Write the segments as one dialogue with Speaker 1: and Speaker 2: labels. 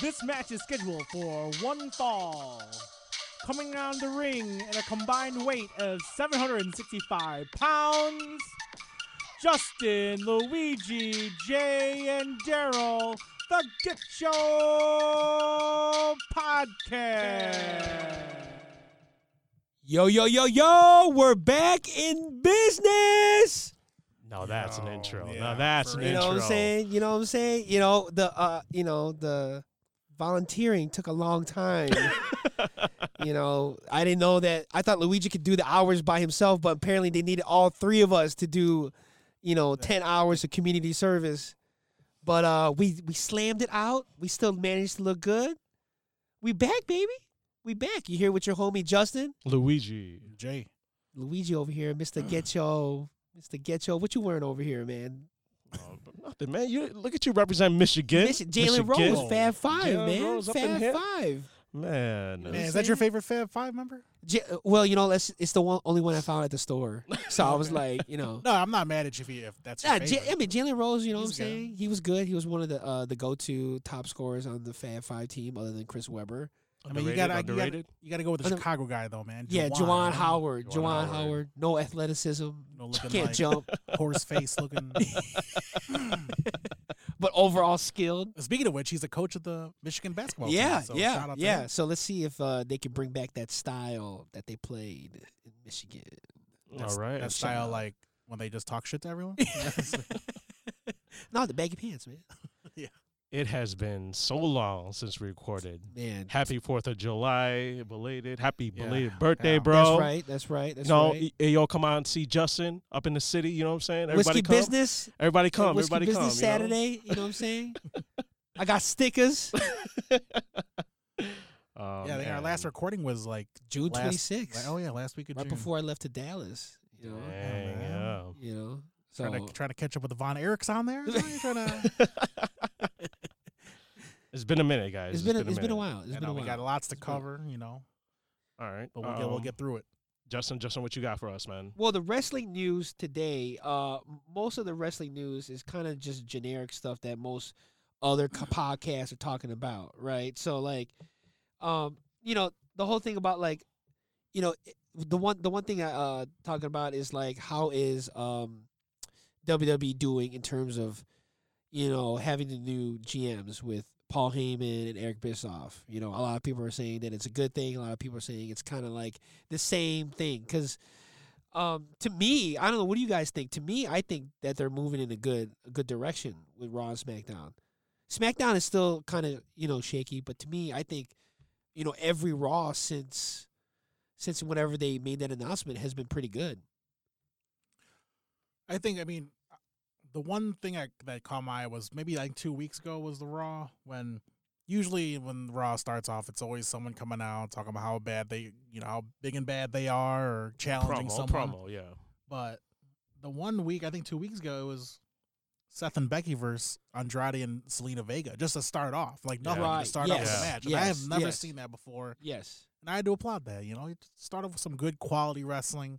Speaker 1: This match is scheduled for one fall. Coming around the ring at a combined weight of 765 pounds, Justin, Luigi, Jay, and Daryl, the Get Show Podcast.
Speaker 2: Yo, yo, yo, yo, we're back in business.
Speaker 3: Now that's an intro.
Speaker 4: Oh, yeah,
Speaker 3: now that's
Speaker 4: for
Speaker 3: an
Speaker 4: real.
Speaker 2: You
Speaker 3: intro.
Speaker 2: know what I'm saying? You know what I'm saying? You know, the uh you know, the volunteering took a long time. you know, I didn't know that I thought Luigi could do the hours by himself, but apparently they needed all three of us to do, you know, ten hours of community service. But uh we we slammed it out. We still managed to look good. We back, baby. We back. You here with your homie Justin?
Speaker 3: Luigi.
Speaker 4: Jay.
Speaker 2: Luigi over here, Mr. Getcho. Mr. Getcho, what you wearing over here, man?
Speaker 3: Nothing, man. You look at you represent Michigan.
Speaker 2: Michi- Jalen
Speaker 3: Michigan.
Speaker 2: Rose, Fab Five,
Speaker 3: Jalen
Speaker 2: man.
Speaker 3: Rose up in
Speaker 2: Fab
Speaker 3: here.
Speaker 2: Five.
Speaker 3: Man.
Speaker 4: Man, is that your favorite Fab Five member?
Speaker 2: J- well, you know, that's it's the one, only one I found at the store. So I was like, you know,
Speaker 4: No, I'm not mad at you if, you, if that's your
Speaker 2: yeah,
Speaker 4: favorite.
Speaker 2: J- I mean, Jalen Rose. You know
Speaker 4: He's
Speaker 2: what I'm
Speaker 4: good.
Speaker 2: saying? He was good. He was one of the uh, the go to top scorers on the Fab Five team, other than Chris Webber.
Speaker 4: I mean, you
Speaker 3: Underrated,
Speaker 4: got to you
Speaker 3: underrated.
Speaker 4: got you got to go with the
Speaker 2: Under-
Speaker 4: Chicago guy though, man.
Speaker 2: yeah, Juwan
Speaker 4: right?
Speaker 2: Howard.
Speaker 3: Juwan
Speaker 2: Juwan Howard.
Speaker 3: Howard.
Speaker 2: No athleticism.
Speaker 4: No looking
Speaker 2: Can't
Speaker 4: like
Speaker 2: jump,
Speaker 4: horse face looking.
Speaker 2: but overall skilled.
Speaker 4: Speaking of which, he's the coach of the Michigan basketball
Speaker 2: yeah,
Speaker 4: team. so shout
Speaker 2: yeah,
Speaker 4: out to
Speaker 2: yeah.
Speaker 4: him.
Speaker 2: So let's see if uh, they can bring back that style that they played in Michigan.
Speaker 3: All right.
Speaker 4: That style, like when they just talk shit to everyone.
Speaker 2: No, the baggy pants, man.
Speaker 3: it has been so long since we recorded.
Speaker 2: Man,
Speaker 3: Happy Fourth of July, belated. Happy
Speaker 4: Yeah.
Speaker 3: belated birthday,
Speaker 4: Yeah.
Speaker 3: bro.
Speaker 2: That's right. That's right. That's
Speaker 3: no,
Speaker 2: right.
Speaker 3: y- yo, come out and see Justin up in the city. You know what I'm saying? Everybody
Speaker 2: Whiskey
Speaker 3: come.
Speaker 2: business.
Speaker 3: Everybody come.
Speaker 2: Whiskey
Speaker 3: Everybody
Speaker 2: business
Speaker 3: come. you know?
Speaker 2: Saturday. You know? what I'm saying? I got stickers.
Speaker 3: Oh,
Speaker 4: yeah, I think our
Speaker 3: man.
Speaker 4: last recording was like
Speaker 2: June
Speaker 4: last-
Speaker 2: 26th.
Speaker 4: Oh yeah, last week of
Speaker 2: right
Speaker 4: June.
Speaker 2: before I left to Dallas. You know.
Speaker 3: Dang,
Speaker 4: Oh, man.
Speaker 3: yeah.
Speaker 2: You know. So
Speaker 4: trying to trying to catch up with Von Erichs on there. Is that what you're trying to-
Speaker 3: It's been a minute, guys.
Speaker 2: it's been a,
Speaker 3: minute.
Speaker 2: it's been a while. It's
Speaker 4: I
Speaker 2: been
Speaker 4: know
Speaker 2: a
Speaker 4: uh, we
Speaker 2: while.
Speaker 4: got lots to
Speaker 2: It's been-
Speaker 4: cover, you know,
Speaker 3: All right,
Speaker 4: but we'll get we'll
Speaker 3: um,
Speaker 4: get through it.
Speaker 3: Justin. Justin, what you got for us, man?
Speaker 2: Well, the wrestling news today, uh, m- most of the wrestling news is kind of just generic stuff that most other co- podcasts are talking about, right? So, like, um, you know, the whole thing about like, you know, i- the one the one thing I uh talking about is like how is um WWE doing in terms of you know having the new GMs with Paul Heyman and Eric Bischoff. You know, a lot of people are saying that it's a good thing. A lot of people are saying it's kind of like the same thing because um, to me, I don't know. What do you guys think? To me, I think that they're moving in a good, a good direction with Raw and SmackDown. SmackDown is still kind of you know shaky, but to me, I think you know every Raw since since whenever they made that announcement has been pretty good.
Speaker 4: I think I mean uh, the one thing I, that caught my eye was maybe like two weeks ago was the Raw when usually when Raw starts off, it's always someone coming out talking about how bad they you know how big and bad they are or challenging
Speaker 3: Promo,
Speaker 4: someone.
Speaker 3: promo, yeah.
Speaker 4: But the one week I think two weeks ago it was. Seth and Becky versus Andrade and Selena Vega, just to start off, like nothing
Speaker 2: Right,
Speaker 4: to start off
Speaker 3: yes,
Speaker 4: the match. And I have
Speaker 2: yes,
Speaker 4: never
Speaker 2: yes.
Speaker 4: seen that before.
Speaker 2: Yes.
Speaker 4: and I had to applaud that. You know, you start off with some good quality wrestling.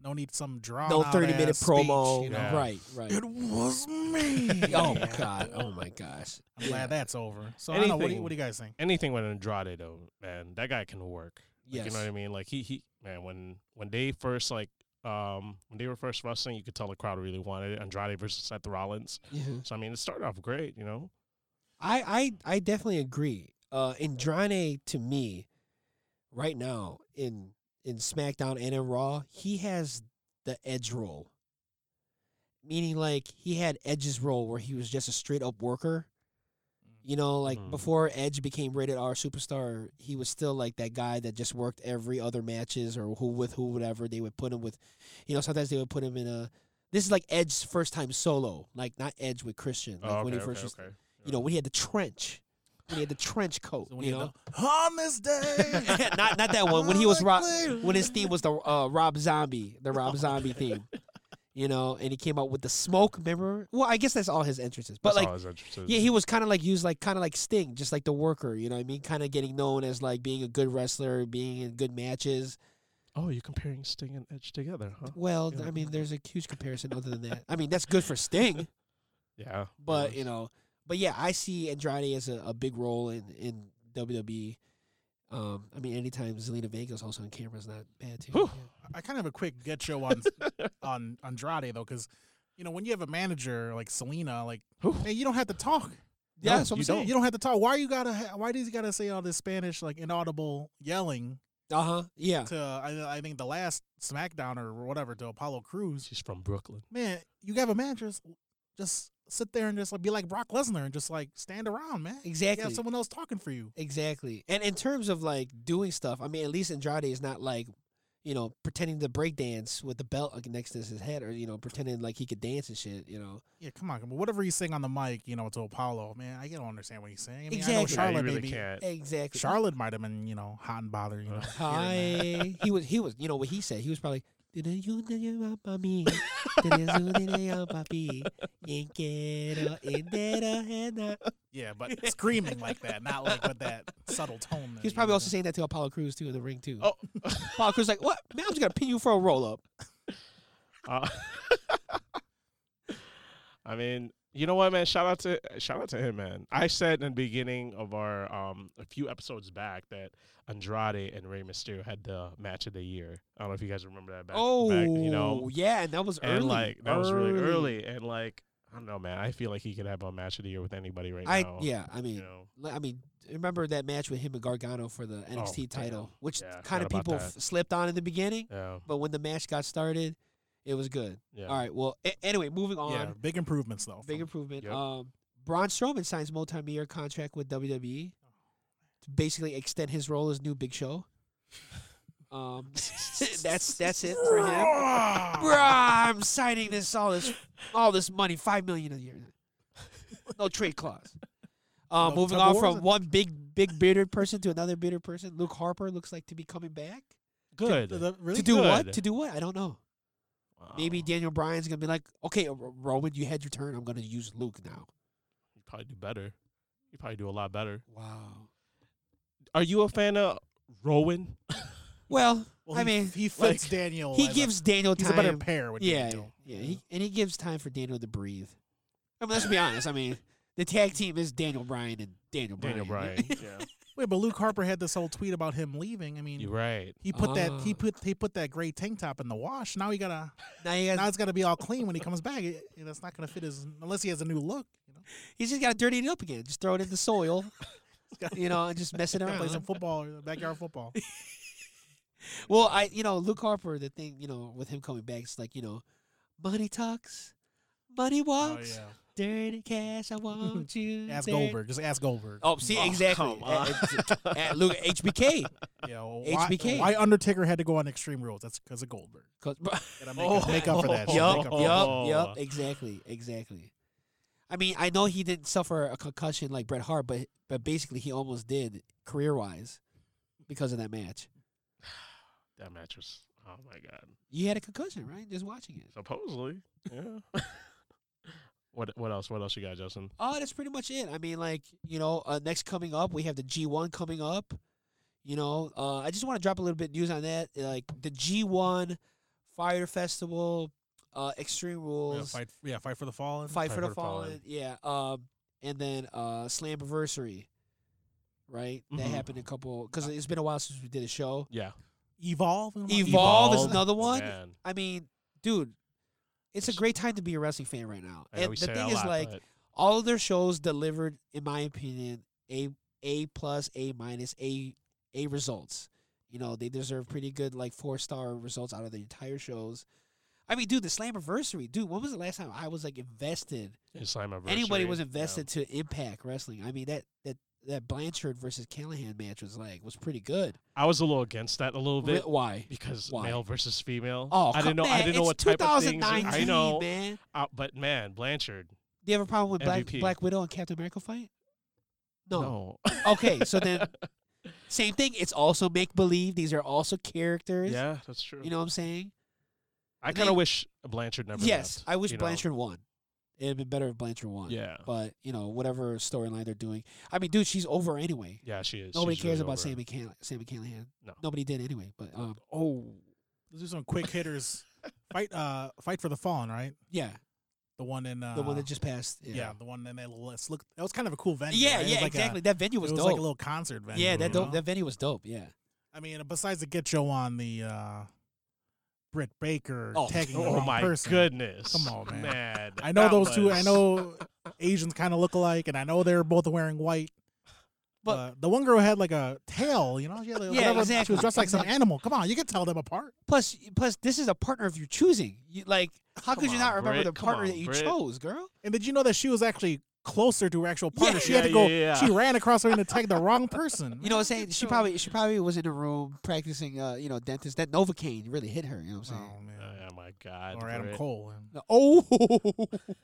Speaker 4: No need some draw.
Speaker 2: No thirty minute promo.
Speaker 4: You know?
Speaker 3: Yeah.
Speaker 2: Right. Right.
Speaker 4: It was me.
Speaker 2: oh God. Oh my gosh.
Speaker 4: I'm glad that's over. So I don't know. What do, you,
Speaker 3: Anything.
Speaker 4: what do you guys think?
Speaker 3: Anything with Andrade though, man, that guy can work. Like,
Speaker 2: Yes.
Speaker 3: You know what I mean? Like he he man, when when they first like um when they were first wrestling, you could tell the crowd really wanted it. Andrade versus Seth Rollins.
Speaker 2: Mhm.
Speaker 3: So I mean, it started off great, you know.
Speaker 2: I I I definitely agree. Uh Andrade to me right now in in SmackDown and in Raw, he has the edge role. Meaning like he had Edge's role where he was just a straight up worker. You know, like
Speaker 3: Mhm.
Speaker 2: before Edge became rated R superstar, he was still like that guy that just worked every other matches or who with who whatever they would put him with. You know, sometimes they would put him in a this is like Edge's first time solo, like not Edge with Christian, like
Speaker 3: Oh, okay,
Speaker 2: when he
Speaker 3: okay,
Speaker 2: first was
Speaker 3: okay.
Speaker 2: you know, when he had the trench, when he had the trench coat,
Speaker 4: So when
Speaker 2: you
Speaker 4: you
Speaker 2: know,
Speaker 4: know, on this day,
Speaker 2: not not that one. When he
Speaker 4: Oh,
Speaker 2: was Rob,
Speaker 4: Ironically.
Speaker 2: when his theme was the uh, Rob Zombie, the Rob Zombie theme, you know, and he came out with the smoke. Remember? Well, I guess that's all his entrances, but
Speaker 3: That's
Speaker 2: like.
Speaker 3: all I was interested in.
Speaker 2: Yeah, he was kind of like used like kind of like Sting, just like the worker. You know what I mean? Kind of getting known as like being a good wrestler, being in good matches.
Speaker 3: Oh, you're comparing Sting and Edge together, huh?
Speaker 2: Well,
Speaker 3: Yeah.
Speaker 2: I mean, there's a huge comparison. Other than that, I mean, that's good for Sting.
Speaker 3: Yeah.
Speaker 2: But you know, but yeah, I see Andrade as a, a big role in in WWE. Um, I mean, anytime Zelina Vega's also on camera is not bad too.
Speaker 3: Whew.
Speaker 2: Yeah.
Speaker 4: I kind of have a quick get show on on Andrade though, because you know when you have a manager like Selena, like
Speaker 3: Whew.
Speaker 4: man, you don't have to talk.
Speaker 2: Yeah,
Speaker 4: No,
Speaker 2: that's what I'm
Speaker 4: you Don't,
Speaker 2: saying.
Speaker 4: you don't have to talk. Why you gotta? ha- Why does he gotta say all this Spanish like inaudible yelling
Speaker 2: Uh huh. Yeah.
Speaker 4: to? I, I think the last SmackDown or whatever to Apollo Cruz.
Speaker 3: She's from Brooklyn.
Speaker 4: Man, you have a manager, just- just sit there and just like be like Brock Lesnar and just like stand around, man. You
Speaker 2: Exactly.
Speaker 4: have someone else talking for you.
Speaker 2: Exactly. And in terms of like doing stuff, I mean, at least Andrade is not like, you know, pretending to breakdance with the belt like, next to his head or, you know, pretending like he could dance and shit, you know.
Speaker 4: Yeah, come on, come on. Whatever he's saying on the mic, you know, to Apollo, man, I don't understand what he's saying. I mean, I know
Speaker 2: Exactly. Yeah,
Speaker 4: Charlotte,
Speaker 3: you really
Speaker 4: maybe
Speaker 3: can't. Uh,
Speaker 2: Exactly.
Speaker 4: Charlotte might have been, you know, hot and bothered, you know. hearing that.
Speaker 2: Hi. he was, he was, you know, what he said. He was probably, he
Speaker 4: Yeah, but screaming like that, not like with that subtle tone. that
Speaker 2: was
Speaker 4: you
Speaker 2: probably
Speaker 4: know.
Speaker 2: also saying that to Apollo Cruz too in the ring too.
Speaker 3: Oh.
Speaker 2: Apollo Cruz like, what? Man, I'm just gonna pin you for a roll up.
Speaker 3: Uh, I mean, you know what, man? Shout out to shout out to him, man. I said in the beginning of our um a few episodes back that Andrade and Rey Mysterio had the match of the year. I don't know if you guys remember that back.
Speaker 2: Oh,
Speaker 3: back, you know,
Speaker 2: yeah, and that was
Speaker 3: and
Speaker 2: early.
Speaker 3: like that was really early, and like I don't know, man. I feel like he could have a match of the year with anybody right
Speaker 2: I
Speaker 3: now.
Speaker 2: yeah, I mean,
Speaker 3: you know.
Speaker 2: Li- I mean, remember that match with him and Gargano for the NXT
Speaker 3: Oh, damn.
Speaker 2: title, which
Speaker 3: Yeah, I
Speaker 2: kind
Speaker 3: forgot
Speaker 2: of
Speaker 3: about
Speaker 2: people
Speaker 3: that.
Speaker 2: f- slipped on in the beginning,
Speaker 3: Yeah,
Speaker 2: but when the match got started, it was good.
Speaker 3: yeah.
Speaker 2: All right, well, a- anyway, moving on.
Speaker 4: yeah, big improvements though.
Speaker 2: Big
Speaker 4: from-
Speaker 2: improvement.
Speaker 3: Yep.
Speaker 2: Um, Braun Strowman signs multi-year contract with WWE to basically extend his role as new Big Show. Um, that's that's it for him. Bruh, I'm signing this all this all this money, five million a year. No trade clause. Uh,
Speaker 4: No
Speaker 2: moving
Speaker 4: tug of war,
Speaker 2: on
Speaker 4: is
Speaker 2: from
Speaker 4: it?
Speaker 2: one big big bearded person to another bearded person. Luke Harper looks like to be coming back.
Speaker 3: good.
Speaker 4: The- the- really?
Speaker 2: to do what?
Speaker 3: good. Oh.
Speaker 2: To do what? I don't know.
Speaker 3: Wow.
Speaker 2: Maybe Daniel Bryan's gonna be like, okay, R- Roman, you had your turn. I'm gonna use Luke now.
Speaker 3: you probably do better. You probably do a lot better.
Speaker 2: Wow.
Speaker 3: Are you a fan of Rowan?
Speaker 2: Well,
Speaker 4: Well,
Speaker 2: I
Speaker 4: he-
Speaker 2: mean,
Speaker 4: he fits
Speaker 3: like,
Speaker 4: Daniel.
Speaker 2: he
Speaker 4: as
Speaker 2: gives Daniel
Speaker 4: A, he's
Speaker 2: time.
Speaker 4: a better pair with
Speaker 2: yeah,
Speaker 4: Daniel.
Speaker 2: yeah, he, and he gives time for Daniel to breathe. I mean, let's be honest. I mean, the tag team is Daniel Bryan and Daniel Bryan.
Speaker 3: Daniel Bryan. yeah,
Speaker 4: Wait, but Luke Harper had this whole tweet about him leaving. I mean,
Speaker 3: you're right.
Speaker 4: he put that he
Speaker 2: Ah.
Speaker 4: put he put that gray tank top in the wash. Now he gotta
Speaker 2: now you
Speaker 4: now
Speaker 2: guys,
Speaker 4: it's gotta be all clean when he comes back. It, it- that's not gonna fit his unless he has a new look. You know,
Speaker 2: he's just got to dirty it up again. Just throw it in the soil,
Speaker 4: gotta-
Speaker 2: you know, and just mess it
Speaker 4: gotta play some
Speaker 2: around.
Speaker 4: football, or backyard football.
Speaker 2: Well, I, you know, Luke Harper, the thing, you know, with him coming back, it's like, you know, money talks, money
Speaker 4: Oh
Speaker 2: walks,
Speaker 4: yeah,
Speaker 2: dirty cash, I want you.
Speaker 4: ask
Speaker 2: there.
Speaker 4: Goldberg. Just ask Goldberg.
Speaker 2: Oh, see,
Speaker 3: Oh,
Speaker 2: exactly.
Speaker 3: come
Speaker 2: At- at- at Luke HBK.
Speaker 4: Yeah, well, why,
Speaker 2: HBK.
Speaker 4: Why Undertaker had to go on Extreme Rules? That's because of Goldberg.
Speaker 2: 'Cause-
Speaker 4: Gotta make, up, make up for that. shit,
Speaker 3: Yup,
Speaker 4: make up for that.
Speaker 2: Yep,
Speaker 3: Oh.
Speaker 2: yep, exactly, exactly. I mean, I know he didn't suffer a concussion like Bret Hart, but but basically he almost did career wise because of that match.
Speaker 3: That match was. Oh my god.
Speaker 2: You had a concussion, right? Just watching it.
Speaker 3: Supposedly. Yeah. what What else? What else you got, Justin?
Speaker 2: Oh, that's pretty much it. I mean, like you know, uh, next coming up we have the G one coming up. You know, uh, I just want to drop a little bit news on that, like the G one Fire Festival, uh, Extreme
Speaker 4: Yeah,
Speaker 2: Rules,
Speaker 4: fight, yeah, fight for the fallen.
Speaker 2: Fight for the Fallen. Yeah. Um, and then uh, Slammiversary, right? That
Speaker 3: Mhm.
Speaker 2: happened a couple because it's been a while since we did a show.
Speaker 3: Yeah.
Speaker 4: Evolve. and
Speaker 2: Evolve, is
Speaker 3: Evolve,
Speaker 2: another one.
Speaker 3: Man.
Speaker 2: I mean, dude, it's a great time to be a wrestling fan right now.
Speaker 3: I know
Speaker 2: And
Speaker 3: we
Speaker 2: the
Speaker 3: say
Speaker 2: thing
Speaker 3: that a
Speaker 2: is,
Speaker 3: lot,
Speaker 2: like,
Speaker 3: but
Speaker 2: all of their shows delivered, in my opinion, a a plus, a minus, a a results. You know, they deserve pretty good like four star results out of the entire shows. I mean, dude, the Slammiversary, dude. When was the last time I was like invested
Speaker 3: it's Slammiversary,
Speaker 2: anybody was
Speaker 3: yeah.
Speaker 2: invested to Impact Wrestling. I mean that that that Blanchard versus Callahan match was like was pretty good.
Speaker 3: I was a little against that a little
Speaker 2: Re-
Speaker 3: bit
Speaker 2: why?
Speaker 3: because
Speaker 2: why?
Speaker 3: male versus female.
Speaker 2: Oh,
Speaker 3: I didn't
Speaker 2: come-
Speaker 3: know.
Speaker 2: Man,
Speaker 3: I didn't know
Speaker 2: it's
Speaker 3: what type of things.
Speaker 2: 2019,
Speaker 3: I know.
Speaker 2: man.
Speaker 3: Uh, but man, Blanchard.
Speaker 2: Do you have a problem with Black,
Speaker 3: MVP.
Speaker 2: Black Widow and Captain America fight? No.
Speaker 3: No.
Speaker 2: Okay, so then same thing. It's also make believe. These are also characters.
Speaker 3: yeah, that's true.
Speaker 2: You know what I'm saying?
Speaker 3: I
Speaker 2: and
Speaker 3: kind
Speaker 2: then-
Speaker 3: of wish Blanchard never.
Speaker 2: yes,
Speaker 3: left,
Speaker 2: I wish
Speaker 3: you know?
Speaker 2: Blanchard won. It'd been better if Blanchard won.
Speaker 3: Yeah.
Speaker 2: But you know whatever storyline they're doing. I mean, dude, she's over anyway.
Speaker 3: Yeah, she is.
Speaker 2: Nobody
Speaker 3: She's
Speaker 2: cares about
Speaker 3: really over.
Speaker 2: Sammy Callahan. Sammy Callahan.
Speaker 3: No.
Speaker 2: Nobody did anyway. But um,
Speaker 3: Oh.
Speaker 4: Let's do some quick hitters. fight, uh, fight for the fallen. Right.
Speaker 2: yeah.
Speaker 4: the one in uh,
Speaker 2: the one that just passed. uh,
Speaker 4: yeah. the one in that little it's look. That was kind of a cool venue.
Speaker 2: yeah,
Speaker 4: right? It
Speaker 2: yeah,
Speaker 4: was like a-
Speaker 2: exactly. that venue
Speaker 4: it was
Speaker 2: was dope.
Speaker 4: like a little concert venue.
Speaker 2: yeah,
Speaker 4: you
Speaker 2: that dope,
Speaker 4: know?
Speaker 2: that venue was dope. Yeah.
Speaker 4: I mean, besides the get yo on the uh, Britt Baker
Speaker 2: Oh,
Speaker 4: tagging the
Speaker 3: Oh
Speaker 4: wrong
Speaker 3: my
Speaker 4: person.
Speaker 3: goodness!
Speaker 4: Come on, man. I know
Speaker 3: that
Speaker 4: those two. I
Speaker 3: was-
Speaker 4: know Asians kind of look alike, and I know they're both wearing white.
Speaker 2: But-
Speaker 4: But the one girl had like a tail, you know. She, had, like,
Speaker 2: Yeah,
Speaker 4: whatever- she
Speaker 2: exactly,
Speaker 4: was dressed like some
Speaker 2: exactly.
Speaker 4: animal. Come on, you can tell them apart.
Speaker 2: Plus, plus, this is a partner of your choosing. You, like, how
Speaker 3: Come
Speaker 2: could you
Speaker 3: on,
Speaker 2: not remember
Speaker 3: Brit.
Speaker 2: the
Speaker 3: Come
Speaker 2: partner
Speaker 3: on,
Speaker 2: that you
Speaker 3: Brit.
Speaker 2: chose, girl?
Speaker 4: And did you know that she was actually closer to her actual
Speaker 2: Yeah.
Speaker 4: partner? she had
Speaker 3: Yeah,
Speaker 4: to go.
Speaker 3: yeah, yeah.
Speaker 4: She ran across her and attacked the wrong person.
Speaker 2: You know what I'm saying? She probably, she probably was in a room practicing. Uh, you know, dentist. That Novocaine really hit her. You know what I'm saying?
Speaker 4: Oh man.
Speaker 3: Oh my God!
Speaker 4: Or Adam
Speaker 3: Brit.
Speaker 4: Cole.
Speaker 2: Oh,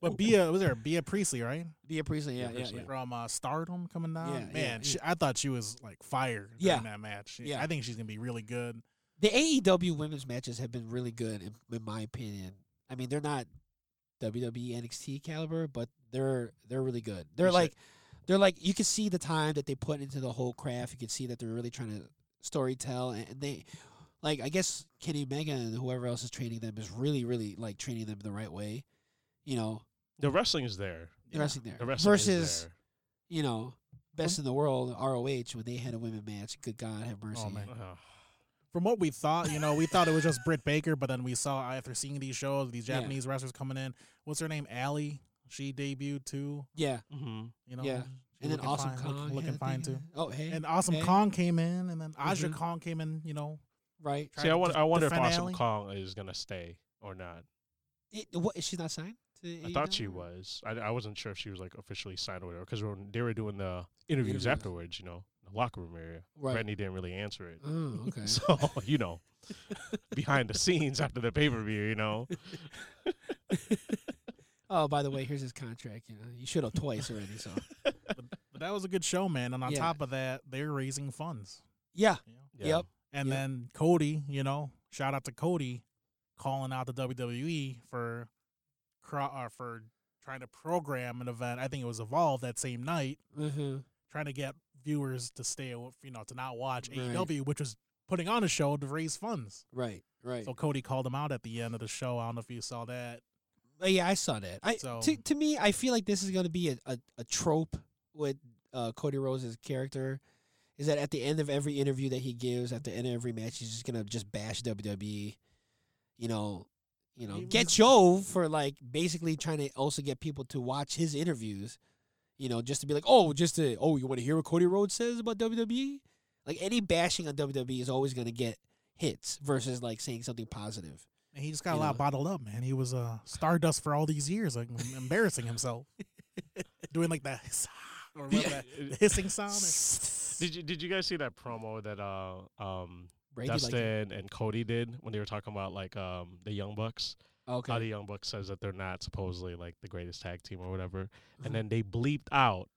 Speaker 4: But Bia was there Bia Priestley, right?
Speaker 2: Bea Priestley. Yeah,
Speaker 3: Bea
Speaker 2: yeah,
Speaker 3: Priestley.
Speaker 2: yeah.
Speaker 4: From uh, Stardom coming down.
Speaker 2: Yeah, yeah,
Speaker 4: man,
Speaker 2: yeah.
Speaker 4: She, I thought she was like fire
Speaker 2: Yeah.
Speaker 4: during that match. She-
Speaker 2: Yeah.
Speaker 4: I think she's gonna be really good.
Speaker 2: The AEW women's matches have been really good, in, in my opinion. I mean, they're not E WWE NXT caliber, but they're they're really good. They're
Speaker 3: You said-
Speaker 2: like, they're like you can see the time that they put into the whole craft. You can see that they're really trying to story tell, and and they, like, I guess Kenny Mega and whoever else is training them is really, really like training them the right way. You know,
Speaker 3: The wrestling is there.
Speaker 2: the wrestling there
Speaker 3: The wrestling is
Speaker 2: versus
Speaker 3: there.
Speaker 2: you know best in the world ROH when they had a women match. Good God, have mercy.
Speaker 4: man.
Speaker 3: Oh.
Speaker 4: From what we thought, you know, we thought it was just Britt Baker, but then we saw after seeing these shows, these
Speaker 2: Yeah.
Speaker 4: Japanese wrestlers coming in. What's her name? Allie. She debuted too.
Speaker 2: Yeah,
Speaker 3: hmm
Speaker 4: You know.
Speaker 2: Yeah.
Speaker 4: She's
Speaker 2: and then
Speaker 4: looking
Speaker 2: Awesome
Speaker 4: fine,
Speaker 2: Kong
Speaker 4: looking,
Speaker 2: had
Speaker 4: looking
Speaker 2: a
Speaker 4: fine
Speaker 2: thing.
Speaker 4: too.
Speaker 2: Oh, hey,
Speaker 4: And Awesome
Speaker 2: hey,
Speaker 4: Kong came in, and then Aja
Speaker 2: Mhm.
Speaker 4: Kong came in. You know,
Speaker 2: right?
Speaker 4: tried
Speaker 3: See, I
Speaker 4: to
Speaker 3: wonder,
Speaker 4: de-
Speaker 3: I wonder if
Speaker 4: defend
Speaker 3: Awesome
Speaker 4: Allie.
Speaker 3: Kong is gonna stay or not.
Speaker 2: It, what is she not signed? To E
Speaker 3: I thought she
Speaker 2: AEW?
Speaker 3: was. I, I wasn't sure if she was like officially signed or whatever because when they were doing the interviews
Speaker 2: Interviews.
Speaker 3: afterwards, you know, the locker room area,
Speaker 2: Right.
Speaker 3: Brandy didn't really answer it.
Speaker 2: Oh, okay.
Speaker 3: So you know, behind the scenes after the pay per view, you know,
Speaker 2: oh, by the way, here's his contract. You know, you should have twice already. So
Speaker 4: But that was a good show, man. And on
Speaker 2: Yeah.
Speaker 4: top of that, they're raising funds.
Speaker 2: yeah,
Speaker 4: You know?
Speaker 3: Yeah.
Speaker 2: yep,
Speaker 4: And
Speaker 2: Yep.
Speaker 4: then Cody, you know, shout out to Cody calling out the WWE for cro- uh, for trying to program an event. I think it was Evolve that same night,
Speaker 2: mm-hmm.
Speaker 4: trying to get viewers to stay, aw- you know, to not watch
Speaker 2: Right.
Speaker 4: AEW, which was putting on a show to raise funds.
Speaker 2: right, right.
Speaker 4: So Cody called him out at the end of the show. I don't know if you saw that.
Speaker 2: Uh, yeah, I saw that. I
Speaker 4: So-
Speaker 2: to to me, I feel like this is gonna be a a, a trope with uh, Cody Rhodes' character. Is that at the end of every interview that he gives, at the end of every match, he's just gonna just bash WWE. You know, you know,
Speaker 4: Even
Speaker 2: get
Speaker 4: if-
Speaker 2: Joe for like basically trying to also get people to watch his interviews. You know, just to be like, oh, just to oh, you want to hear what Cody Rhodes says about WWE? Like any bashing on WWE is always gonna get hits versus like saying something positive.
Speaker 4: And he just got
Speaker 2: You
Speaker 4: a lot
Speaker 2: know.
Speaker 4: bottled up, man. He was uh, Stardust for all these years, like embarrassing himself, doing like that hiss- or whatever that hissing sound.
Speaker 3: Did you did you guys see that promo that uh um
Speaker 2: Brady, like,
Speaker 3: Dustin and Cody did when they were talking about like um the Young Bucks?
Speaker 2: okay,
Speaker 3: How the Young Bucks says that they're not supposedly like the greatest tag team or whatever,
Speaker 2: Uh-huh.
Speaker 3: and then they bleeped out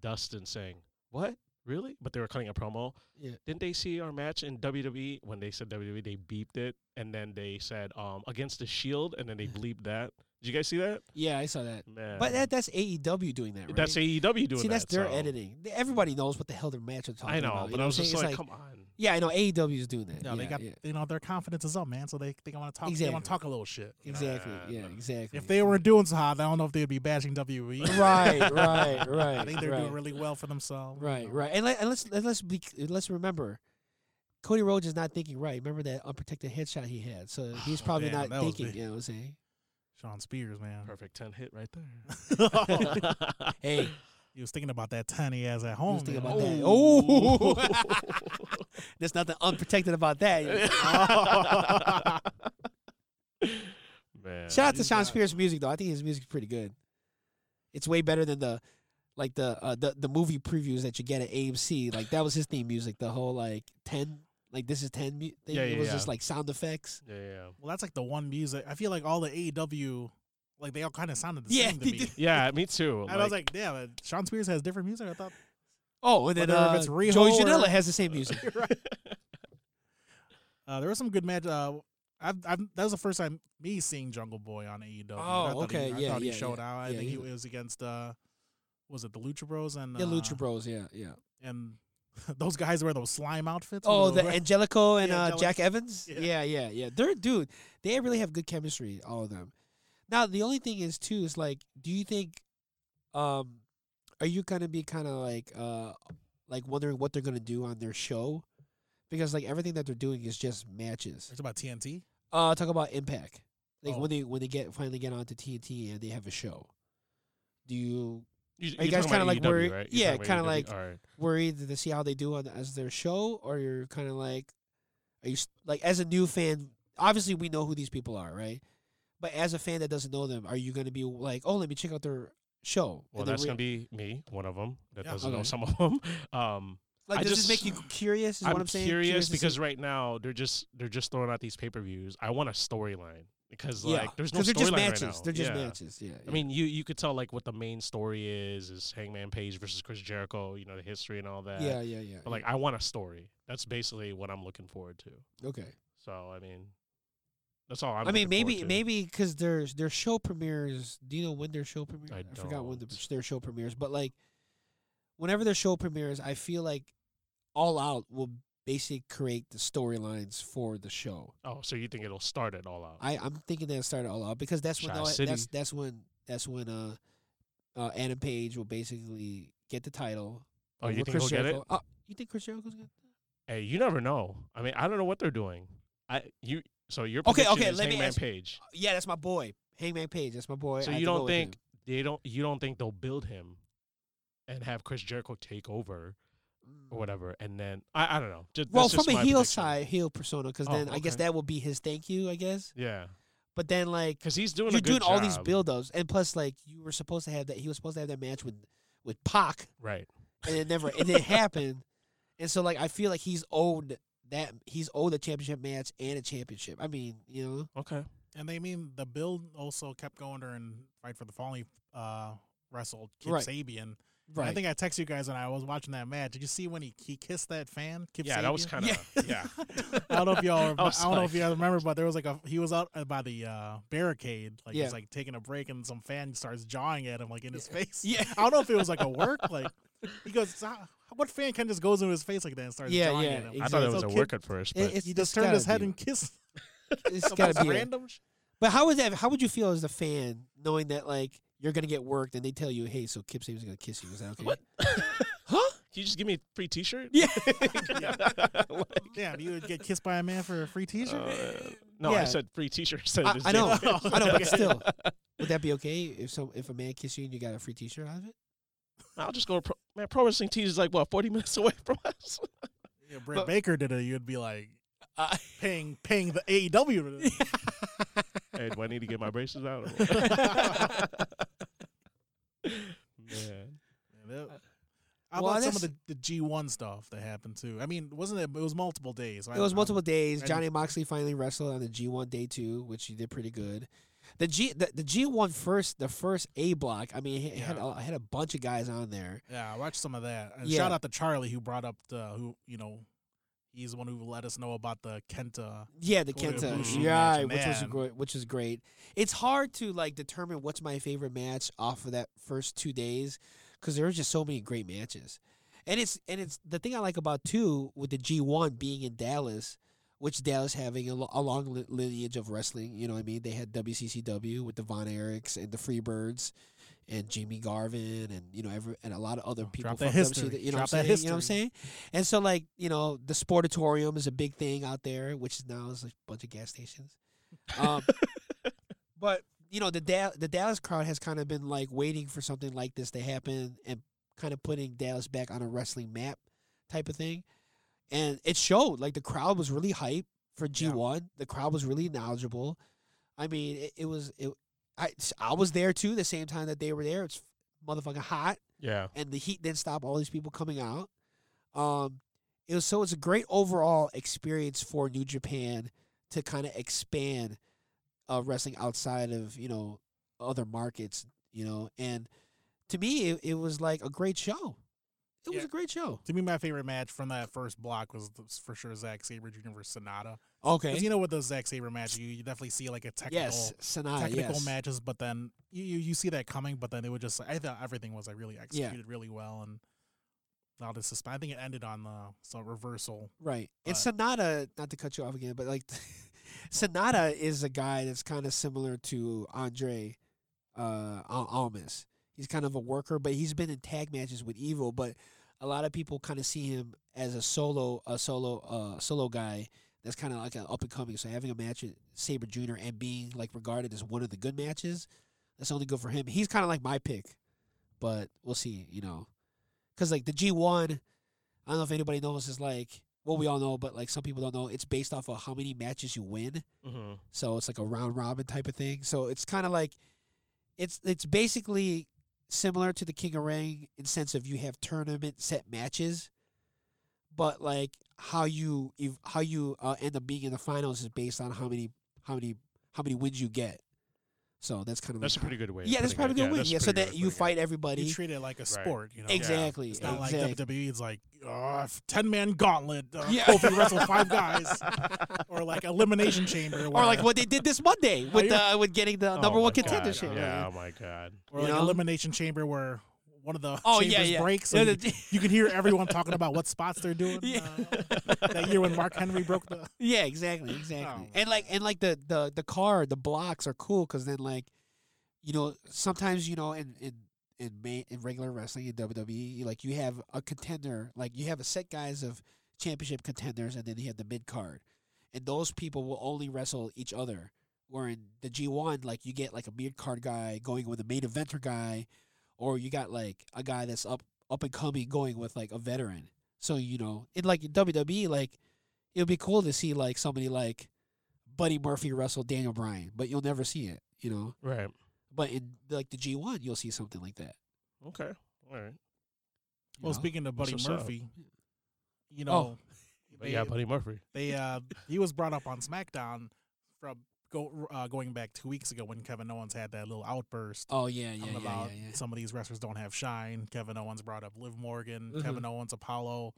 Speaker 3: Dustin saying what really? But they were cutting a promo.
Speaker 2: Yeah.
Speaker 3: Didn't they see our match in WWE when they said WWE? They beeped it, and then they said um against the Shield, and then they
Speaker 2: Yeah.
Speaker 3: bleeped that. Did you guys see that?
Speaker 2: yeah, I saw that.
Speaker 3: Man,
Speaker 2: But that, that's AEW doing that, right?
Speaker 3: that's
Speaker 4: E
Speaker 3: AEW doing
Speaker 2: See, that's
Speaker 3: that,
Speaker 2: their
Speaker 3: so-
Speaker 2: editing. Th- Everybody knows what the hell their match are talking
Speaker 3: I know,
Speaker 2: about. you
Speaker 3: but I
Speaker 2: what
Speaker 3: was
Speaker 2: I'm
Speaker 3: just
Speaker 2: saying?
Speaker 3: like,
Speaker 2: It's
Speaker 3: come on.
Speaker 2: yeah, I know AEW is doing that.
Speaker 4: No,
Speaker 2: yeah,
Speaker 4: they got
Speaker 2: yeah.
Speaker 4: you know their confidence is up, man. So they they want to talk. They want
Speaker 2: Exactly.
Speaker 4: to talk a little shit. you know?
Speaker 2: exactly.
Speaker 3: Nah,
Speaker 2: yeah,
Speaker 3: but
Speaker 2: exactly.
Speaker 4: If they were doing so hot, I don't know if they'd be bashing WWE.
Speaker 2: right, right, right,
Speaker 4: I think they're
Speaker 2: right,
Speaker 4: doing really well for themselves. you
Speaker 2: right,
Speaker 4: know?
Speaker 2: right. And, let, and let's and let's be c- let's remember, Cody Rhodes is not thinking right. Remember that unprotected headshot he had, so he's
Speaker 4: Oh,
Speaker 2: probably
Speaker 4: damn,
Speaker 2: not
Speaker 4: that was
Speaker 2: thinking.
Speaker 4: big.
Speaker 2: You know what I'm saying?
Speaker 4: Sean Spears, man.
Speaker 3: Perfect ten hit right there.
Speaker 2: Hey,
Speaker 4: he was thinking about that tiny ass at home.
Speaker 2: was thinking
Speaker 4: man.
Speaker 2: about that.
Speaker 3: Oh.
Speaker 2: there's nothing unprotected about that.
Speaker 3: Man.
Speaker 2: Shout out to
Speaker 4: he's
Speaker 2: Sean
Speaker 4: got-
Speaker 2: Spears' music though. I think his music's pretty good. It's way better than the like the uh, the the movie previews that you get at AMC. Like that was his theme music. The whole like ten like this is ten mu- thing.
Speaker 3: Yeah,
Speaker 2: it
Speaker 3: yeah,
Speaker 2: was
Speaker 3: yeah.
Speaker 2: just like sound effects.
Speaker 3: Yeah, yeah.
Speaker 4: Well, that's like the one music. I feel like all the AEW, like they all kind of sounded the
Speaker 2: Yeah,
Speaker 4: same to
Speaker 2: they
Speaker 4: me.
Speaker 2: did.
Speaker 3: Yeah, me too.
Speaker 4: And I was like, damn, uh, Sean Spears has different music. I thought
Speaker 2: Oh, and then
Speaker 4: Whether if
Speaker 2: uh,
Speaker 4: it's Riho
Speaker 2: Joey
Speaker 4: or-
Speaker 2: Janela has the same music.
Speaker 4: uh, there was some good match. Uh, I've, I've, that was the first time me seeing Jungle Boy on AEW. I
Speaker 2: Oh,
Speaker 4: thought
Speaker 2: okay,
Speaker 4: He, I
Speaker 2: yeah,
Speaker 4: thought
Speaker 2: yeah,
Speaker 4: he showed
Speaker 2: yeah,
Speaker 4: out. I
Speaker 2: yeah,
Speaker 4: think he
Speaker 2: yeah.
Speaker 4: was against uh, was it the Lucha Bros and
Speaker 2: yeah,
Speaker 4: uh,
Speaker 2: Lucha Bros. Yeah, yeah.
Speaker 4: and those guys wear those slime outfits.
Speaker 2: Oh,
Speaker 4: with
Speaker 2: the Angelico and
Speaker 4: Yeah,
Speaker 2: uh,
Speaker 4: Angelico.
Speaker 2: Jack Evans. Yeah.
Speaker 4: Yeah.
Speaker 2: yeah, yeah, They're dude. They really have good chemistry. All of them. Now the only thing is too is like, do you think, um, are you gonna be kind of like, uh, like wondering what they're gonna do on their show, because like everything that they're doing is just matches.
Speaker 4: It's about TNT.
Speaker 2: Uh, talk about Impact. Like
Speaker 4: Oh.
Speaker 2: when they when they get finally get onto TNT and they have a show, do you Are you
Speaker 3: You, you're
Speaker 2: guys
Speaker 3: talking
Speaker 2: kinda
Speaker 3: about
Speaker 2: like
Speaker 3: AEW,
Speaker 2: worried-
Speaker 3: right?
Speaker 2: yeah,
Speaker 3: You're talking about
Speaker 2: kinda
Speaker 3: AEW? All right.
Speaker 2: worried to see how they do on as their show, or you're kind of like, are you s- like as a new fan? Obviously, we know who these people are, right? But as a fan that doesn't know them, are you going to be like, oh, let me check out their show?
Speaker 3: Well, that's gonna be me, one of them that
Speaker 4: Yeah.
Speaker 3: doesn't know
Speaker 2: Okay.
Speaker 3: some of them. Um,
Speaker 2: like,
Speaker 3: I
Speaker 2: does
Speaker 3: just-
Speaker 2: this make you curious? Is
Speaker 3: I'm,
Speaker 2: what I'm saying.
Speaker 3: curious,
Speaker 2: to see-
Speaker 3: because right now they're just they're just throwing out these pay per views. I want a storyline because
Speaker 2: yeah,
Speaker 3: like there's no
Speaker 2: 'cause they're just
Speaker 3: storyline
Speaker 2: matches.
Speaker 3: right now.
Speaker 2: They're just
Speaker 3: Yeah.
Speaker 2: matches. Yeah,
Speaker 3: I mean, you you could tell like what the main story is is Hangman Page versus Chris Jericho. You know the history and all that.
Speaker 2: yeah, yeah, yeah.
Speaker 3: But like, I want a story. That's basically what I'm looking forward to.
Speaker 2: okay.
Speaker 3: So I mean, that's all I'm.
Speaker 2: i mean,
Speaker 3: looking forward
Speaker 2: maybe
Speaker 3: to.
Speaker 2: maybe because their their show premieres. Do you know when their show premieres?
Speaker 3: I
Speaker 2: forgot when the,
Speaker 3: don't.
Speaker 2: their show premieres, but like whenever their show premieres, I feel like All Out will basically create the storylines for the show.
Speaker 3: Oh, so you think it'll start it all out?
Speaker 2: I I'm thinking that it started All Out because that's when
Speaker 3: Shy
Speaker 2: all,
Speaker 3: City.
Speaker 2: that's that's when that's when uh, uh Adam Page will basically get the title.
Speaker 3: oh, you
Speaker 2: over
Speaker 3: think he'll get it? Uh,
Speaker 2: Jericho. Oh, you think Chris Jericho's gonna?
Speaker 3: Hey, you never know. I mean, I don't know what they're doing. I you so your
Speaker 2: Okay,
Speaker 3: prediction
Speaker 2: okay,
Speaker 3: is
Speaker 2: let me
Speaker 3: Hangman
Speaker 2: ask-
Speaker 3: Page.
Speaker 2: Yeah, that's my boy, Hangman Page. That's my boy.
Speaker 3: So
Speaker 2: I have
Speaker 3: you
Speaker 2: to go
Speaker 3: don't
Speaker 2: with him.
Speaker 3: think they don't you don't think they'll build him and have Chris Jericho take over
Speaker 2: Mm.
Speaker 3: or whatever, and then I I don't know. Just,
Speaker 2: Mm-hmm. Well,
Speaker 3: that's just
Speaker 2: from a
Speaker 3: my
Speaker 2: heel
Speaker 3: prediction.
Speaker 2: side, heel persona, because
Speaker 3: Oh,
Speaker 2: then I guess
Speaker 3: okay.
Speaker 2: that will be his thank you, I guess.
Speaker 3: yeah,
Speaker 2: But then like
Speaker 3: because he's doing
Speaker 2: you're
Speaker 3: a good
Speaker 2: doing all these
Speaker 3: job.
Speaker 2: build ups, and plus like you were supposed to have that he was supposed to have that match with with Pac,
Speaker 3: right.
Speaker 2: and it never and it happened, and so like I feel like he's owed that he's owed a championship match and a championship. I mean, you know,
Speaker 3: Okay,
Speaker 4: And they mean the build also kept going during Fight for the Fallen. he, Uh, wrestled Kip
Speaker 2: Right.
Speaker 4: Sabian.
Speaker 2: right?
Speaker 4: I think I texted you guys when I was watching that match. Did you see when he, he kissed that fan? Kip
Speaker 3: yeah, that was
Speaker 4: Sabian?
Speaker 3: kind of yeah.
Speaker 4: I don't know if y'all. rem-
Speaker 3: I
Speaker 4: I,
Speaker 3: was
Speaker 4: don't know
Speaker 3: like-
Speaker 4: if y'all remember, but there was like a he was out by the uh, barricade, like
Speaker 2: Yeah.
Speaker 4: he's like taking a break, and some fan starts jawing at him like in his face.
Speaker 2: Yeah.
Speaker 4: I don't know if it was like a work, like he goes, "Ah, what fan kind of just goes into his face like that and starts
Speaker 2: Yeah,
Speaker 4: jawing
Speaker 2: yeah,
Speaker 4: at him?
Speaker 3: I thought it
Speaker 2: So
Speaker 3: was a
Speaker 4: Kip-
Speaker 3: work at first, but
Speaker 2: It- it's,
Speaker 4: He
Speaker 2: it's
Speaker 4: just turned his
Speaker 2: gotta
Speaker 4: head
Speaker 2: be-
Speaker 4: and kissed.
Speaker 2: it's
Speaker 4: some
Speaker 2: gotta be it.
Speaker 4: random. sh-
Speaker 2: But how would that? How would you feel as a fan knowing that like you're gonna get worked and they tell you, hey, so Kip Sabian's gonna kiss you? Is that okay? huh?
Speaker 3: Can you just give me a free T-shirt?
Speaker 2: Yeah.
Speaker 4: Damn, you would get kissed by a man for a free T-shirt.
Speaker 3: Uh, no, I
Speaker 2: Yeah.
Speaker 3: said free T-shirt. Said
Speaker 2: I,
Speaker 3: this
Speaker 2: I know,
Speaker 3: dude.
Speaker 2: I know, but still, would that be okay if some if a man kissed you and you got a free T-shirt out of it?
Speaker 3: I'll just go. to Pro- man, pro wrestling tees is like what forty minutes away from us.
Speaker 4: Yeah, Britt
Speaker 2: But-
Speaker 4: Baker did it. You'd be like
Speaker 2: Uh,
Speaker 4: paying paying the AEW. to-
Speaker 3: hey, do I need to get my braces out? Man.
Speaker 4: Yeah, that- How
Speaker 2: Uh, Well,
Speaker 4: about some
Speaker 2: that's-
Speaker 4: of the, the G1 stuff that happened too? I mean, wasn't it? It was multiple days. right?
Speaker 2: it was
Speaker 4: Um,
Speaker 2: multiple days.
Speaker 4: and-
Speaker 2: Johnny Moxley finally wrestled on the G1 day two, which he did pretty good. The G the, the G1 first the first A block. I mean, it had a, had a bunch of guys on there.
Speaker 4: Yeah, I watched some of that. And
Speaker 2: Yeah.
Speaker 4: shout out to Charlie who brought up the who you know, he's the one who let us know about the Kenta.
Speaker 2: Yeah, the
Speaker 4: Go to the
Speaker 2: Kenta,
Speaker 3: Bushi
Speaker 2: yeah,
Speaker 4: match,
Speaker 2: which was
Speaker 4: man.
Speaker 2: great. Which is great. It's hard to like determine what's my favorite match off of that first two days because there were just so many great matches, and it's and it's the thing I like about too with the G one being in Dallas, which Dallas having a, lo- a long li- lineage of wrestling. You know what I mean? They had WCCW with the Von Erichs and the Freebirds. And Jimmy Garvin, and you know, every and a lot of other people
Speaker 4: drop
Speaker 2: from
Speaker 4: that
Speaker 2: WCW,
Speaker 4: history.
Speaker 2: you know, what
Speaker 4: Drop that
Speaker 2: I'm saying? you know what I'm
Speaker 4: history.
Speaker 2: saying? And so, like, you know, the sportatorium is a big thing out there, which is now is like a bunch of gas stations. Um, but you know, the Dal- the Dallas crowd has kind of been like waiting for something like this to happen and kind of putting Dallas back on a wrestling map type of thing. And it showed like the crowd was really hype for
Speaker 4: Yeah.
Speaker 2: G1. The crowd was really knowledgeable. I mean, it, it was it. I I was there too. The same time that they were there, it's motherfucking hot
Speaker 3: Yeah.
Speaker 2: and the heat didn't stop all these people coming out. Um, it was so it's a great overall experience for New Japan to kind of expand uh, wrestling outside of you know other markets, you know. And to me, it, it was like a great show. It was
Speaker 4: Yeah.
Speaker 2: a great show.
Speaker 4: To me, my favorite match from that first block was the, for sure Zack Saber Jr. versus Sonata.
Speaker 2: Okay.
Speaker 4: Because you know with the Zack Saber match, you, you definitely see like a technical
Speaker 2: yes, Sonata.
Speaker 4: technical
Speaker 2: Yes.
Speaker 4: matches, but then you, you you see that coming, but then it would just like, I thought everything was like really executed really well and all this suspense. I think it ended on the some reversal.
Speaker 2: Right. And
Speaker 4: But-
Speaker 2: Sonata, not to cut you off again, but like Sonata is a guy that's kind of similar to Andre uh, Al- Almas. He's kind of a worker, but he's been in tag matches with Evil. But a lot of people kind of see him as a solo, a solo, uh, solo guy that's kind of like an up and coming. So having a match with Saber Jr. and being like regarded as one of the good matches, that's only good for him. He's kind of like my pick, but we'll see. You know, because like the G one, I don't know if anybody knows. Is like well, we all know, but like some people don't know. It's based off of how many matches you win.
Speaker 3: Mm-hmm.
Speaker 2: So it's like a round robin type of thing. So it's kind of like it's it's basically similar to the King of Ring in sense of you have tournament set matches, but like how you ev- how you uh, end up being in the finals is based on how many how many how many wins you get. So that's kind of
Speaker 3: That's a
Speaker 2: like
Speaker 3: pretty good way. of
Speaker 2: yeah, that's
Speaker 3: putting
Speaker 2: probably
Speaker 3: it.
Speaker 2: a good win.
Speaker 3: that's a
Speaker 2: Yeah, so
Speaker 3: pretty good
Speaker 2: that
Speaker 3: way of
Speaker 2: you
Speaker 3: putting it.
Speaker 2: fight everybody.
Speaker 4: You treat it like a sport, you know.
Speaker 3: Ex-
Speaker 2: exactly.
Speaker 4: It's not
Speaker 2: exactly.
Speaker 4: like WWE. It's like oh, ten man gauntlet. Uh,
Speaker 2: Yeah.
Speaker 4: Kofi wrestled five guys, or like elimination chamber,
Speaker 2: or
Speaker 4: where-
Speaker 2: like what they did this Monday with
Speaker 4: you-
Speaker 2: uh, with getting the
Speaker 3: Oh
Speaker 2: number
Speaker 3: my
Speaker 2: one
Speaker 3: God,
Speaker 2: contender shit.
Speaker 3: Yeah,
Speaker 2: right?
Speaker 3: oh my god.
Speaker 4: or
Speaker 2: you
Speaker 4: like
Speaker 2: know?
Speaker 4: elimination chamber where one of the
Speaker 2: Oh
Speaker 4: chambers
Speaker 2: yeah, yeah.
Speaker 4: breaks.
Speaker 2: Yeah,
Speaker 4: And
Speaker 2: the-
Speaker 4: you can hear everyone talking about what spots they're doing.
Speaker 2: Yeah.
Speaker 4: uh, that year when Mark Henry broke the
Speaker 2: Yeah, exactly, exactly.
Speaker 4: my
Speaker 2: and like, and like the the the car, the blocks are cool because then like, you know, sometimes you know in in in, ma- in regular wrestling in WWE, like you have a contender, like you have a set guys of championship contenders, and then you have the mid card, and those people will only wrestle each other. Where in the G one, like you get like a mid card guy going with a main eventer guy, or you got like a guy that's up up and coming going with like a veteran. So you know, in like WWE, like it would be cool to see like somebody like Buddy Murphy wrestle Daniel Bryan, but you'll never see it, you know.
Speaker 3: Right.
Speaker 2: But in like the G one, you'll see something like that.
Speaker 3: Okay. All right.
Speaker 2: you
Speaker 4: Well,
Speaker 2: know?
Speaker 4: speaking of Buddy
Speaker 3: what's up.
Speaker 4: Murphy, you
Speaker 2: Oh.
Speaker 4: know,
Speaker 3: But yeah, Buddy Murphy.
Speaker 4: they uh, he was brought up on SmackDown from go uh, going back two weeks ago when Kevin Owens had that little outburst.
Speaker 2: oh yeah, yeah,
Speaker 4: talking
Speaker 2: yeah, yeah,
Speaker 4: about
Speaker 2: yeah.
Speaker 4: some of these wrestlers don't have shine. Kevin Owens brought up Liv Morgan,
Speaker 2: Mhm.
Speaker 4: Kevin Owens, Apollo,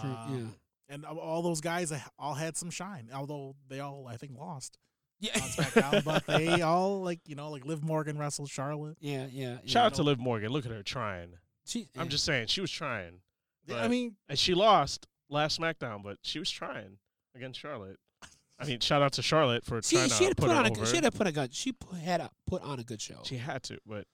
Speaker 2: True,
Speaker 4: uh,
Speaker 2: yeah.
Speaker 4: and all- all those guys uh, all had some shine. Although they all, I think, lost on
Speaker 2: Yeah.
Speaker 4: SmackDown, but they all like you know like Liv Morgan wrestled Charlotte.
Speaker 2: yeah, yeah, yeah.
Speaker 3: Shout out to Liv Morgan. Look at her trying.
Speaker 2: She-
Speaker 3: I'm just saying, she was trying,
Speaker 4: I
Speaker 3: Right.
Speaker 4: mean,
Speaker 3: and she lost last SmackDown, but she was trying against Charlotte. I mean, shout out to Charlotte for
Speaker 2: she
Speaker 3: trying
Speaker 2: she
Speaker 3: to
Speaker 2: had
Speaker 3: put,
Speaker 2: put
Speaker 3: her
Speaker 2: on a
Speaker 3: over.
Speaker 2: good, she had put a good she put, had a, put on a good show.
Speaker 3: She had to, but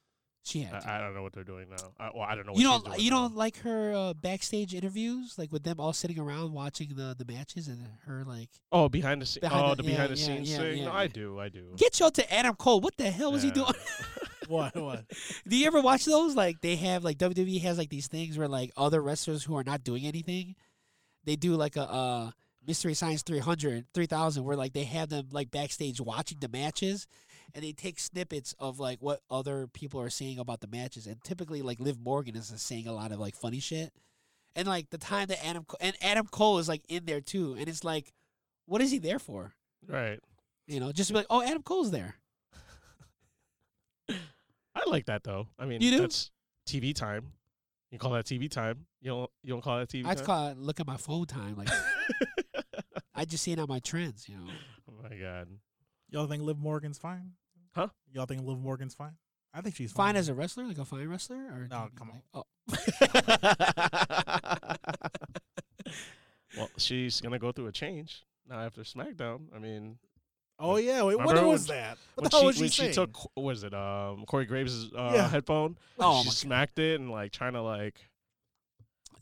Speaker 2: She had. to.
Speaker 3: I, I don't know what they're doing now. I, well, I don't know. What
Speaker 2: you
Speaker 3: she's
Speaker 2: don't
Speaker 3: doing
Speaker 2: you
Speaker 3: now.
Speaker 2: don't like her uh, backstage interviews like with them all sitting around watching the the matches and her like
Speaker 3: Oh, behind the scenes.
Speaker 2: Behind
Speaker 3: oh,
Speaker 2: the-
Speaker 3: the
Speaker 2: yeah,
Speaker 3: behind the
Speaker 2: yeah,
Speaker 3: scenes
Speaker 2: yeah,
Speaker 3: thing.
Speaker 2: yeah,
Speaker 3: no,
Speaker 2: yeah.
Speaker 3: I do. I do.
Speaker 2: get yo to Adam Cole what the hell was he
Speaker 3: Mm. Yeah.
Speaker 2: doing
Speaker 4: what what?
Speaker 2: Do you ever watch those? Like they have like WWE has like these things where like other wrestlers who are not doing anything, they do like a uh, Mystery Science 300, 3000 where like they have them like backstage watching the matches, and they take snippets of like what other people are saying about the matches, and typically like Liv Morgan is saying a lot of like funny shit, and like the time that Adam Co- and Adam Cole is like in there too, and it's like, what is he there for?
Speaker 3: Right.
Speaker 2: You know, just be like, oh, Adam Cole's there.
Speaker 3: I like that though. I mean,
Speaker 2: You do?
Speaker 3: that's TV time. You call that TV time? You don't. You don't call that TV
Speaker 2: I'd
Speaker 3: time.
Speaker 2: call it look at my phone time. Like I just see it on my trends, you know.
Speaker 3: oh my god.
Speaker 4: Y'all think Liv Morgan's fine?
Speaker 3: Huh?
Speaker 4: Y'all think Liv Morgan's fine? I think she's fine.
Speaker 2: Fine as a wrestler, like a fine wrestler, or
Speaker 4: No,
Speaker 2: do you
Speaker 4: come
Speaker 2: like- oh.
Speaker 3: well, she's gonna go through a change now after SmackDown. I mean,
Speaker 4: oh yeah, wait, what
Speaker 3: Remember
Speaker 4: was
Speaker 3: when-
Speaker 4: that? What
Speaker 3: when
Speaker 4: the hell
Speaker 3: she,
Speaker 4: was she
Speaker 3: when
Speaker 4: saying?
Speaker 3: she took what was it um Corey Graves' uh,
Speaker 4: Yeah.
Speaker 3: headphone?
Speaker 2: Oh,
Speaker 3: she
Speaker 2: my
Speaker 3: smacked it and like trying to like.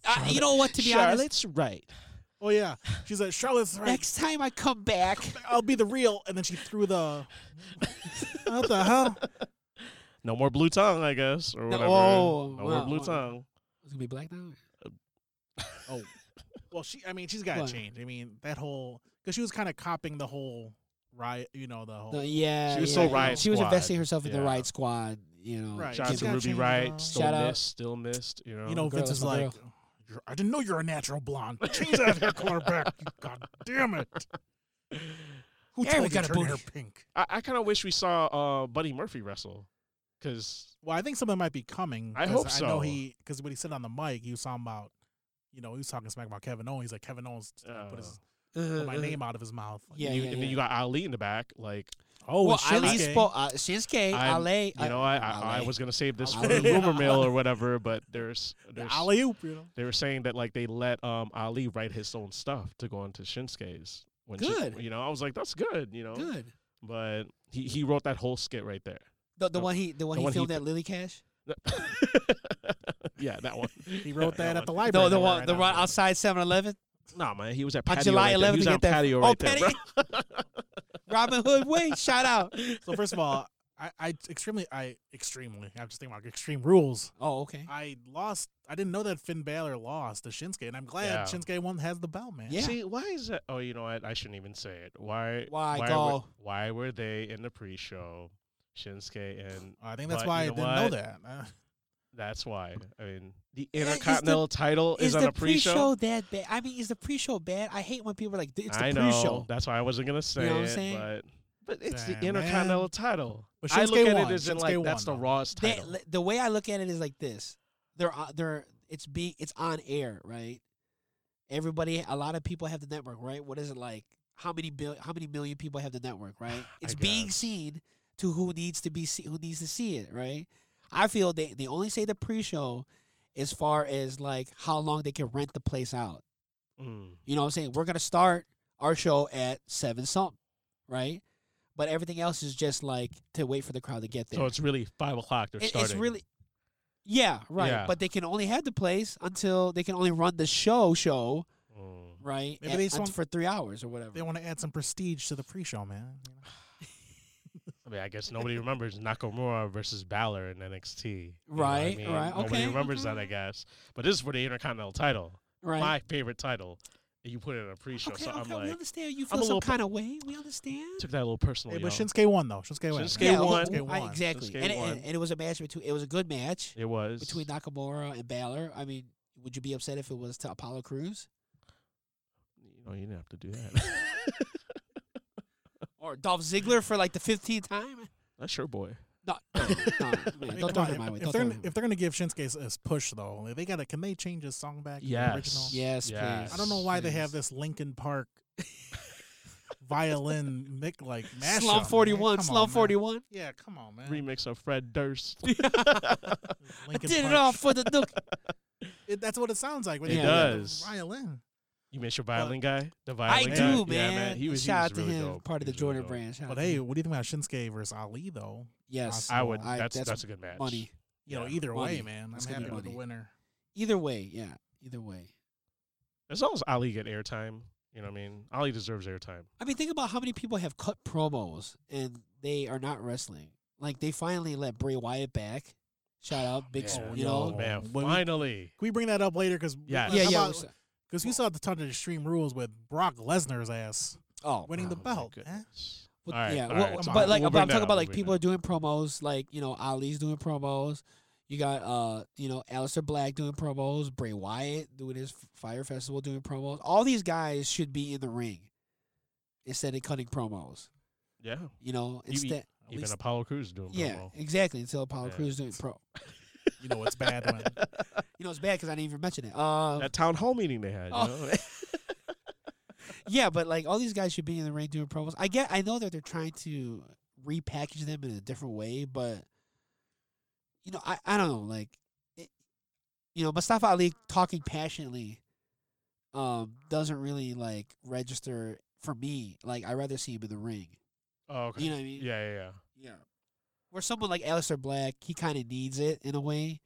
Speaker 2: God. I- you know what? To be honest,
Speaker 3: Charlotte's right.
Speaker 4: oh yeah, she's like Charlotte's right.
Speaker 2: next time I come back,
Speaker 4: I'll be the real, and then she threw the. what the hell?
Speaker 3: No more blue tongue, I guess, or
Speaker 2: No-
Speaker 3: whatever.
Speaker 2: oh,
Speaker 3: no
Speaker 2: wow.
Speaker 3: more blue tongue.
Speaker 2: it's gonna be black now.
Speaker 4: Oh, well, she. I mean, she's got
Speaker 2: What?
Speaker 4: to change. I mean, that whole because she was kind of copying the whole riot. You know, the whole.
Speaker 2: No, yeah,
Speaker 3: Oh. She was
Speaker 2: yeah,
Speaker 3: so
Speaker 2: yeah.
Speaker 3: Riot
Speaker 2: She was
Speaker 3: Squad.
Speaker 2: investing herself in the
Speaker 3: Yeah.
Speaker 2: right squad. You know,
Speaker 4: Right.
Speaker 3: Shout out
Speaker 4: She's
Speaker 3: to
Speaker 4: gotta
Speaker 2: Kim-
Speaker 3: Ruby
Speaker 4: change it
Speaker 3: Wright.
Speaker 4: all.
Speaker 3: Still
Speaker 2: Shout out-
Speaker 3: missed. Still missed. You know.
Speaker 4: you know,
Speaker 2: girl
Speaker 4: Vince
Speaker 2: is
Speaker 4: is
Speaker 2: my
Speaker 4: like, "You're- I didn't know you're a natural blonde. Change that hair color back. God damn it. Who
Speaker 2: Yeah, we
Speaker 4: told you
Speaker 2: got
Speaker 4: to
Speaker 2: a
Speaker 4: turn your
Speaker 2: booty.
Speaker 4: pink?
Speaker 3: I, I kind of wish we saw uh, Buddy Murphy wrestle, because
Speaker 4: Well, I think something might be coming.
Speaker 3: I
Speaker 4: 'cause
Speaker 3: hope
Speaker 4: I know
Speaker 3: so.
Speaker 4: he because when he said on the mic, he was talking about, you know, he was talking smack about Kevin Owens. He's like Kevin Owens uh,
Speaker 3: Oh.
Speaker 4: put, his, put my
Speaker 2: Uh,
Speaker 4: name out of his mouth. Like,
Speaker 2: Yeah, yeah,
Speaker 3: you, and
Speaker 2: yeah.
Speaker 3: then you got Ali in the back. Like
Speaker 4: Oh,
Speaker 2: well,
Speaker 4: and
Speaker 2: Ali
Speaker 4: Shinsuke-
Speaker 2: spoke. Uh, Shinsuke,
Speaker 3: I'm-
Speaker 2: Ale.
Speaker 3: you know, I, I, I
Speaker 2: Ale.
Speaker 3: was gonna save this for
Speaker 2: Ali.
Speaker 3: the rumor mill or whatever, but there's
Speaker 4: the
Speaker 3: there's
Speaker 4: alley oop. You know,
Speaker 3: they were saying that like they let um Ali write his own stuff to go into Shinsuke's When
Speaker 2: Good.
Speaker 3: She, you know, I was like, that's good. You know,
Speaker 2: Good.
Speaker 3: but he he wrote that whole skit right there.
Speaker 2: The, the
Speaker 3: The-
Speaker 2: one he the one
Speaker 3: the
Speaker 2: he
Speaker 3: one he
Speaker 2: filmed
Speaker 3: fi-
Speaker 2: at Lily Cash.
Speaker 3: yeah, that one.
Speaker 4: He wrote that at the library.
Speaker 2: No, the
Speaker 4: that we're
Speaker 2: one
Speaker 4: at
Speaker 2: the
Speaker 4: now.
Speaker 2: one outside 7-Eleven.
Speaker 3: Nah, man, he was at
Speaker 2: On
Speaker 3: patio
Speaker 2: July
Speaker 3: right there.
Speaker 2: 11th,
Speaker 3: He was
Speaker 2: you
Speaker 3: on
Speaker 2: get that-
Speaker 3: patio
Speaker 2: Oh,
Speaker 3: right there, bro.
Speaker 2: Robin Hood Way. Shout out.
Speaker 4: So first of all, I, I extremely, I extremely, I'm just thinking about extreme rules.
Speaker 2: Oh, okay.
Speaker 4: I lost. I didn't know that Finn Balor lost to Shinsuke, and I'm glad
Speaker 3: Yeah.
Speaker 4: Shinsuke one has the belt, man.
Speaker 2: Yeah.
Speaker 3: See, why is that? Oh, you know what? I shouldn't even say it. Why?
Speaker 2: Why
Speaker 3: were,
Speaker 2: go?
Speaker 3: why were they in the pre-show? Shinsuke and
Speaker 4: I think that's
Speaker 3: But
Speaker 4: why I
Speaker 3: you know
Speaker 4: didn't know
Speaker 3: what?
Speaker 4: that. Uh,
Speaker 3: that's why. I mean, the
Speaker 2: is the-
Speaker 3: Intercontinental title is,
Speaker 2: Is
Speaker 3: on
Speaker 2: the
Speaker 3: a pre-show.
Speaker 2: pre-show that bad? I mean, is the pre-show bad? I hate when people are like, it's the
Speaker 3: I know.
Speaker 2: pre-show.
Speaker 3: That's why I wasn't gonna say
Speaker 2: know what I'm
Speaker 3: it,
Speaker 2: saying?
Speaker 3: but but it's
Speaker 4: Damn,
Speaker 3: the
Speaker 4: man.
Speaker 3: Intercontinental title.
Speaker 4: But
Speaker 3: I look
Speaker 4: Shinsuke
Speaker 3: at
Speaker 4: won.
Speaker 3: it as in
Speaker 4: Shinsuke
Speaker 3: like
Speaker 4: won,
Speaker 3: that's the
Speaker 4: though.
Speaker 3: Raw's
Speaker 2: That,
Speaker 3: title.
Speaker 2: the way I look at it is like this: they're on- they're it's being it's on air, right? Everybody, a lot of people have the network, right? What is it like? How many bill? How many million people have the network, right? It's being
Speaker 3: guess.
Speaker 2: seen to who needs to be see, who needs to see it, right? I feel they they only say the pre-show as far as like how long they can rent the place out.
Speaker 3: Mm.
Speaker 2: You know what I'm saying? We're gonna start our show at seven something, right? But everything else is just like to wait for the crowd to get there.
Speaker 3: So it's really five o'clock. They're
Speaker 2: It-
Speaker 3: starting.
Speaker 2: It's really, yeah, right.
Speaker 3: Yeah.
Speaker 2: But they can only have the place until they can only run the show, show
Speaker 3: Mm.
Speaker 2: right,
Speaker 4: Maybe
Speaker 2: at-
Speaker 4: they just
Speaker 2: un-
Speaker 4: want-
Speaker 2: for three hours or whatever.
Speaker 4: They want to add some prestige to the pre-show, man. You know?
Speaker 3: I mean, I guess nobody remembers Nakamura versus Balor in NXT. you know what
Speaker 2: Right, right, okay,
Speaker 3: Nobody remembers that,
Speaker 2: mhm.
Speaker 3: I guess. But this is for the Intercontinental title,
Speaker 2: right?
Speaker 3: my favorite title. And you put it in a pre-show,
Speaker 2: okay,
Speaker 3: so I'm
Speaker 2: okay, we
Speaker 3: like,
Speaker 2: understand. You
Speaker 3: I'm
Speaker 2: feel
Speaker 3: a
Speaker 2: some
Speaker 3: little
Speaker 2: kind of way. We understand.
Speaker 3: took that a little personal.
Speaker 4: Hey, but
Speaker 3: yo.
Speaker 4: Shinsuke won though. Shinsuke won.
Speaker 3: Shinsuke
Speaker 2: yeah,
Speaker 3: who- won.
Speaker 4: Shinsuke
Speaker 2: I-
Speaker 4: won.
Speaker 2: exactly.
Speaker 3: Shinsuke
Speaker 2: and, it-
Speaker 3: won.
Speaker 2: and, and it was a match between. It was a good match
Speaker 3: it was
Speaker 2: between Nakamura and Balor. I mean, would you be upset if it was to Apollo Cruz
Speaker 3: You know, you didn't have to do that.
Speaker 2: or Dolph Ziggler for like the fifteenth time?
Speaker 3: That's your boy.
Speaker 2: No, no, no,
Speaker 4: I
Speaker 2: man,
Speaker 4: mean, come
Speaker 2: don't throw
Speaker 4: on,
Speaker 2: it in my
Speaker 4: if-
Speaker 2: way.
Speaker 4: If
Speaker 2: Don't
Speaker 4: they're
Speaker 2: throw it
Speaker 4: gonna-
Speaker 2: in my way.
Speaker 4: if they're gonna give Shinsuke s- his push though, like, they gotta. Can they change his song back? to The original?
Speaker 3: Yes.
Speaker 2: Yes,
Speaker 3: Yes.
Speaker 2: please.
Speaker 4: I don't know why they have
Speaker 2: please.
Speaker 4: this Lincoln Park violin mic like mashup.
Speaker 2: Slum
Speaker 4: man.
Speaker 2: Forty One.
Speaker 4: Come
Speaker 2: Slum
Speaker 4: on, man.
Speaker 2: Forty One.
Speaker 4: Yeah, come on, man.
Speaker 3: Remix of Fred Durst.
Speaker 2: I
Speaker 4: Linkin
Speaker 2: did it
Speaker 4: Park.
Speaker 2: all for the Duke.
Speaker 4: It- that's what it sounds like. When
Speaker 2: It
Speaker 4: you hear the
Speaker 3: does.
Speaker 4: Violin.
Speaker 3: You miss your violin guy? The
Speaker 2: I
Speaker 3: violin guy?
Speaker 2: do, man.
Speaker 3: Yeah, man. He was, he
Speaker 2: Shout
Speaker 3: was
Speaker 2: out to
Speaker 3: really
Speaker 2: him,
Speaker 3: dope.
Speaker 2: part
Speaker 3: He
Speaker 2: of the
Speaker 3: was really
Speaker 2: Jordan
Speaker 3: dope.
Speaker 2: brand. Shout out
Speaker 4: But
Speaker 2: to
Speaker 4: hey,
Speaker 2: him.
Speaker 4: what do you think about Shinsuke versus Ali though?
Speaker 2: yes,
Speaker 3: I would.
Speaker 2: I-
Speaker 3: that's,
Speaker 2: that's
Speaker 3: that's a good match.
Speaker 2: money.
Speaker 4: You know,
Speaker 3: Yeah.
Speaker 4: either
Speaker 2: Money.
Speaker 4: way, man, I'm
Speaker 2: It's gonna
Speaker 4: happy
Speaker 2: be
Speaker 4: with the
Speaker 2: money.
Speaker 4: winner.
Speaker 2: Either way, yeah, either way.
Speaker 3: As long as Ali get airtime, you know what I mean? Ali deserves airtime.
Speaker 2: I mean, think about how many people have cut promos and they are not wrestling. Like they finally let Bray Wyatt back. Shout out, big, s-
Speaker 3: Yeah.
Speaker 2: you
Speaker 4: Oh,
Speaker 2: know.
Speaker 4: no.
Speaker 3: Man,
Speaker 4: When we-
Speaker 3: finally.
Speaker 4: Can we bring that up later? Because
Speaker 3: Yes.
Speaker 2: Yeah, yeah. it
Speaker 4: because
Speaker 2: was-
Speaker 4: you saw the ton of extreme rules with Brock Lesnar's ass.
Speaker 2: oh,
Speaker 4: winning the
Speaker 2: wow.
Speaker 4: belt, eh?
Speaker 3: goodness.
Speaker 2: Well,
Speaker 3: All right,
Speaker 2: yeah,
Speaker 3: all
Speaker 2: well,
Speaker 3: right,
Speaker 4: come
Speaker 2: but
Speaker 4: on.
Speaker 2: like but
Speaker 3: We'll bring
Speaker 2: I'm
Speaker 3: that
Speaker 2: talking
Speaker 3: up,
Speaker 2: about
Speaker 3: we'll
Speaker 2: like
Speaker 3: bring
Speaker 2: people
Speaker 3: that
Speaker 2: are doing promos, like you know Ali's doing promos, you got uh you know Alistair Black doing promos, Bray Wyatt doing his Fire Festival doing promos. All these guys should be in the ring instead of cutting promos.
Speaker 3: Yeah.
Speaker 2: You know,
Speaker 3: You be-
Speaker 2: instead,
Speaker 4: At
Speaker 3: Even
Speaker 4: least,
Speaker 3: Apollo Crews doing
Speaker 2: yeah,
Speaker 3: promo.
Speaker 2: exactly. Until Apollo
Speaker 3: Yeah.
Speaker 2: Crews doing pro.
Speaker 4: you know it's bad when
Speaker 2: You know, it's bad because I didn't even mention it. Um,
Speaker 3: That town hall meeting they had.
Speaker 2: Oh.
Speaker 3: You know?
Speaker 2: yeah, but like all these guys should be in the ring doing promos. I get, I know that they're trying to repackage them in a different way, but you know, I, I don't know, like, it, you know, Mustafa Ali talking passionately, um, doesn't really like register for me. Like, I would rather see him in the ring.
Speaker 3: oh, okay.
Speaker 2: You know what I mean?
Speaker 3: yeah, yeah, yeah.
Speaker 2: Yeah. Where someone like Alistair Black, he kind of needs it in a way.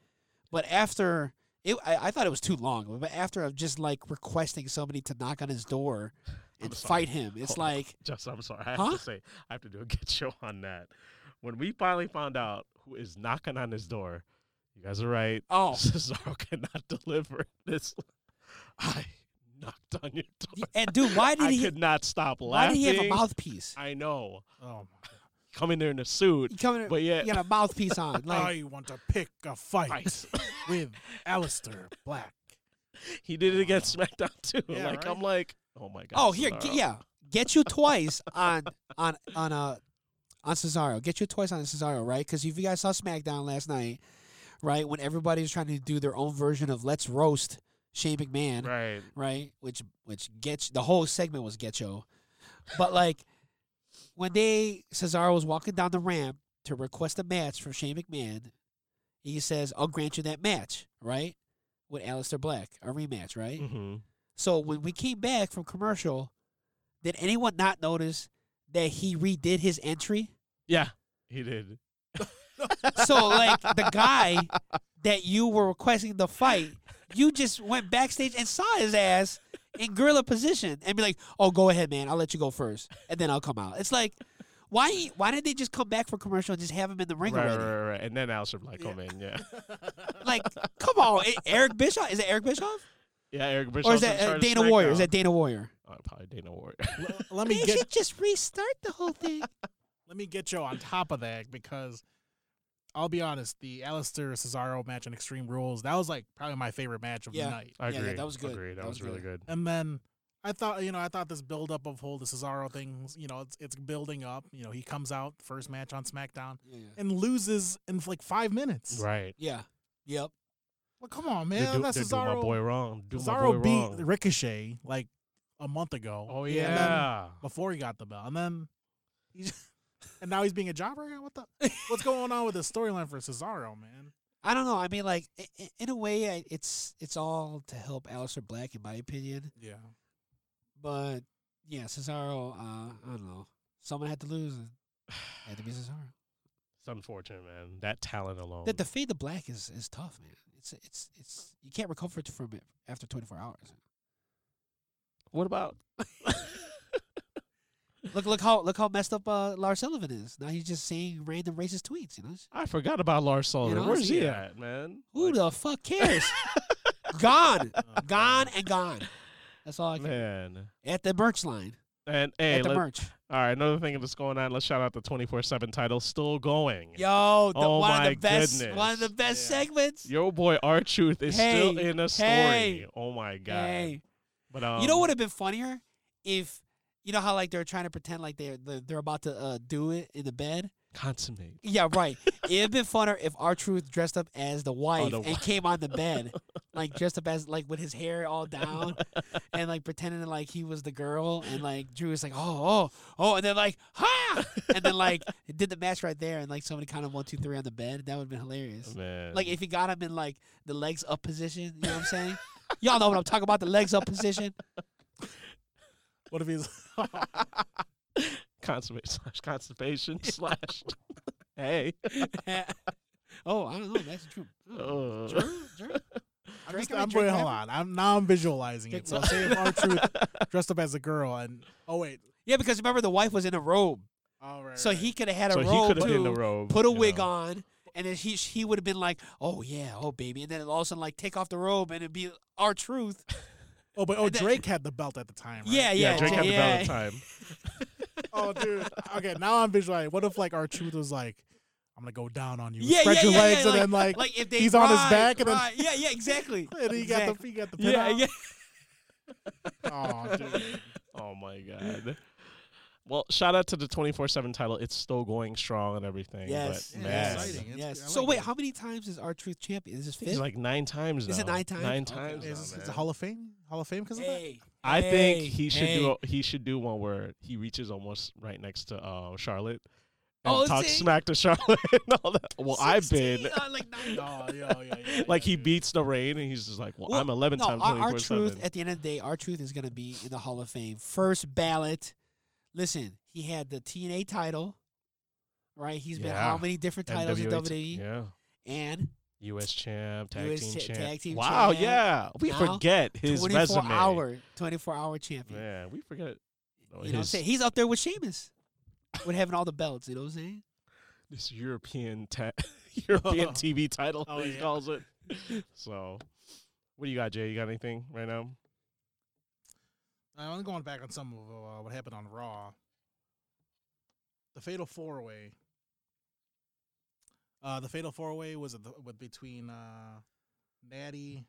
Speaker 2: But after it, I, I thought it was too long. But after of just like requesting somebody to knock on his door and
Speaker 3: I'm sorry.
Speaker 2: fight him, it's
Speaker 3: Hold on.
Speaker 2: like
Speaker 3: Just, I'm sorry. I have
Speaker 2: Huh?
Speaker 3: to say, I have to do a good show on that. When we finally found out who is knocking on his door, you guys are right.
Speaker 2: oh,
Speaker 3: Cesaro cannot deliver this. I knocked on your door.
Speaker 2: and dude, why did
Speaker 3: I
Speaker 2: he?
Speaker 3: could not stop
Speaker 2: Why did
Speaker 3: laughing.
Speaker 2: he have a mouthpiece?
Speaker 3: I know.
Speaker 4: oh,
Speaker 3: Coming there in a suit,
Speaker 2: He coming,
Speaker 3: but Oh, yeah,
Speaker 2: he had a mouthpiece on. Like,
Speaker 4: I want to pick a fight
Speaker 3: ice.
Speaker 4: with Alistair Black.
Speaker 3: he did it against SmackDown too.
Speaker 4: Yeah,
Speaker 3: like I'm
Speaker 4: right?
Speaker 3: like, oh my god.
Speaker 2: oh, here, get,
Speaker 3: Cesaro.
Speaker 2: yeah, get you twice on on on uh on Cesaro. Get you twice on Cesaro, right? Because if you guys saw SmackDown last night, right, when everybody was trying to do their own version of "Let's roast Shane McMahon,"
Speaker 3: Right.
Speaker 2: right? Which which gets the whole segment was Getcho. But like when they Cesaro was walking down the ramp to request a match from Shane McMahon, he says, I'll grant you that match, right? With Aleister Black, a rematch, right?
Speaker 3: Mm-hmm.
Speaker 2: So when we came back from commercial, Did anyone not notice that he redid his entry?
Speaker 3: Yeah, he did.
Speaker 2: So like the guy that you were requesting the fight, you just went backstage and saw his ass in gorilla position and be like, "Oh, go ahead, man. I'll let you go first, and then I'll come out." It's like, why? Why didn't they just come back for commercial and just have him in the ring
Speaker 3: Right, right,
Speaker 2: already?
Speaker 3: right, right. And then Alistair Black come in. Yeah,
Speaker 2: Like, come on, Eh, Eric Bischoff. Is it Eric Bischoff
Speaker 3: yeah. Eric Bischoff
Speaker 2: or is that uh, Dana Warrior? Is that Dana Warrior?
Speaker 3: Uh, probably Dana Warrior?
Speaker 4: L- let
Speaker 2: They
Speaker 4: me get
Speaker 2: should just restart the whole thing.
Speaker 4: let me get you on top of that because I'll be honest, the Alistair Cesaro match in Extreme Rules that was like probably my favorite match of
Speaker 2: Yeah.
Speaker 4: the night.
Speaker 3: I
Speaker 2: Yeah, yeah,
Speaker 3: agree.
Speaker 2: that was good.
Speaker 3: Agree. That, was, really good.
Speaker 4: And then I thought, you know, I thought this build up of whole the Cesaro thing, you know, it's it's building up. You know, he comes out first match on SmackDown
Speaker 2: Yeah.
Speaker 4: and loses in like five minutes.
Speaker 3: Right.
Speaker 2: Yeah. Yep.
Speaker 4: Well, come on,
Speaker 3: They
Speaker 4: man,
Speaker 3: do,
Speaker 4: that's
Speaker 3: they do my
Speaker 4: Cesaro.
Speaker 3: boy wrong. Do my boy
Speaker 4: Cesaro beat
Speaker 3: wrong.
Speaker 4: Ricochet like a month ago.
Speaker 3: oh
Speaker 2: Yeah,
Speaker 3: yeah.
Speaker 2: and
Speaker 4: then- before he got the belt, and then he's and now he's being a jobber. again? What the? What's going on with the storyline for Cesaro, man?
Speaker 2: I don't know. I mean, like i- i- in a way, I, it's it's all to help Aleister Black, in my opinion.
Speaker 4: Yeah,
Speaker 2: But yeah, Cesaro. Uh, I don't know. Someone had to lose. and It had to be Cesaro.
Speaker 3: It's unfortunate, man. That talent alone.
Speaker 2: The, the fade to black is is tough, man. It's it's it's you can't recover t- from it after 24 hours.
Speaker 3: what about?
Speaker 2: Look look how look how messed up uh, Lars Sullivan is. Now he's just saying random racist tweets. You know, It's-
Speaker 3: I forgot about Lars Sullivan.
Speaker 2: know,
Speaker 3: Where's he
Speaker 2: yeah.
Speaker 3: at, man? oh,
Speaker 2: who the fuck cares? gone, gone, and gone. That's all I can.
Speaker 3: man.
Speaker 2: At the merch line.
Speaker 3: And hey,
Speaker 2: at the
Speaker 3: let, all
Speaker 2: merch.
Speaker 3: right. Another thing that's going on. Let's shout out the twenty four seven title still going.
Speaker 2: Yo, the,
Speaker 3: Oh
Speaker 2: one of
Speaker 3: my
Speaker 2: the best, one of the
Speaker 3: goodness.
Speaker 2: best
Speaker 4: Yeah.
Speaker 2: segments.
Speaker 3: Your boy R Truth is still
Speaker 2: Hey,
Speaker 3: in a story.
Speaker 2: hey,
Speaker 3: oh my god.
Speaker 2: Hey,
Speaker 3: But um,
Speaker 2: you know what would have been funnier if you know how like they're trying to pretend like they're they're, they're about to uh, do it in the bed.
Speaker 3: Consummate.
Speaker 2: Yeah, right. It'd been funner if our truth dressed up as the wife
Speaker 3: Oh, the
Speaker 2: and
Speaker 3: wi-
Speaker 2: came on the bed, like dressed up as like with his hair all down, and like pretending like he was the girl, and like Drew was like, oh, oh, oh, and then like ha, and then like did the match right there, and like somebody counted one, two, three on the bed. That would have been hilarious.
Speaker 3: Man.
Speaker 2: Like if he got him in like the legs up position, you know what I'm saying? Y'all know what I'm talking about, the legs up position.
Speaker 4: what if he's?
Speaker 3: consummate slash constipation slash. hey.
Speaker 2: oh, I don't know. That's true. Oh,
Speaker 3: Uh,
Speaker 2: Drew, Drew.
Speaker 4: I'm,
Speaker 2: Drake
Speaker 4: just,
Speaker 2: already
Speaker 4: I'm wait,
Speaker 2: drank
Speaker 4: hold
Speaker 2: that?
Speaker 4: on. I'm now I'm visualizing it. So
Speaker 2: Drake-
Speaker 4: say our truth dressed up as a girl, and oh wait,
Speaker 2: Yeah, because remember the wife was in a robe,
Speaker 4: all right.
Speaker 2: so he could have had a
Speaker 3: so he
Speaker 2: robe
Speaker 3: could have
Speaker 2: too.
Speaker 3: been the robe.
Speaker 2: put a wig
Speaker 3: on.
Speaker 2: on, and then he he would have been like, "Oh yeah, oh baby," and then all of a sudden like take off the robe and it'd be our truth.
Speaker 4: Oh, but oh,
Speaker 2: that-
Speaker 4: Drake had the belt at the time. Right?
Speaker 2: Yeah,
Speaker 3: Yeah,
Speaker 2: yeah,
Speaker 3: Drake
Speaker 2: yeah.
Speaker 3: had the bell at the time.
Speaker 4: Oh, dude. Okay, now I'm visualizing. What if like our truth was like, I'm gonna go down on you,
Speaker 2: Yeah,
Speaker 4: spread
Speaker 2: yeah,
Speaker 4: your
Speaker 2: yeah,
Speaker 4: legs,
Speaker 2: yeah,
Speaker 4: and then like,
Speaker 2: like if they
Speaker 4: he's on his
Speaker 2: ride,
Speaker 4: back and then-
Speaker 2: ride. yeah, yeah, exactly.
Speaker 4: and he
Speaker 2: exactly.
Speaker 4: got the he got the pin
Speaker 2: yeah,
Speaker 4: out. Oh,
Speaker 2: yeah.
Speaker 4: dude.
Speaker 3: Oh my god. Well, shout out to the 24/7 title. It's still going strong and everything.
Speaker 2: Yes,
Speaker 3: but
Speaker 4: Yeah,
Speaker 3: man,
Speaker 4: it's exciting. It's-
Speaker 2: yes.
Speaker 4: I
Speaker 2: so
Speaker 4: like
Speaker 2: wait,
Speaker 4: it.
Speaker 2: how many times is our truth champion? Is this
Speaker 3: He's
Speaker 2: fifth?
Speaker 3: like nine times now.
Speaker 2: Is it nine times?
Speaker 3: Nine
Speaker 2: Okay.
Speaker 3: times.
Speaker 4: Is
Speaker 3: now,
Speaker 4: this,
Speaker 3: man.
Speaker 4: it's a Hall of Fame? Hall of Fame because of that?
Speaker 2: hey,
Speaker 3: I think
Speaker 2: hey,
Speaker 3: he should
Speaker 2: hey.
Speaker 3: do a, he should do one where he reaches almost right next to uh, Charlotte and
Speaker 2: Oh,
Speaker 3: talks
Speaker 2: see?
Speaker 3: smack to Charlotte and all that. Well, I've been
Speaker 2: 16, uh, like nine.
Speaker 4: Oh, yeah, yeah, yeah,
Speaker 3: like
Speaker 4: yeah,
Speaker 3: he beats the rain and he's just like, well,
Speaker 2: Well,
Speaker 3: I'm 11
Speaker 2: no,
Speaker 3: times
Speaker 2: our, our
Speaker 3: 24
Speaker 2: truth
Speaker 3: 7.
Speaker 2: at the end of the day, our truth is going to be in the Hall of Fame, first ballot. Listen, he had the TNA title, right? He's been how
Speaker 3: Yeah.
Speaker 2: many different titles in WWE,
Speaker 3: Yeah.
Speaker 2: and
Speaker 3: U.S. champ, tag
Speaker 2: US
Speaker 3: team
Speaker 2: E. cha-
Speaker 3: champ.
Speaker 2: tag team
Speaker 3: wow,
Speaker 2: champ.
Speaker 3: yeah. We
Speaker 2: Now,
Speaker 3: forget his
Speaker 2: 24
Speaker 3: resume.
Speaker 2: hour, 24 hour champion.
Speaker 3: Man, we forget.
Speaker 2: you know what I'm
Speaker 3: his-
Speaker 2: saying? He's up there with Sheamus, with having all the belts. You know what I'm saying?
Speaker 3: this European ta- European TV title
Speaker 4: Oh,
Speaker 3: he
Speaker 4: yeah.
Speaker 3: calls it. So, what do you got, Jay? You got anything right now?
Speaker 4: Uh, I'm going back on some of uh, what happened on Raw. The Fatal Four Way. Uh, the Fatal Four Way was at the, with between uh, Natty.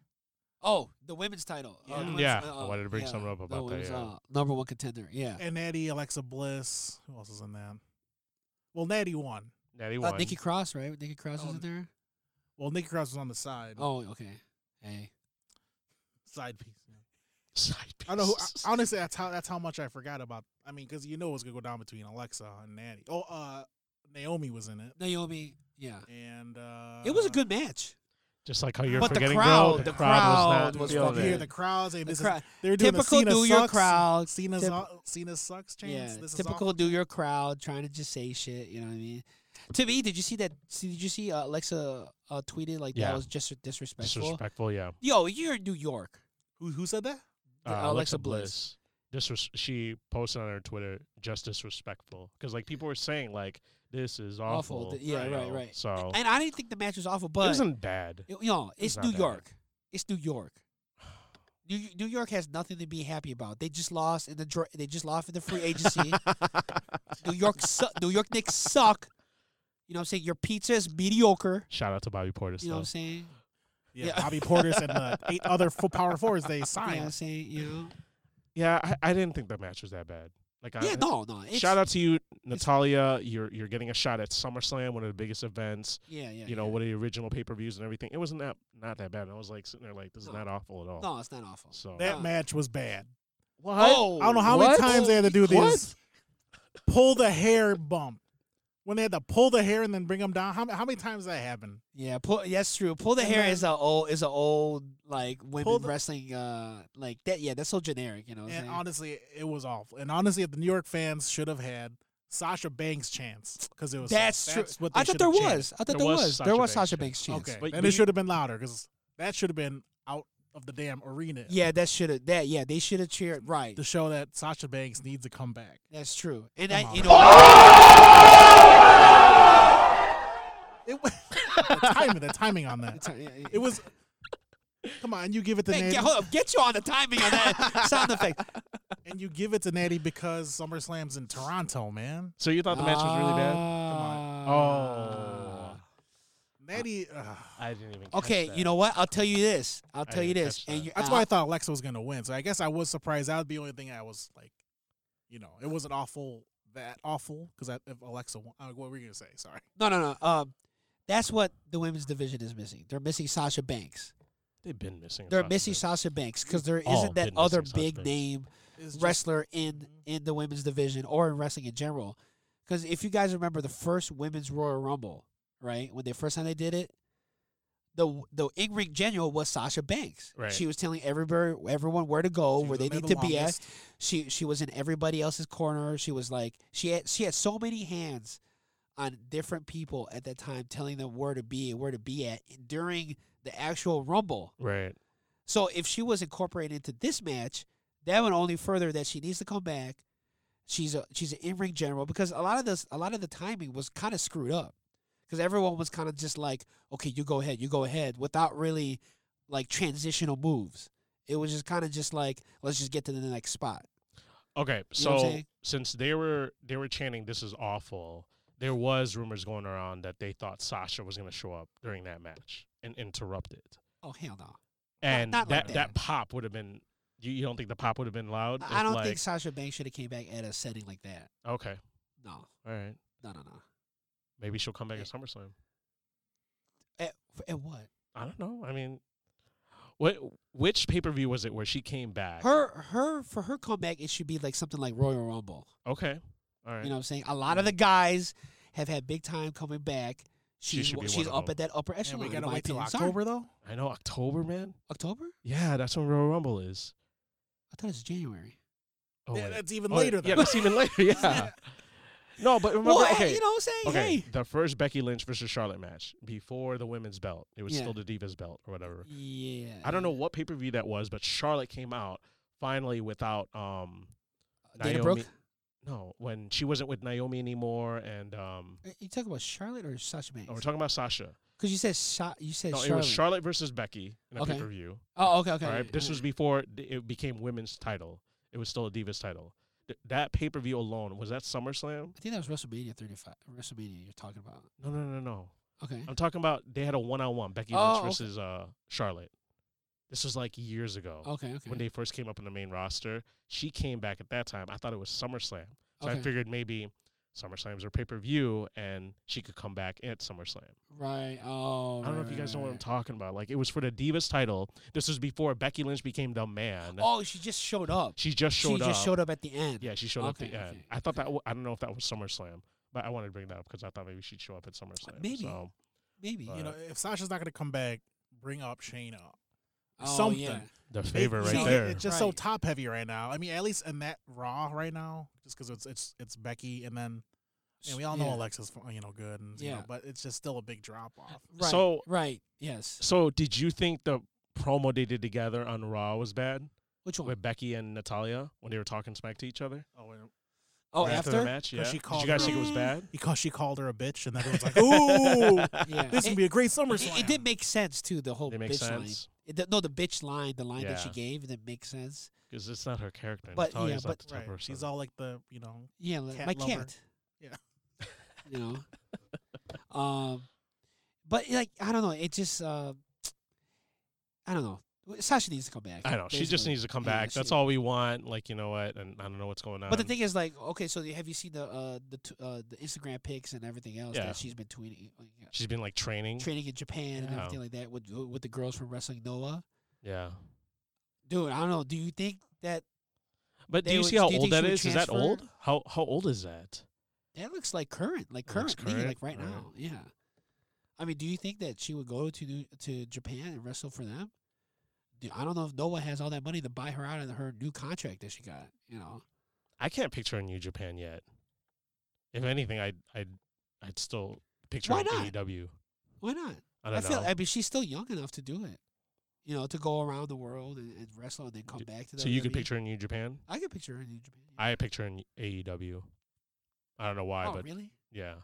Speaker 2: Oh, the women's title.
Speaker 4: Yeah.
Speaker 2: the women's-
Speaker 3: Yeah, I wanted to bring
Speaker 2: yeah,
Speaker 3: something up
Speaker 2: the
Speaker 3: about that,
Speaker 2: women's,
Speaker 3: yeah.
Speaker 2: uh, number one contender. Yeah,
Speaker 4: And Natty, Alexa Bliss. Who else is in that? Well, Natty won.
Speaker 3: Natty
Speaker 2: uh,
Speaker 3: won.
Speaker 2: Nikki Cross, right? Nikki Cross
Speaker 4: Oh,
Speaker 2: was in there.
Speaker 4: Well, Nikki Cross was on the side.
Speaker 2: Oh, okay. Hey,
Speaker 4: Side piece. yeah.
Speaker 3: Side
Speaker 4: I don't know. Who,
Speaker 3: pieces.
Speaker 4: I, honestly, that's how that's how much I forgot about. I mean, because you know it was gonna go down between Alexa and Natty. Oh, uh, Naomi was in it,
Speaker 2: Naomi. Yeah,
Speaker 4: and uh,
Speaker 2: it was a good match.
Speaker 3: Just like how you're
Speaker 2: But the
Speaker 3: forgetting,
Speaker 2: crowd-
Speaker 3: bro. The,
Speaker 2: the
Speaker 3: crowd,
Speaker 2: crowd
Speaker 3: was
Speaker 2: was
Speaker 3: not
Speaker 4: Up
Speaker 3: feeling
Speaker 2: fucking-
Speaker 4: here,
Speaker 3: it.
Speaker 4: the crowds. Hey,
Speaker 2: The
Speaker 4: this is,
Speaker 2: cra-
Speaker 4: they're doing the
Speaker 2: typical
Speaker 4: Cena
Speaker 2: do your
Speaker 4: sucks,
Speaker 2: crowd.
Speaker 4: Cena's
Speaker 2: Typ-
Speaker 4: all- Cena sucks chance.
Speaker 2: Yeah,
Speaker 4: this
Speaker 2: typical
Speaker 4: Is
Speaker 2: do your crowd trying to just say shit. You know what I mean? To me, did you see that? see- Did you see uh, Alexa uh, tweeted like
Speaker 3: Yeah.
Speaker 2: that was just disrespectful?
Speaker 3: Disrespectful, yeah.
Speaker 2: Yo, you're in New York.
Speaker 4: all, who who said that?
Speaker 3: Uh,
Speaker 2: The Alexa Bliss.
Speaker 3: This was she posted on her Twitter just disrespectful because like people were saying like this is awful.
Speaker 2: Awful, th- yeah,
Speaker 3: you
Speaker 2: right,
Speaker 3: know,
Speaker 2: right.
Speaker 3: So
Speaker 2: And I didn't think the match was awful,
Speaker 3: Oh. it
Speaker 2: but
Speaker 3: wasn't bad.
Speaker 2: you know,
Speaker 3: was
Speaker 2: it's
Speaker 3: not
Speaker 2: New
Speaker 3: that
Speaker 2: York. It's New York. New, New York has nothing to be happy about. They just lost in the dra- they just lost in the free agency. New York su- New York Knicks suck. You know what I'm saying? Your pizza is mediocre.
Speaker 3: Shout out to Bobby Portis.
Speaker 2: You know what
Speaker 3: though.
Speaker 2: I'm saying?
Speaker 4: Yeah,
Speaker 2: Yeah.
Speaker 4: Bobby Portis and the eight other full power fours they
Speaker 2: You know what I'm
Speaker 4: signed.
Speaker 2: saying? You know?
Speaker 3: yeah, I, I didn't think the match was that bad. Like, I,
Speaker 2: Yeah, no, no. It's,
Speaker 3: shout out to you, Natalia. You're you're getting a shot at SummerSlam, one of the biggest events.
Speaker 2: Yeah, yeah.
Speaker 3: you know,
Speaker 2: yeah.
Speaker 3: one of the original pay per views and everything. It wasn't that not that bad. And I was like sitting there like, this is
Speaker 2: No.
Speaker 3: not awful at all.
Speaker 2: No, it's not awful.
Speaker 3: So
Speaker 4: That
Speaker 2: Uh,
Speaker 4: match was bad.
Speaker 3: what?
Speaker 2: Oh,
Speaker 4: I don't know how
Speaker 2: what?
Speaker 4: many times they had to do
Speaker 2: What?
Speaker 4: this. Pull the hair bump. When they had to pull the hair and then bring them down. How, how many times that happened?
Speaker 2: Yeah, pull. Yes, true. Pull the
Speaker 4: And
Speaker 2: hair
Speaker 4: then-
Speaker 2: is a old is a old like women
Speaker 4: the-
Speaker 2: wrestling uh like that. Yeah, that's so generic. You know. What I'm
Speaker 4: And
Speaker 2: saying?
Speaker 4: honestly, it was awful. And honestly, the New York fans should have had Sasha Banks' chance because it was
Speaker 2: that's, true.
Speaker 4: that's What
Speaker 2: I
Speaker 4: they
Speaker 2: thought
Speaker 4: should
Speaker 2: there
Speaker 4: have changed.
Speaker 2: was. I thought there was. There was Sasha Banks' chance.
Speaker 4: Okay,
Speaker 3: But-
Speaker 4: then
Speaker 3: but
Speaker 4: it
Speaker 3: you-
Speaker 4: should have been louder because that should have been out of the damn arena.
Speaker 2: Yeah, that should have that. Yeah, they should have cheered. Right.
Speaker 4: to show that Sasha Banks needs to come back.
Speaker 2: That's true. And
Speaker 4: Come
Speaker 2: I,
Speaker 4: on.
Speaker 2: you know,
Speaker 4: It was, the timing, the timing on that. It
Speaker 2: it was.
Speaker 4: was. Come on, and you give it to
Speaker 2: uh, Hey,
Speaker 4: Natty,
Speaker 2: get, hold up, get you on the timing on that sound effect.
Speaker 4: and you give it to Natty because SummerSlam's in Toronto, man.
Speaker 3: So you thought the match was really
Speaker 2: Uh,
Speaker 3: bad?
Speaker 2: Ah.
Speaker 3: Oh.
Speaker 4: Natty. ugh.
Speaker 3: I didn't even.
Speaker 2: Okay, you know what? I'll tell you this. I'll tell you
Speaker 3: didn't
Speaker 2: this.
Speaker 3: catch
Speaker 2: And
Speaker 3: that.
Speaker 2: you,
Speaker 4: that's
Speaker 2: uh,
Speaker 4: why I thought Alexa was gonna win. So I guess I was surprised. That would be the only thing I was like, you know, it wasn't awful that awful because if Alexa won, uh, what were you gonna say? Sorry.
Speaker 2: No, no, no. Um, that's what the women's division is missing. They're missing Sasha Banks.
Speaker 3: They've been missing.
Speaker 2: They're
Speaker 3: Sasha
Speaker 2: missing
Speaker 3: Banks.
Speaker 2: Sasha Banks because there
Speaker 4: Oh,
Speaker 3: All
Speaker 2: isn't that
Speaker 3: been missing
Speaker 2: other
Speaker 3: Sasha
Speaker 2: big
Speaker 3: Banks.
Speaker 2: name
Speaker 4: It's just- Mm-hmm.
Speaker 2: wrestler in in the women's division or in wrestling in general. Because if you guys remember the first women's Royal Rumble, right when the first time they did it, the the in ring general was Sasha Banks.
Speaker 3: Right.
Speaker 2: She was telling everybody everyone where to go,
Speaker 4: she
Speaker 2: where
Speaker 4: was
Speaker 2: they
Speaker 4: in there
Speaker 2: need
Speaker 4: the
Speaker 2: to be at.
Speaker 4: longest.
Speaker 2: She she was in everybody else's corner. She was like she had she had so many hands on different people at that time, telling them where to be and where to be at during the actual Rumble.
Speaker 3: Right.
Speaker 2: So if she was incorporated into this match, that would only further that she needs to come back. She's a she's an in ring general because a lot of this a lot of the timing was kind of screwed up because everyone was kind of just like, okay, you go ahead, you go ahead, without really like transitional moves. It was just kind of just like let's just get to the next spot.
Speaker 3: Okay.
Speaker 2: You know what I'm
Speaker 3: So
Speaker 2: saying?
Speaker 3: since they were they were chanting, "This is awful." There was rumors going around that they thought Sasha was going to show up during that match and interrupt it.
Speaker 2: Oh hell no!
Speaker 3: And
Speaker 2: not like
Speaker 3: that, that
Speaker 2: that.
Speaker 3: pop would have been. You, you don't think the pop would have been loud?
Speaker 2: I I
Speaker 3: if,
Speaker 2: don't
Speaker 3: like,
Speaker 2: think Sasha Banks should have came back at a setting like that.
Speaker 3: Okay.
Speaker 2: No,
Speaker 3: All right.
Speaker 2: no, no, no.
Speaker 3: Maybe she'll come
Speaker 2: Eh.
Speaker 3: back at SummerSlam.
Speaker 2: At, at what?
Speaker 3: I don't know. I mean, what which pay per view was it where she came back?
Speaker 2: Her her for her comeback, it should be like something like Royal Rumble.
Speaker 3: Okay. All right.
Speaker 2: You know what I'm saying? A lot of the guys have had big time coming back.
Speaker 3: She
Speaker 2: She's,
Speaker 3: should
Speaker 2: wa-
Speaker 3: be
Speaker 2: she's
Speaker 3: one of
Speaker 2: up
Speaker 3: them.
Speaker 2: at that upper
Speaker 4: And
Speaker 2: echelon.
Speaker 4: we
Speaker 2: in
Speaker 4: gotta
Speaker 2: my
Speaker 4: wait till
Speaker 2: opinion. Sorry.
Speaker 4: October though.
Speaker 3: I know October, man.
Speaker 2: October?
Speaker 3: Yeah, that's when Royal Rumble is.
Speaker 2: I thought it was January.
Speaker 3: Oh,
Speaker 4: Yeah,
Speaker 3: wait.
Speaker 4: that's even
Speaker 3: Oh,
Speaker 4: later. though.
Speaker 3: Yeah, that's even later. Yeah. no, but remember,
Speaker 2: well, hey,
Speaker 3: okay,
Speaker 2: you know what I'm saying?
Speaker 3: okay,
Speaker 2: Hey.
Speaker 3: the first Becky Lynch versus Charlotte match before the women's belt. It was
Speaker 2: Yeah.
Speaker 3: still the Divas belt or whatever.
Speaker 2: Yeah.
Speaker 3: I don't know what pay per view that was, but Charlotte came out finally without um
Speaker 2: Dana
Speaker 3: Naomi-
Speaker 2: Brooke?
Speaker 3: no when she wasn't with Naomi anymore and um
Speaker 2: Uh, You talking about Charlotte or Sasha Banks?
Speaker 3: no, Oh, we're
Speaker 2: Because
Speaker 3: talking about Sasha.
Speaker 2: you said Sha- you said
Speaker 3: No,
Speaker 2: Charlotte.
Speaker 3: it was Charlotte versus Becky in a
Speaker 2: Okay.
Speaker 3: pay per view.
Speaker 2: Oh, okay, okay.
Speaker 3: All right, this was before th- it became women's title. It was still a Divas title. Th- that pay per view alone was that SummerSlam?
Speaker 2: I think that was WrestleMania 35. WrestleMania you're talking about.
Speaker 3: No, no, no, no.
Speaker 2: Okay.
Speaker 3: I'm talking about they had a one on one Becky
Speaker 2: Oh,
Speaker 3: Lynch
Speaker 2: okay.
Speaker 3: versus uh, Charlotte. This was like years ago
Speaker 2: Okay, okay.
Speaker 3: when they first came up in the main roster. She came back at that time. I thought it was SummerSlam, so I
Speaker 2: Okay.
Speaker 3: figured maybe SummerSlam's her pay per view and she could come back at SummerSlam.
Speaker 2: right. Oh.
Speaker 3: I don't
Speaker 2: right,
Speaker 3: know if you
Speaker 2: right,
Speaker 3: guys know what I'm
Speaker 2: right.
Speaker 3: talking about. Like it was for the Divas title. This was before Becky Lynch became the man.
Speaker 2: Oh, she just showed up.
Speaker 3: She just
Speaker 2: She
Speaker 3: showed up.
Speaker 2: just showed up at the end.
Speaker 3: Yeah, she showed up at
Speaker 2: Okay,
Speaker 3: the end.
Speaker 2: okay,
Speaker 3: I thought that w- I don't know if that was SummerSlam, but I wanted to bring that up because I thought maybe she'd show up at SummerSlam.
Speaker 2: maybe.
Speaker 3: So,
Speaker 2: Maybe.
Speaker 3: But-
Speaker 4: you know, if Sasha's not going to come back, bring up Shane up.
Speaker 2: Oh,
Speaker 4: Something.
Speaker 2: yeah.
Speaker 3: The
Speaker 4: It-
Speaker 3: favor
Speaker 4: you
Speaker 3: right
Speaker 4: know, it-
Speaker 3: there.
Speaker 4: It's just so
Speaker 2: Right.
Speaker 4: top heavy right now. I mean, at least in that Raw right now, just because it's it's it's Becky, and then and we all know
Speaker 2: Yeah.
Speaker 4: Alexa's you know good, and, you know,
Speaker 2: Yeah.
Speaker 4: but it's just still a big drop off.
Speaker 2: Right.
Speaker 3: So-
Speaker 2: right. Yes.
Speaker 3: so did you think the promo they did together on Raw was bad
Speaker 2: Which one?
Speaker 3: with Becky and Natalia when they were talking smack to each other
Speaker 4: Oh, and-
Speaker 2: Oh,
Speaker 3: right
Speaker 2: after.
Speaker 3: the match? Yeah.
Speaker 4: she
Speaker 3: Did
Speaker 4: called
Speaker 3: you guys
Speaker 4: her-
Speaker 3: think it was bad?
Speaker 4: because she called her a bitch, and everyone's like, "Ooh,
Speaker 2: Yeah.
Speaker 4: this
Speaker 2: It-
Speaker 4: would be a great
Speaker 2: it,
Speaker 4: SummerSlam."
Speaker 2: it did make sense too. The whole
Speaker 3: They make
Speaker 2: bitch line.
Speaker 3: sense
Speaker 2: It, the, no, the bitch line, the line that she
Speaker 3: Yeah.
Speaker 2: gave, that makes sense.
Speaker 3: because it's not her character.
Speaker 2: But, yeah,
Speaker 3: Natalia's not
Speaker 2: but-
Speaker 3: the type
Speaker 4: Right.
Speaker 3: of person.
Speaker 4: She's all like the you know
Speaker 2: Yeah, like
Speaker 4: Cat
Speaker 2: my
Speaker 4: lover.
Speaker 2: cat.
Speaker 4: Yeah.
Speaker 2: You know. um, but like I don't know. It just uh, I don't know. Sasha needs to come back.
Speaker 3: I know. She just
Speaker 2: basically.
Speaker 3: needs to come
Speaker 2: Yeah,
Speaker 3: back.
Speaker 2: she-
Speaker 3: That's all we want. Like, you know what? And I don't know what's going on.
Speaker 2: But the thing is, like, okay, so have you seen the uh the t- uh the Instagram pics and everything else
Speaker 3: Yeah.
Speaker 2: that she's been tweeting, like, uh,
Speaker 3: she's been like training.
Speaker 2: training in Japan and
Speaker 3: Yeah.
Speaker 2: everything like that with with the girls from Wrestling Noah?
Speaker 3: yeah.
Speaker 2: Dude, I don't know. Do you think that
Speaker 3: But do
Speaker 2: They
Speaker 3: you
Speaker 2: would-
Speaker 3: see how
Speaker 2: do you
Speaker 3: old
Speaker 2: think
Speaker 3: that
Speaker 2: she
Speaker 3: is?
Speaker 2: would
Speaker 3: Is that
Speaker 2: transfer?
Speaker 3: old? How how old is that?
Speaker 2: that looks like current, like
Speaker 3: It looks
Speaker 2: current, me, like
Speaker 3: current,
Speaker 2: right
Speaker 3: right.
Speaker 2: now? Yeah. I mean, do you think that she would go to do- to Japan and wrestle for them? Dude, I don't know if Noah has all that money to buy her out of her new contract that she got. You know,
Speaker 3: I can't picture a New Japan yet. If anything, I'd I'd I'd still picture
Speaker 2: Why
Speaker 3: an
Speaker 2: not?
Speaker 3: AEW.
Speaker 2: why not?
Speaker 3: I don't know.
Speaker 2: feel. I mean, she's still young enough to do it. You know, to go around the world and, and wrestle and then come
Speaker 3: D-
Speaker 2: back to.
Speaker 3: so you could
Speaker 2: WWE.
Speaker 3: picture a New Japan.
Speaker 2: I could picture her in New Japan.
Speaker 3: I picture an AEW. I don't know why,
Speaker 2: oh,
Speaker 3: but
Speaker 2: really?
Speaker 3: yeah,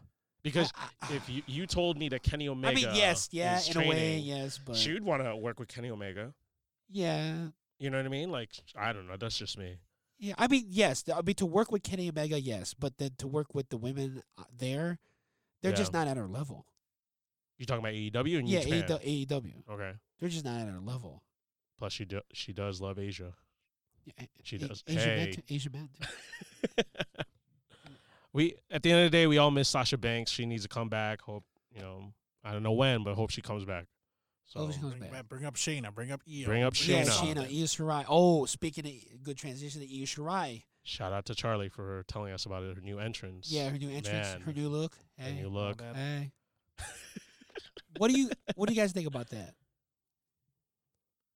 Speaker 3: because
Speaker 2: I,
Speaker 3: if you you told me that Kenny Omega,
Speaker 2: I mean, yes, yeah,
Speaker 3: is
Speaker 2: in a way,
Speaker 3: training,
Speaker 2: yes, but
Speaker 3: she would want to work with Kenny Omega.
Speaker 2: yeah,
Speaker 3: You know what I mean? Like I don't know. That's just me.
Speaker 2: yeah. I mean, yes. th- I mean, to work with Kenny Omega, yes, but then to work with the women uh, there, they're
Speaker 3: Yeah.
Speaker 2: just not at her level.
Speaker 3: You talking about AEW and New
Speaker 2: yeah, E
Speaker 3: Japan?
Speaker 2: AEW, AEW,
Speaker 3: Okay.
Speaker 2: they're just not at her level.
Speaker 3: Plus, she do, she does love Asia.
Speaker 2: Yeah, A-
Speaker 3: She
Speaker 2: A-
Speaker 3: does.
Speaker 2: Asian
Speaker 3: Hey.
Speaker 2: men, too- Asian men. too.
Speaker 3: we at the end of the day, we all miss Sasha Banks. She needs to come back. Hope you know. I don't know when, but hope she comes back. So
Speaker 2: Hope she comes
Speaker 4: bring,
Speaker 2: back.
Speaker 4: back- bring up Shayna, bring up Io,
Speaker 3: Bring up
Speaker 2: Yeah,
Speaker 3: Shayna.
Speaker 2: Shayna, Io Shirai. Oh, speaking of good transition to Io Shirai.
Speaker 3: shout out to Charlie for telling us about her new entrance.
Speaker 2: Yeah, her new entrance, her
Speaker 3: Man.
Speaker 2: new look.
Speaker 3: Her
Speaker 2: Hey,
Speaker 3: new look.
Speaker 4: that-
Speaker 2: hey. what do you What do you guys think about that?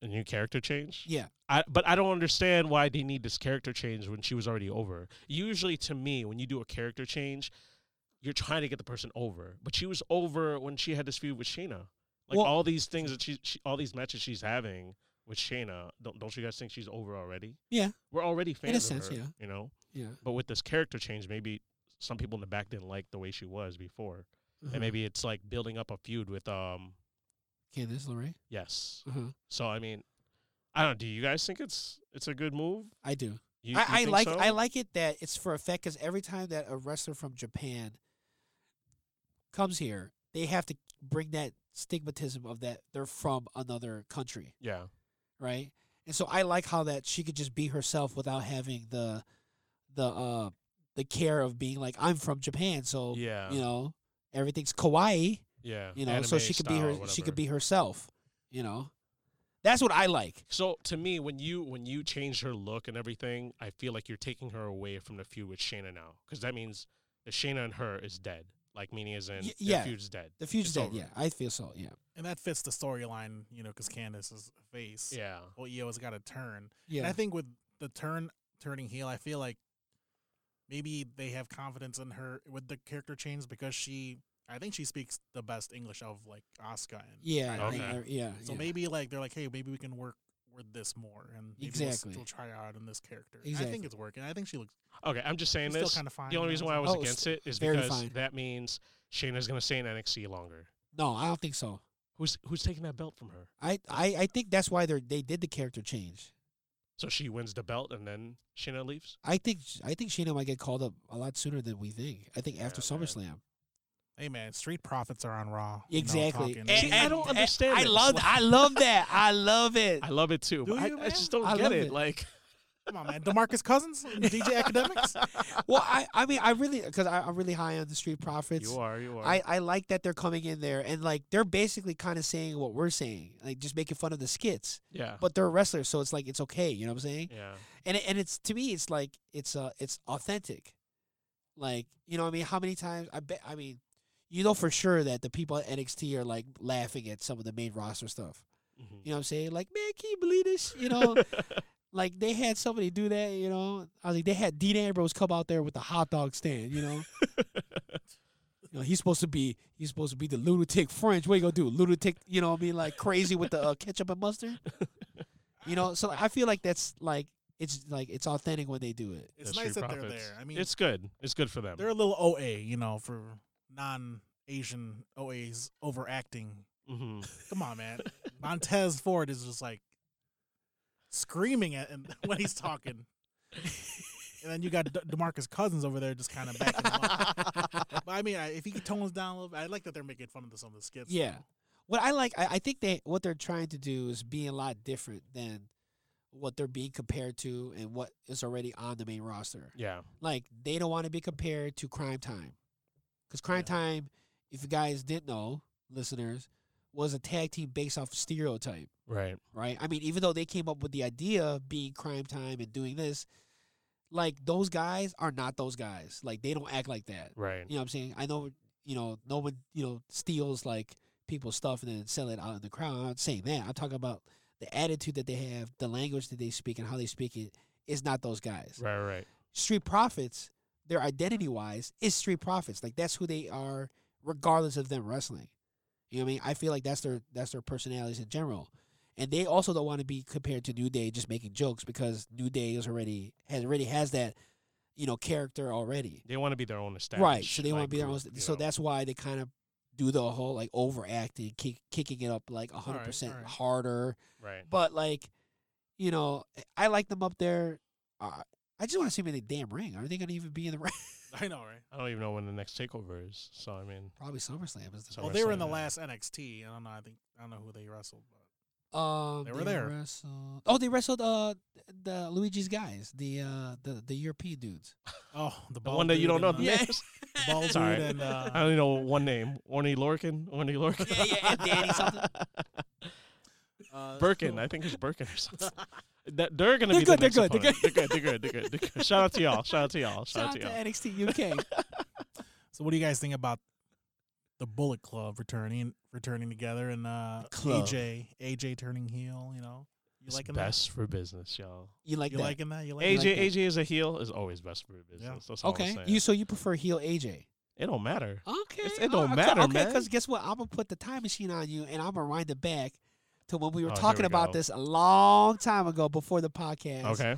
Speaker 3: A new character change.
Speaker 2: Yeah,
Speaker 3: I, but I don't understand why they need this character change when she was already over. Usually, to me, when you do a character change, you're trying to get the person over. But she was over when she had this feud with Shayna. Like
Speaker 2: Well-
Speaker 3: all these things that she, she, all these matches she's having with Shayna. Don't, don't you guys think she's over already?
Speaker 2: Yeah.
Speaker 3: we're already fans of
Speaker 2: sense,
Speaker 3: her.
Speaker 2: yeah.
Speaker 3: You know,
Speaker 2: yeah.
Speaker 3: but with this character change, maybe some people in the back didn't like the way she was before,
Speaker 2: Uh-huh.
Speaker 3: and maybe it's like building up a feud with um.
Speaker 2: Candice LeRae.
Speaker 3: Yes.
Speaker 2: Uh-huh.
Speaker 3: So I mean, I don't. Do you guys think it's it's a good move?
Speaker 2: I do.
Speaker 3: You, you
Speaker 2: I, I
Speaker 3: think
Speaker 2: like
Speaker 3: so?
Speaker 2: I like it that it's for effect because every time that a wrestler from Japan comes here, they have to bring that stigmatism of that they're from another country,
Speaker 3: Yeah.
Speaker 2: right? And so I like how that she could just be herself without having the the uh the care of being like I'm from Japan, so
Speaker 3: Yeah.
Speaker 2: you know everything's kawaii,
Speaker 3: yeah.
Speaker 2: you know, so she could be her she could be herself, you know. That's what I like.
Speaker 3: So to me, when you when you change her look and everything, I feel like you're taking her away from the feud with Shayna now, because that means that Shayna and her is dead. Like meaning as
Speaker 2: Y-
Speaker 3: in the
Speaker 2: yeah.
Speaker 3: feud's dead.
Speaker 2: The future
Speaker 3: It's
Speaker 2: dead,
Speaker 3: over.
Speaker 2: yeah, I feel so, yeah,
Speaker 4: and that fits the storyline, you know, because Candace is a face.
Speaker 3: Yeah.
Speaker 4: Well, Io has got a turn.
Speaker 2: yeah.
Speaker 4: And I think with the turn turning heel, I feel like maybe they have confidence in her with the character change because she, I think she speaks the best English of like Oscar. And
Speaker 2: Yeah,
Speaker 4: I
Speaker 2: I think
Speaker 4: think.
Speaker 3: Okay.
Speaker 2: they're- yeah.
Speaker 4: So
Speaker 2: yeah.
Speaker 4: maybe like they're like, hey, maybe we can work with this more, and maybe
Speaker 2: Exactly.
Speaker 4: we'll, we'll try out in this character. And I
Speaker 2: Exactly.
Speaker 4: think it's working. I think she looks
Speaker 3: Okay. I'm just saying
Speaker 4: she's still
Speaker 3: this.
Speaker 4: kind of fine.
Speaker 3: The only
Speaker 4: you
Speaker 3: reason
Speaker 4: know,
Speaker 3: why I was
Speaker 2: Oh,
Speaker 3: against it is
Speaker 2: very
Speaker 3: because
Speaker 2: fine.
Speaker 3: that means Shayna's gonna stay in NXT longer.
Speaker 2: no, I don't think so.
Speaker 3: Who's who's taking that belt from her?
Speaker 2: I, I, I think that's why they are they did the character change.
Speaker 3: So she wins the belt and then Shayna leaves.
Speaker 2: I think I think Shayna might get called up a lot sooner than we think. I think after
Speaker 3: Yeah, man.
Speaker 2: SummerSlam.
Speaker 4: Hey man, street profits are on Raw. you know,
Speaker 2: Exactly.
Speaker 4: talking.
Speaker 3: See, I
Speaker 2: and-
Speaker 3: don't
Speaker 2: and-
Speaker 3: understand.
Speaker 2: I
Speaker 3: this.
Speaker 2: love
Speaker 3: Like,
Speaker 2: I love that. I love it.
Speaker 3: I love it too.
Speaker 4: Do
Speaker 3: But I,
Speaker 4: you,
Speaker 3: I just
Speaker 4: man?
Speaker 3: don't
Speaker 2: I
Speaker 3: get
Speaker 2: love
Speaker 3: it.
Speaker 2: it.
Speaker 3: Like
Speaker 4: Come on, man. Demarcus Cousins, and DJ Academics.
Speaker 2: well, I, I mean I really because I'm really high on the Street Profits.
Speaker 3: you are, you are.
Speaker 2: I, I like that they're coming in there and like they're basically kind of saying what we're saying, like just making fun of the skits.
Speaker 3: yeah.
Speaker 2: But they're wrestlers, so it's like it's okay. You know what I'm saying?
Speaker 3: yeah.
Speaker 2: and it, and it's to me it's like it's uh it's authentic like you know what i mean how many times i bet i mean you know for sure that the people at NXT are like laughing at some of the main roster stuff.
Speaker 3: Mm-hmm.
Speaker 2: You know what I'm saying? Like, man, can you believe this? You know, like they had somebody do that. You know, I was like, they had Dean Ambrose come out there with the hot dog stand. You know, you know he's supposed to be he's supposed to be the lunatic French. What you gonna do? Lunatic? You know, what I mean, like crazy with the uh, ketchup and mustard. You know, so I feel like that's like it's like it's authentic when they do it.
Speaker 4: It's
Speaker 3: The
Speaker 4: nice
Speaker 3: Street
Speaker 4: that they're
Speaker 3: Profits.
Speaker 4: there. I mean,
Speaker 3: it's good. It's good for them.
Speaker 4: they're a little OA, you know, for non Asian OAs overacting.
Speaker 3: hmm
Speaker 4: Come on, man. Montez Ford is just like screaming at and when he's talking. and then you got De- Demarcus Cousins over there just kind of backing him up. But I mean, I, if he could tone us down a little bit, I like that they're making fun of the, some of the skits.
Speaker 2: Yeah. What I like, I, I think they what they're trying to do is be a lot different than what they're being compared to and what is already on the main roster.
Speaker 3: Yeah.
Speaker 2: Like they don't want to be compared to Crime Time, because Crime Time, if you guys didn't know, listeners, was a tag team based off stereotype,
Speaker 3: Right.
Speaker 2: right? I mean, even though they came up with the idea of being Crime Time and doing this, like those guys are not those guys. Like they don't act like that.
Speaker 3: Right.
Speaker 2: You know what I'm saying? I know, you know, no one, you know, steals like people's stuff and then sell it out in the crowd. I'm not saying that. I'm talking about the attitude that they have, the language that they speak, and how they speak it is not those guys.
Speaker 3: Right. Right.
Speaker 2: Street Profits, their identity wise, is Street Profits. Like that's who they are, regardless of them wrestling. You know what I mean? I feel like that's their that's their personalities in general. And they also don't want to be compared to New Day just making jokes because New Day is already has already has that, you know, character already.
Speaker 3: They want to be their own established.
Speaker 2: Right. So they want to be their own. So that's why they kind of do the whole like overacting, kick, kicking it up like hundred
Speaker 4: Alright,
Speaker 2: percent
Speaker 4: alright.
Speaker 2: harder.
Speaker 3: right.
Speaker 2: But like, you know, eh, I like them up there. Uh, I just want to see them in the damn ring. Are they going to even be in the ring?
Speaker 4: I know, right?
Speaker 3: I don't even know when the next takeover is. So I mean,
Speaker 2: Probably SummerSlam is the
Speaker 3: Summer-
Speaker 4: Well, they were in the
Speaker 3: SummerSlam, yeah.
Speaker 4: last NXT. I don't know. I think I don't know who they wrestled, but
Speaker 2: um,
Speaker 4: They were there.
Speaker 2: Wrestled, oh, they wrestled uh the Luigi's guys, the uh the the European dudes.
Speaker 4: oh, the,
Speaker 3: the
Speaker 4: bald
Speaker 3: one that you
Speaker 4: dude
Speaker 3: don't know
Speaker 4: and,
Speaker 3: the
Speaker 4: uh,
Speaker 2: Yeah.
Speaker 3: names.
Speaker 4: the bald dude
Speaker 3: Sorry.
Speaker 4: and uh,
Speaker 3: I only know one name. Orny Lorkin. Orny Lorkin.
Speaker 2: Yeah, yeah, and Danny something.
Speaker 4: uh,
Speaker 3: Birkin. I think it's Birkin or something. That they're gonna
Speaker 2: They're
Speaker 3: be
Speaker 2: good,
Speaker 3: the next
Speaker 2: they're good, they're
Speaker 3: opponent. They're good. They're good. They're good. They're good. Shout out to y'all. Shout out to y'all. Shout,
Speaker 2: Shout
Speaker 3: out
Speaker 2: out
Speaker 3: to
Speaker 2: to
Speaker 3: y'all.
Speaker 2: NXT UK.
Speaker 4: So what do you guys think about the Bullet Club returning returning together and uh
Speaker 2: Club.
Speaker 4: AJ AJ turning heel, you know? You
Speaker 3: It's
Speaker 4: liking
Speaker 3: best for business, y'all.
Speaker 2: You
Speaker 4: that?
Speaker 2: like
Speaker 4: You
Speaker 2: that?
Speaker 4: liking that? You
Speaker 3: AJ
Speaker 4: liking
Speaker 2: like that.
Speaker 3: AJ is a heel is always best for business. That's all I'm
Speaker 2: okay,
Speaker 3: saying.
Speaker 2: you so you prefer heel AJ?
Speaker 3: it don't matter.
Speaker 2: Okay.
Speaker 3: It's- it
Speaker 2: all
Speaker 3: don't
Speaker 2: right,
Speaker 3: matter,
Speaker 2: okay,
Speaker 3: man.
Speaker 2: Because guess what? I'm gonna put the time machine on you, and I'm gonna wind it back to when we
Speaker 3: Oh,
Speaker 2: were
Speaker 3: here
Speaker 2: talking
Speaker 3: we
Speaker 2: about
Speaker 3: go.
Speaker 2: this a long time ago before the podcast.
Speaker 3: Okay.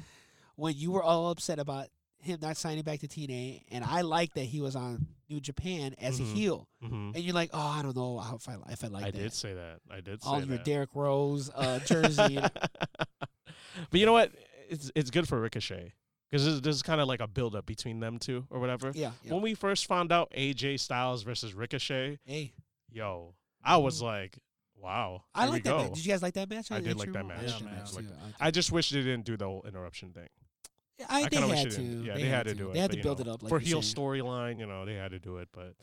Speaker 2: When you were all upset about him not signing back to TNA, and I like that he was on New Japan as
Speaker 3: Mhm.
Speaker 2: a heel,
Speaker 3: hmm
Speaker 2: and you're like, oh, I don't know how- if I if I like
Speaker 3: I
Speaker 2: that.
Speaker 3: did say that. I did say
Speaker 2: all
Speaker 3: that.
Speaker 2: your Derrick Rose uh, jersey. and-
Speaker 3: but you know what? It's it's good for Ricochet because this, this is kind of like a build up between them two or whatever.
Speaker 2: yeah. yeah.
Speaker 3: When we first found out AJ Styles versus Ricochet,
Speaker 2: Hey,
Speaker 3: yo, I was like, wow.
Speaker 2: Mm-hmm. I
Speaker 3: here we
Speaker 2: like that.
Speaker 3: go.
Speaker 2: match. Did you guys like that match?
Speaker 3: I did
Speaker 2: actually
Speaker 3: like that
Speaker 2: remember- I
Speaker 4: match.
Speaker 2: liked
Speaker 4: Yeah,
Speaker 2: that
Speaker 4: man,
Speaker 2: match
Speaker 4: I
Speaker 2: too. I liked
Speaker 3: I just wish they didn't do the whole interruption thing.
Speaker 2: it. I,
Speaker 3: I
Speaker 2: they
Speaker 3: kinda wish
Speaker 2: had
Speaker 3: they
Speaker 2: to.
Speaker 3: didn't. Yeah,
Speaker 2: they,
Speaker 3: they,
Speaker 2: had,
Speaker 3: to do it.
Speaker 2: They had
Speaker 3: but,
Speaker 2: to
Speaker 3: you
Speaker 2: build
Speaker 3: know,
Speaker 2: it up like
Speaker 3: for
Speaker 2: you're
Speaker 3: heel
Speaker 2: saying.
Speaker 3: storyline. You know, they had to do it, but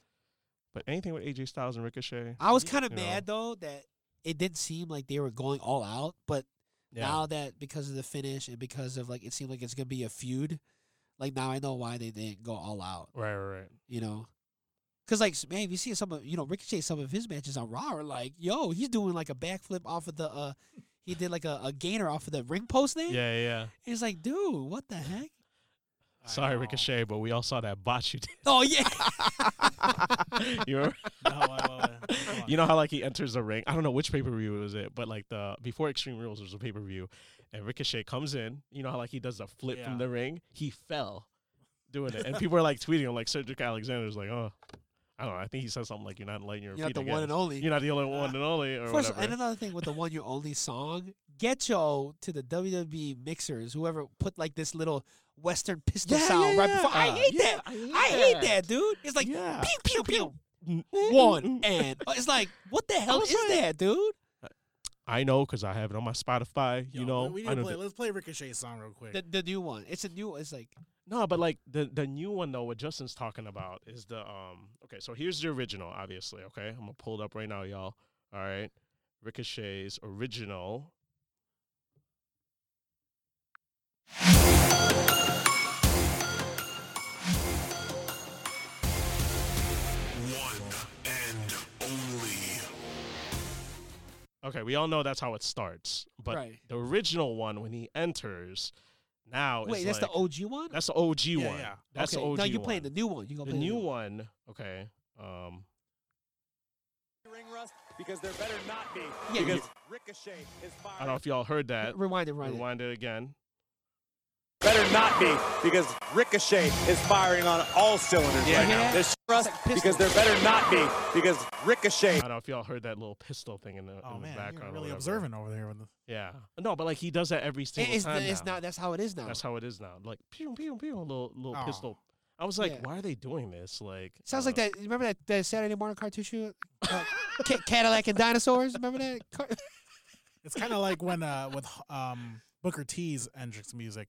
Speaker 3: but anything with AJ Styles and Ricochet.
Speaker 2: I was kind of
Speaker 3: you know?
Speaker 2: mad though that it didn't seem like they were going all out, but now that because of the finish and because of like it seemed like it's gonna be a feud, like now I know why they didn't go all out.
Speaker 3: Right, right, right.
Speaker 2: You know, because like s- man, if you see some of you know Ricochet, some of his matches on Raw are like, yo, he's doing like a backflip off of the uh, he did like a, a gainer off of the ring post thing.
Speaker 3: Yeah, yeah. yeah.
Speaker 2: It's like, dude, what the heck?
Speaker 4: I
Speaker 3: Sorry,
Speaker 4: know.
Speaker 3: Ricochet, but we all saw that botch you
Speaker 2: Oh yeah,
Speaker 3: did. you remember?
Speaker 4: No, I love it. Come on.
Speaker 3: you know how like he enters the ring. I don't know which pay per view was it, but like the before Extreme Rules was a pay per view, and Ricochet comes in. You know how like he does the flip
Speaker 4: Yeah.
Speaker 3: from the ring. He fell doing it, and people are like tweeting him. Like Cedric Alexander's like, oh, I don't know. I think he said something like, "You're not letting your
Speaker 2: you're not
Speaker 3: feet
Speaker 2: the one and
Speaker 3: against-
Speaker 2: only.
Speaker 3: You're not the only one and only, or
Speaker 2: First,
Speaker 3: whatever.
Speaker 2: and another thing with the one you only song, get yo to the WWE mixers, whoever put like this little Western pistol sound right before. I hate that. I hate that, dude. It's like
Speaker 3: Yeah.
Speaker 2: pew pew pew
Speaker 3: Mm, mm,
Speaker 2: one
Speaker 3: mm, mm.
Speaker 2: and uh, it's like what the hell
Speaker 3: was
Speaker 2: is
Speaker 3: like-
Speaker 2: that, dude?
Speaker 3: I know because I have it on my Spotify. You
Speaker 4: Yo,
Speaker 3: know,
Speaker 4: we need
Speaker 3: I
Speaker 4: to
Speaker 3: know
Speaker 4: play.
Speaker 3: the-
Speaker 4: Let's play Ricochet's song real quick.
Speaker 2: The, the new one. It's a new. It's like
Speaker 3: No, but like the the new one though, what Justin's talking about is the um. Okay, so here's the original, obviously. Okay, I'm gonna pull it up right now, y'all. All right, Ricochet's original.
Speaker 5: One
Speaker 3: Okay, we all know that's how it starts, but
Speaker 2: right.
Speaker 3: the original one when he enters now
Speaker 2: Wait,
Speaker 3: is
Speaker 2: that's
Speaker 3: oh, like,
Speaker 2: the OG one.
Speaker 3: that's the OG
Speaker 4: Yeah,
Speaker 3: one.
Speaker 4: yeah.
Speaker 3: That's
Speaker 2: okay.
Speaker 3: the OG.
Speaker 2: Now you're
Speaker 3: one.
Speaker 2: playing the new one. You gonna
Speaker 3: the
Speaker 2: play
Speaker 3: new one. Okay. Um.
Speaker 5: Ring rust because there better not be.
Speaker 2: Yeah,
Speaker 5: because Ricochet is fired.
Speaker 3: I don't know if y'all heard that.
Speaker 2: Rewind it, rewind it.
Speaker 3: Rewind it again.
Speaker 5: Better not be because Ricochet is firing on all cylinders
Speaker 2: Yeah.
Speaker 5: right
Speaker 2: You hear
Speaker 5: now.
Speaker 2: that?
Speaker 5: This rust
Speaker 2: like pistol.
Speaker 5: because there better not be because Ricochet
Speaker 3: I don't know if y'all heard that little pistol thing in the,
Speaker 4: Oh
Speaker 3: in the
Speaker 4: man,
Speaker 3: background.
Speaker 4: you're
Speaker 3: or
Speaker 4: really
Speaker 3: whatever.
Speaker 4: observant over there. With the,
Speaker 3: Yeah. No, but like he does that every
Speaker 2: It-
Speaker 3: single
Speaker 2: It's,
Speaker 3: time.
Speaker 2: it's
Speaker 3: now.
Speaker 2: not. That's how it is now.
Speaker 3: That's how it is now. Like pew pew pew, little little
Speaker 4: Aw.
Speaker 3: pistol. I was like,
Speaker 2: Yeah.
Speaker 3: why are they doing this? Like
Speaker 2: Sounds like
Speaker 3: uh,
Speaker 2: that. Remember that, that Saturday morning cartoon show, uh, Ca- Cadillac and dinosaurs. Remember that? Car-
Speaker 4: it's kind of like when uh with um Booker T's Hendrix music,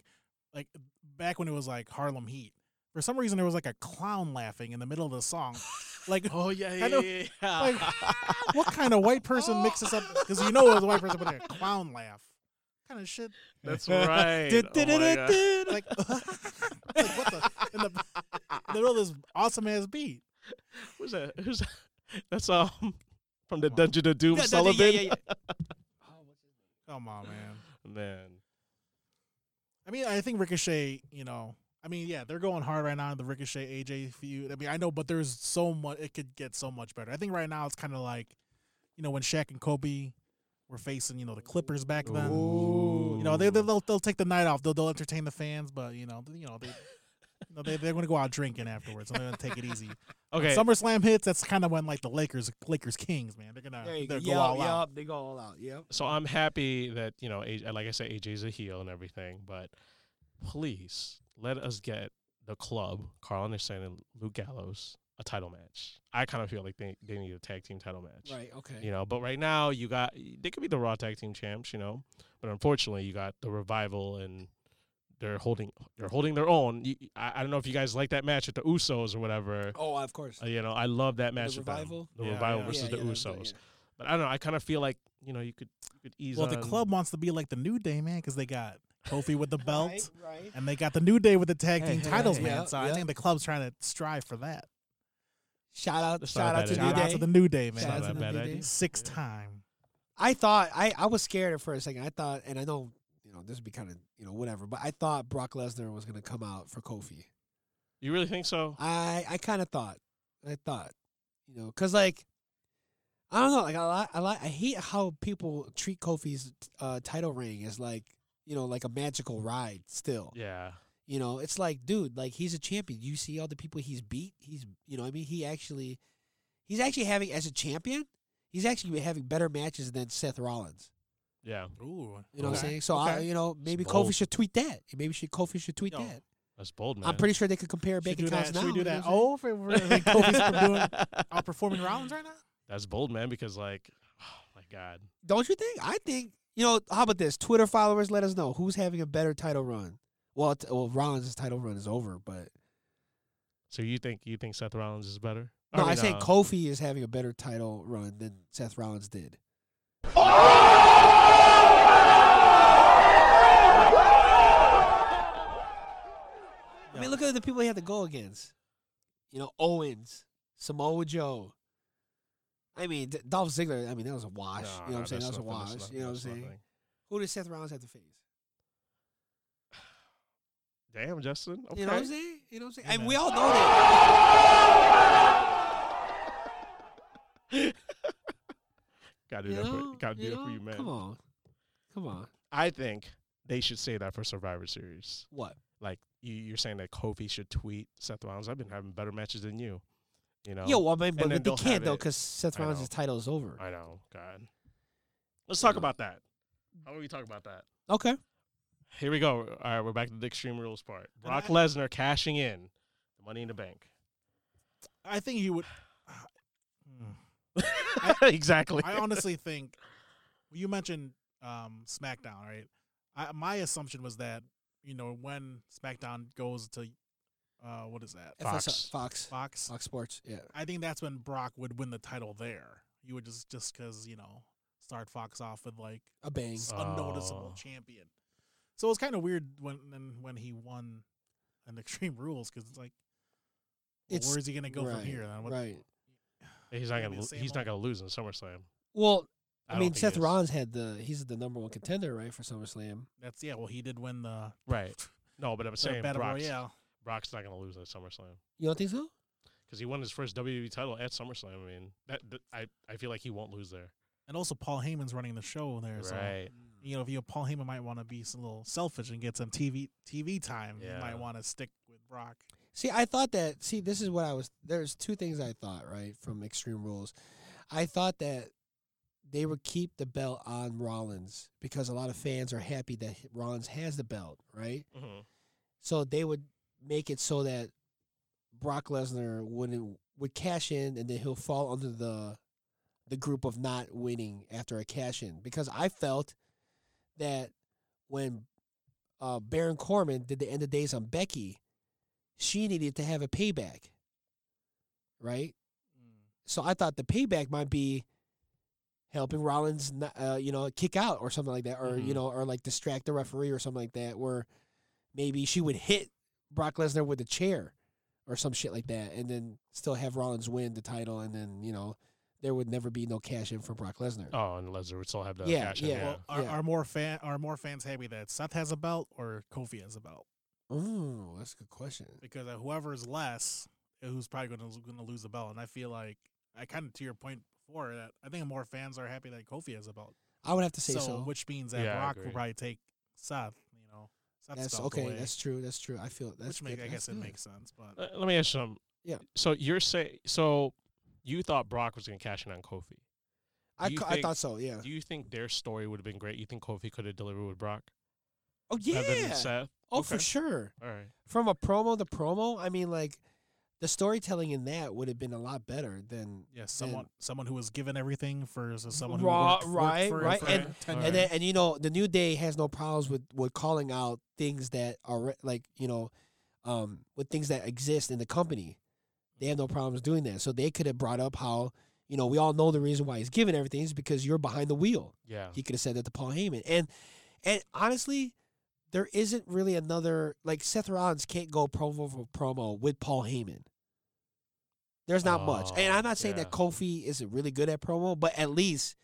Speaker 4: like back when it was like Harlem Heat. For some reason, there was like a clown laughing in the middle of the song. Like,
Speaker 3: Oh yeah, yeah,
Speaker 4: I know-
Speaker 3: yeah, yeah.
Speaker 4: like what kind of white person mixes up? Because you know it was a white person, but a clown laugh. kind of shit?
Speaker 3: That's right.
Speaker 2: Du-
Speaker 3: Oh,
Speaker 2: du-
Speaker 3: my
Speaker 2: du-
Speaker 3: God.
Speaker 2: du- du-
Speaker 4: Like, like what the in the, in the middle of this awesome ass beat?
Speaker 3: Who's that? Who's that? That's um from the
Speaker 4: Wow.
Speaker 3: Dungeon of
Speaker 2: Yeah,
Speaker 3: Doom
Speaker 2: yeah, yeah,
Speaker 3: Sullivan.
Speaker 2: yeah, yeah.
Speaker 4: Come on, man.
Speaker 3: Man,
Speaker 4: I mean, I think Ricochet, you know, I mean, yeah, they're going hard right now in the Ricochet AJ feud. I mean, I know, but there's so much, it could get so much better. I think right now it's kind of like, you know, when Shaq and Kobe were facing, you know, the Clippers back then. You know, they, they, they'll, they'll take the night off. They'll, they'll entertain the fans, but, you know, you know, they. You know, they, they're going to go out drinking afterwards. and they're going to take it easy.
Speaker 3: okay.
Speaker 4: SummerSlam hits. That's kind of when like the Lakers, Lakers Kings, man. They're gonna
Speaker 2: There you
Speaker 4: they
Speaker 2: go.
Speaker 4: go
Speaker 2: Yep,
Speaker 4: all out.
Speaker 2: yep, They go all out. Yep.
Speaker 3: so I'm happy that you know, A- uh, like I said, AJ's a heel and everything, but please let us get the club, Carl Anderson and Luke Gallows, a title match. I kind of feel like they, they need a tag team title match.
Speaker 2: Right. Okay.
Speaker 3: You know, but right now you got they could be the Raw tag team champs, you know, but unfortunately you got the revival and they're holding they're holding their own. You, I, I don't know if you guys like that match with the Usos or whatever.
Speaker 2: Oh, of course.
Speaker 3: Uh, you know, I love that match with them.
Speaker 2: Revival?
Speaker 3: The
Speaker 4: Yeah,
Speaker 3: revival
Speaker 4: yeah.
Speaker 3: versus
Speaker 2: Yeah,
Speaker 3: the
Speaker 2: yeah, that was
Speaker 3: Usos.
Speaker 2: good, yeah.
Speaker 3: But I don't know. I kind of feel like you know you could you could ease
Speaker 4: Well, the
Speaker 2: uh,
Speaker 3: on-
Speaker 4: club wants to be like the New Day, man, because they got Kofi with the belt.
Speaker 2: Right, right.
Speaker 4: And they got the new day with the tag
Speaker 3: Hey,
Speaker 4: team
Speaker 3: hey,
Speaker 4: titles,
Speaker 3: hey.
Speaker 4: man.
Speaker 2: Yeah,
Speaker 4: so
Speaker 2: yeah.
Speaker 4: I think the club's trying to strive for that.
Speaker 2: Shout out.
Speaker 3: That's
Speaker 2: Shout
Speaker 3: not a
Speaker 2: out to
Speaker 3: bad
Speaker 2: New
Speaker 4: Shout
Speaker 3: idea.
Speaker 2: Day.
Speaker 4: out to the new day,
Speaker 2: Shout
Speaker 4: man.
Speaker 2: out
Speaker 3: Not
Speaker 2: to
Speaker 3: a bad
Speaker 2: the New
Speaker 3: idea.
Speaker 2: Day.
Speaker 4: Sixth
Speaker 3: Yeah.
Speaker 4: time.
Speaker 2: I thought I, I was scared for a second. I thought, and I know you know this would be kind of you know whatever, but I thought Brock Lesnar was gonna come out for Kofi.
Speaker 3: You really think so?
Speaker 2: I I kind of thought, I thought, you know, cause like I don't know, like I li- I li- I hate how people treat Kofi's uh, title ring as like you know like a magical ride. Still,
Speaker 3: Yeah.
Speaker 2: you know, it's like dude, like he's a champion. You see all the people he's beat. He's you know what I mean he actually he's actually having as a champion. He's actually having better matches than Seth Rollins.
Speaker 3: Yeah.
Speaker 4: Ooh.
Speaker 2: You know what I'm
Speaker 3: Okay.
Speaker 2: saying? So I,
Speaker 4: Okay.
Speaker 2: you know, maybe
Speaker 3: bold.
Speaker 2: Kofi should tweet that. Maybe should Kofi should tweet
Speaker 4: Yo,
Speaker 2: that.
Speaker 3: That's bold, man.
Speaker 2: I'm pretty sure they could compare
Speaker 4: Should
Speaker 2: bank
Speaker 4: we do
Speaker 2: accounts
Speaker 4: that?
Speaker 2: now.
Speaker 4: Should we do
Speaker 2: you know
Speaker 4: that?
Speaker 2: what I'm saying?
Speaker 4: Oh, if it were like Kofi's per- doing, outperforming Rollins right now?
Speaker 3: That's bold, man. Because like, oh my God,
Speaker 2: don't you think? I think you know. How about this? Twitter followers, let us know who's having a better title run. Well, t- well, Rollins' title run is over, but
Speaker 3: so you think you think Seth Rollins is better?
Speaker 2: no, I,
Speaker 3: mean,
Speaker 2: say
Speaker 3: uh,
Speaker 2: Kofi is having a better title run than Seth Rollins did. I mean, look at the people he had to go against. You know, Owens, Samoa Joe. I mean, D- Dolph Ziggler. I mean, that was a wash.
Speaker 3: nah,
Speaker 2: you know what
Speaker 3: nah,
Speaker 2: I'm saying? That was
Speaker 3: that's
Speaker 2: a
Speaker 3: nothing, that's
Speaker 2: wash.
Speaker 3: nothing,
Speaker 2: You know what I'm
Speaker 3: that's
Speaker 2: saying?
Speaker 3: nothing.
Speaker 2: Who did Seth Rollins have to face?
Speaker 3: Damn, Justin. Okay.
Speaker 2: You know what I'm saying? You know what I'm saying?
Speaker 4: Hey,
Speaker 2: and
Speaker 4: man.
Speaker 2: we all know that.
Speaker 3: Gotta do
Speaker 2: You
Speaker 3: that. For,
Speaker 2: know?
Speaker 3: gotta do
Speaker 2: You
Speaker 3: that for
Speaker 2: know?
Speaker 3: you, man.
Speaker 2: Come on, come on.
Speaker 3: I think they should say that for Survivor Series.
Speaker 2: What?
Speaker 3: Like you, you're saying that Kofi should tweet Seth Rollins. I've been having better matches than you. You know.
Speaker 2: Yeah, well, I mean, but
Speaker 3: then
Speaker 2: they
Speaker 3: they'll have
Speaker 2: can't though
Speaker 3: it.
Speaker 2: because Seth
Speaker 3: I
Speaker 2: Rollins'
Speaker 3: know.
Speaker 2: title is over.
Speaker 3: I know. God. Let's talk
Speaker 2: Yeah.
Speaker 3: about that. How about we talk about that?
Speaker 2: Okay.
Speaker 3: Here we go. All right, we're back to the Extreme Rules part.
Speaker 4: And
Speaker 3: Brock
Speaker 4: I-
Speaker 3: Lesnar cashing in the Money in the Bank.
Speaker 4: I think he would. uh,
Speaker 3: exactly.
Speaker 4: I honestly think you mentioned um, SmackDown, right? I, my assumption was that you know when SmackDown goes to uh, what is that
Speaker 3: Fox.
Speaker 2: FS Fox.
Speaker 4: Fox?
Speaker 2: Fox Sports. Yeah.
Speaker 4: I think that's when Brock would win the title there. You would just just because you know start Fox off with like
Speaker 2: A bang.
Speaker 4: s- unnoticeable
Speaker 3: Oh.
Speaker 4: champion. So it was kind of weird when and when he won an Extreme Rules because it's like, well,
Speaker 2: It's-
Speaker 4: where is he gonna go from
Speaker 2: right,
Speaker 4: here? Then? What-
Speaker 2: right.
Speaker 3: he's not
Speaker 4: Yeah, I
Speaker 3: gonna.
Speaker 4: mean,
Speaker 3: lo-
Speaker 4: same
Speaker 3: He's not
Speaker 4: old-
Speaker 3: gonna lose in SummerSlam.
Speaker 2: Well, I,
Speaker 3: don't
Speaker 2: mean,
Speaker 3: think he
Speaker 2: Seth
Speaker 3: is.
Speaker 2: Rollins had the he's the number one contender right for SummerSlam.
Speaker 4: That's yeah. Well, he did win the,
Speaker 3: Right. No, but I'm
Speaker 4: the
Speaker 3: saying
Speaker 4: battle
Speaker 3: Brock's,
Speaker 4: royale.
Speaker 3: Brock's not going to lose at SummerSlam
Speaker 2: You don't think so?
Speaker 3: because he won his first WWE title at SummerSlam. I mean, that, that- I I feel like he won't lose there.
Speaker 4: And also, Paul Heyman's running the show there, so
Speaker 3: Right.
Speaker 4: you know, if you Paul Heyman might want to be s- a little selfish and get some TV TV time. He
Speaker 3: Yeah.
Speaker 4: might want to stick with Brock.
Speaker 2: See, I thought that. See, this is what I was. There's two things I thought right from Extreme Rules. I thought that they would keep the belt on Rollins because a lot of fans are happy that Rollins has the belt, right?
Speaker 3: Mhm.
Speaker 2: So they would make it so that Brock Lesnar wouldn't would cash in, and then he'll fall under the the group of not winning after a cash in. Because I felt that when uh, Baron Corbin did the end of days on Becky, she needed to have a payback, right? So I thought the payback might be helping Rollins, not- uh, you know, kick out or something like that, or you
Speaker 4: Mm-hmm.
Speaker 3: Mhm.
Speaker 2: know, or like distract the referee or something like that, where maybe she would hit Brock Lesnar with a chair or some shit like that, and then still have Rollins win the title, and then you know, there would never be no cash in for Brock Lesnar.
Speaker 3: Oh, and Lesnar would still have the
Speaker 2: Yeah,
Speaker 3: cash in,
Speaker 2: yeah.
Speaker 4: Well, are,
Speaker 2: yeah.
Speaker 4: are more fan are more fans happy that Seth has a belt or Kofi has a belt?
Speaker 2: Ooh, that's a good question.
Speaker 4: Because uh, whoever's less, uh, who's probably going to going to lose the belt. And I feel like I kind of to your point before that I think more fans are happy that Kofi has a belt.
Speaker 2: I would have to say so.
Speaker 4: which means that
Speaker 3: Yeah, I
Speaker 4: Brock
Speaker 3: agree.
Speaker 4: will probably take Seth. You know, Seth's
Speaker 2: that's
Speaker 4: belt
Speaker 2: okay.
Speaker 4: away,
Speaker 2: That's true. That's true. I feel that's.
Speaker 4: which make,
Speaker 2: good,
Speaker 4: I
Speaker 2: that's
Speaker 4: guess it
Speaker 2: good.
Speaker 4: makes sense. But
Speaker 3: Uh, Let me ask you something.
Speaker 2: Yeah.
Speaker 3: So you're saying so you thought Brock was going to cash in on Kofi.
Speaker 2: I,
Speaker 3: you
Speaker 2: c- I
Speaker 3: think-
Speaker 2: thought so. Yeah.
Speaker 3: Do you think their story would have been great? You think Kofi could have delivered with Brock?
Speaker 2: Oh
Speaker 3: Rather than
Speaker 2: yeah.
Speaker 3: Seth?
Speaker 2: Oh
Speaker 3: Okay.
Speaker 2: for sure.
Speaker 3: All right.
Speaker 2: From a promo to promo, I mean, like the storytelling in that would have been a lot better than.
Speaker 4: yeah, someone someone who was given everything for so someone who
Speaker 2: Raw-
Speaker 4: worked, worked
Speaker 2: right,
Speaker 4: for,
Speaker 2: right,
Speaker 4: for
Speaker 2: and-
Speaker 4: 10
Speaker 3: and
Speaker 2: And
Speaker 4: years.
Speaker 2: then, and you know, the new day has no problems with with calling out things that are re- like you know, um, with things that exist in the company. They have no problems doing that, so they could have brought up how you know we all know the reason why he's given everything is because you're behind the wheel.
Speaker 3: Yeah.
Speaker 2: He could have said that to Paul Heyman. And and honestly, there isn't really another like Seth Rollins can't go promo for promo with Paul Heyman. There's not much. And
Speaker 3: Oh,
Speaker 2: I'm not saying
Speaker 3: yeah.
Speaker 2: that Kofi isn't really good at promo, but at least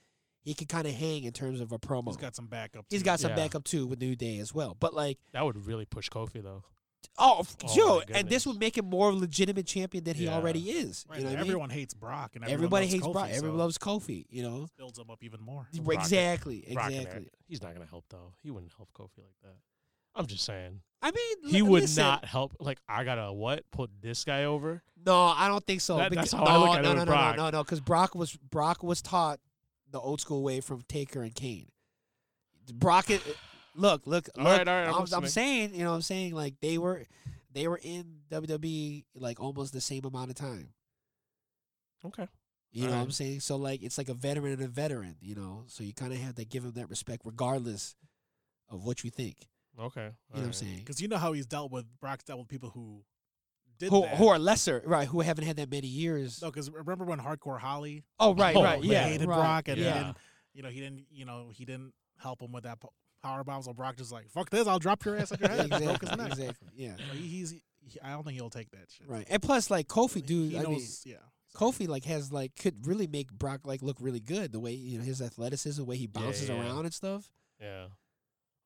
Speaker 2: he can kind of hang in terms of a promo.
Speaker 4: He's got some backup.
Speaker 2: He's
Speaker 4: too.
Speaker 2: got some
Speaker 3: Yeah.
Speaker 2: backup too with New Day as well. But like,
Speaker 3: That would really push Kofi though.
Speaker 2: oh, f-
Speaker 3: Oh,
Speaker 2: yo,
Speaker 3: my
Speaker 2: and this
Speaker 3: goodness.
Speaker 2: would make him more of a legitimate champion than he
Speaker 3: Yeah.
Speaker 2: already is.
Speaker 4: Right,
Speaker 2: you know what I mean?
Speaker 4: everyone hates Brock, and everyone
Speaker 2: Everybody
Speaker 4: loves
Speaker 2: hates
Speaker 4: Kofi,
Speaker 2: Brock. Everyone
Speaker 4: so
Speaker 2: loves Kofi. You know,
Speaker 4: it builds him up even more.
Speaker 3: Brock-
Speaker 2: exactly,
Speaker 3: Brock and
Speaker 2: exactly.
Speaker 3: Eric. He's not going to help though. He wouldn't help Kofi like that. I'm just saying.
Speaker 2: I mean,
Speaker 3: He
Speaker 2: li-
Speaker 3: would
Speaker 2: listen,
Speaker 3: not help. Like I gotta what? Put this guy over?
Speaker 2: No, I don't think so.
Speaker 3: That-
Speaker 2: because-
Speaker 3: that's how
Speaker 2: no,
Speaker 3: I look at it
Speaker 2: no,
Speaker 3: with
Speaker 2: no, no,
Speaker 3: Brock.
Speaker 2: no, no, no, because Brock was Brock was taught the old school way from Taker and Kane. Brock, it, look, look,
Speaker 3: All
Speaker 2: look.
Speaker 3: right, all right,
Speaker 2: I'm,
Speaker 3: I'm
Speaker 2: I'm
Speaker 3: listening.
Speaker 2: saying, you know, what I'm saying, like they were, they were in WWE like almost the same amount of time.
Speaker 3: Okay.
Speaker 2: You know what I'm
Speaker 3: Right.
Speaker 2: saying? So like it's like a veteran and a veteran, you know. So you kind of have to give him that respect regardless of what you think. You
Speaker 3: Okay. All
Speaker 2: know what I'm
Speaker 3: right.
Speaker 2: saying?
Speaker 4: Because you know how he's dealt with Brock's dealt with people who did
Speaker 2: Who,
Speaker 4: that.
Speaker 2: who are lesser, right? Who haven't had that many years.
Speaker 4: no, because remember when Hardcore Holly,
Speaker 2: Oh right,
Speaker 3: Oh,
Speaker 2: right,
Speaker 4: they
Speaker 2: yeah,
Speaker 4: hated
Speaker 2: right,
Speaker 4: Brock, and he
Speaker 2: yeah.
Speaker 4: didn't- you know he didn't, you know he didn't help him with that po- power bomb. So Brock just like fuck this, I'll drop your ass on your head. and broke
Speaker 2: exactly,
Speaker 4: his neck.
Speaker 2: exactly, yeah,
Speaker 4: You know, he- he's, he- I don't think he'll take that shit.
Speaker 2: right. And plus, like Kofi, dude,
Speaker 4: he
Speaker 2: I mean,
Speaker 4: knows, yeah.
Speaker 2: Kofi like has like could really make Brock like look really good. The way you know his athleticism, the way he
Speaker 3: Yeah,
Speaker 2: bounces
Speaker 3: yeah.
Speaker 2: around and stuff.
Speaker 3: Yeah.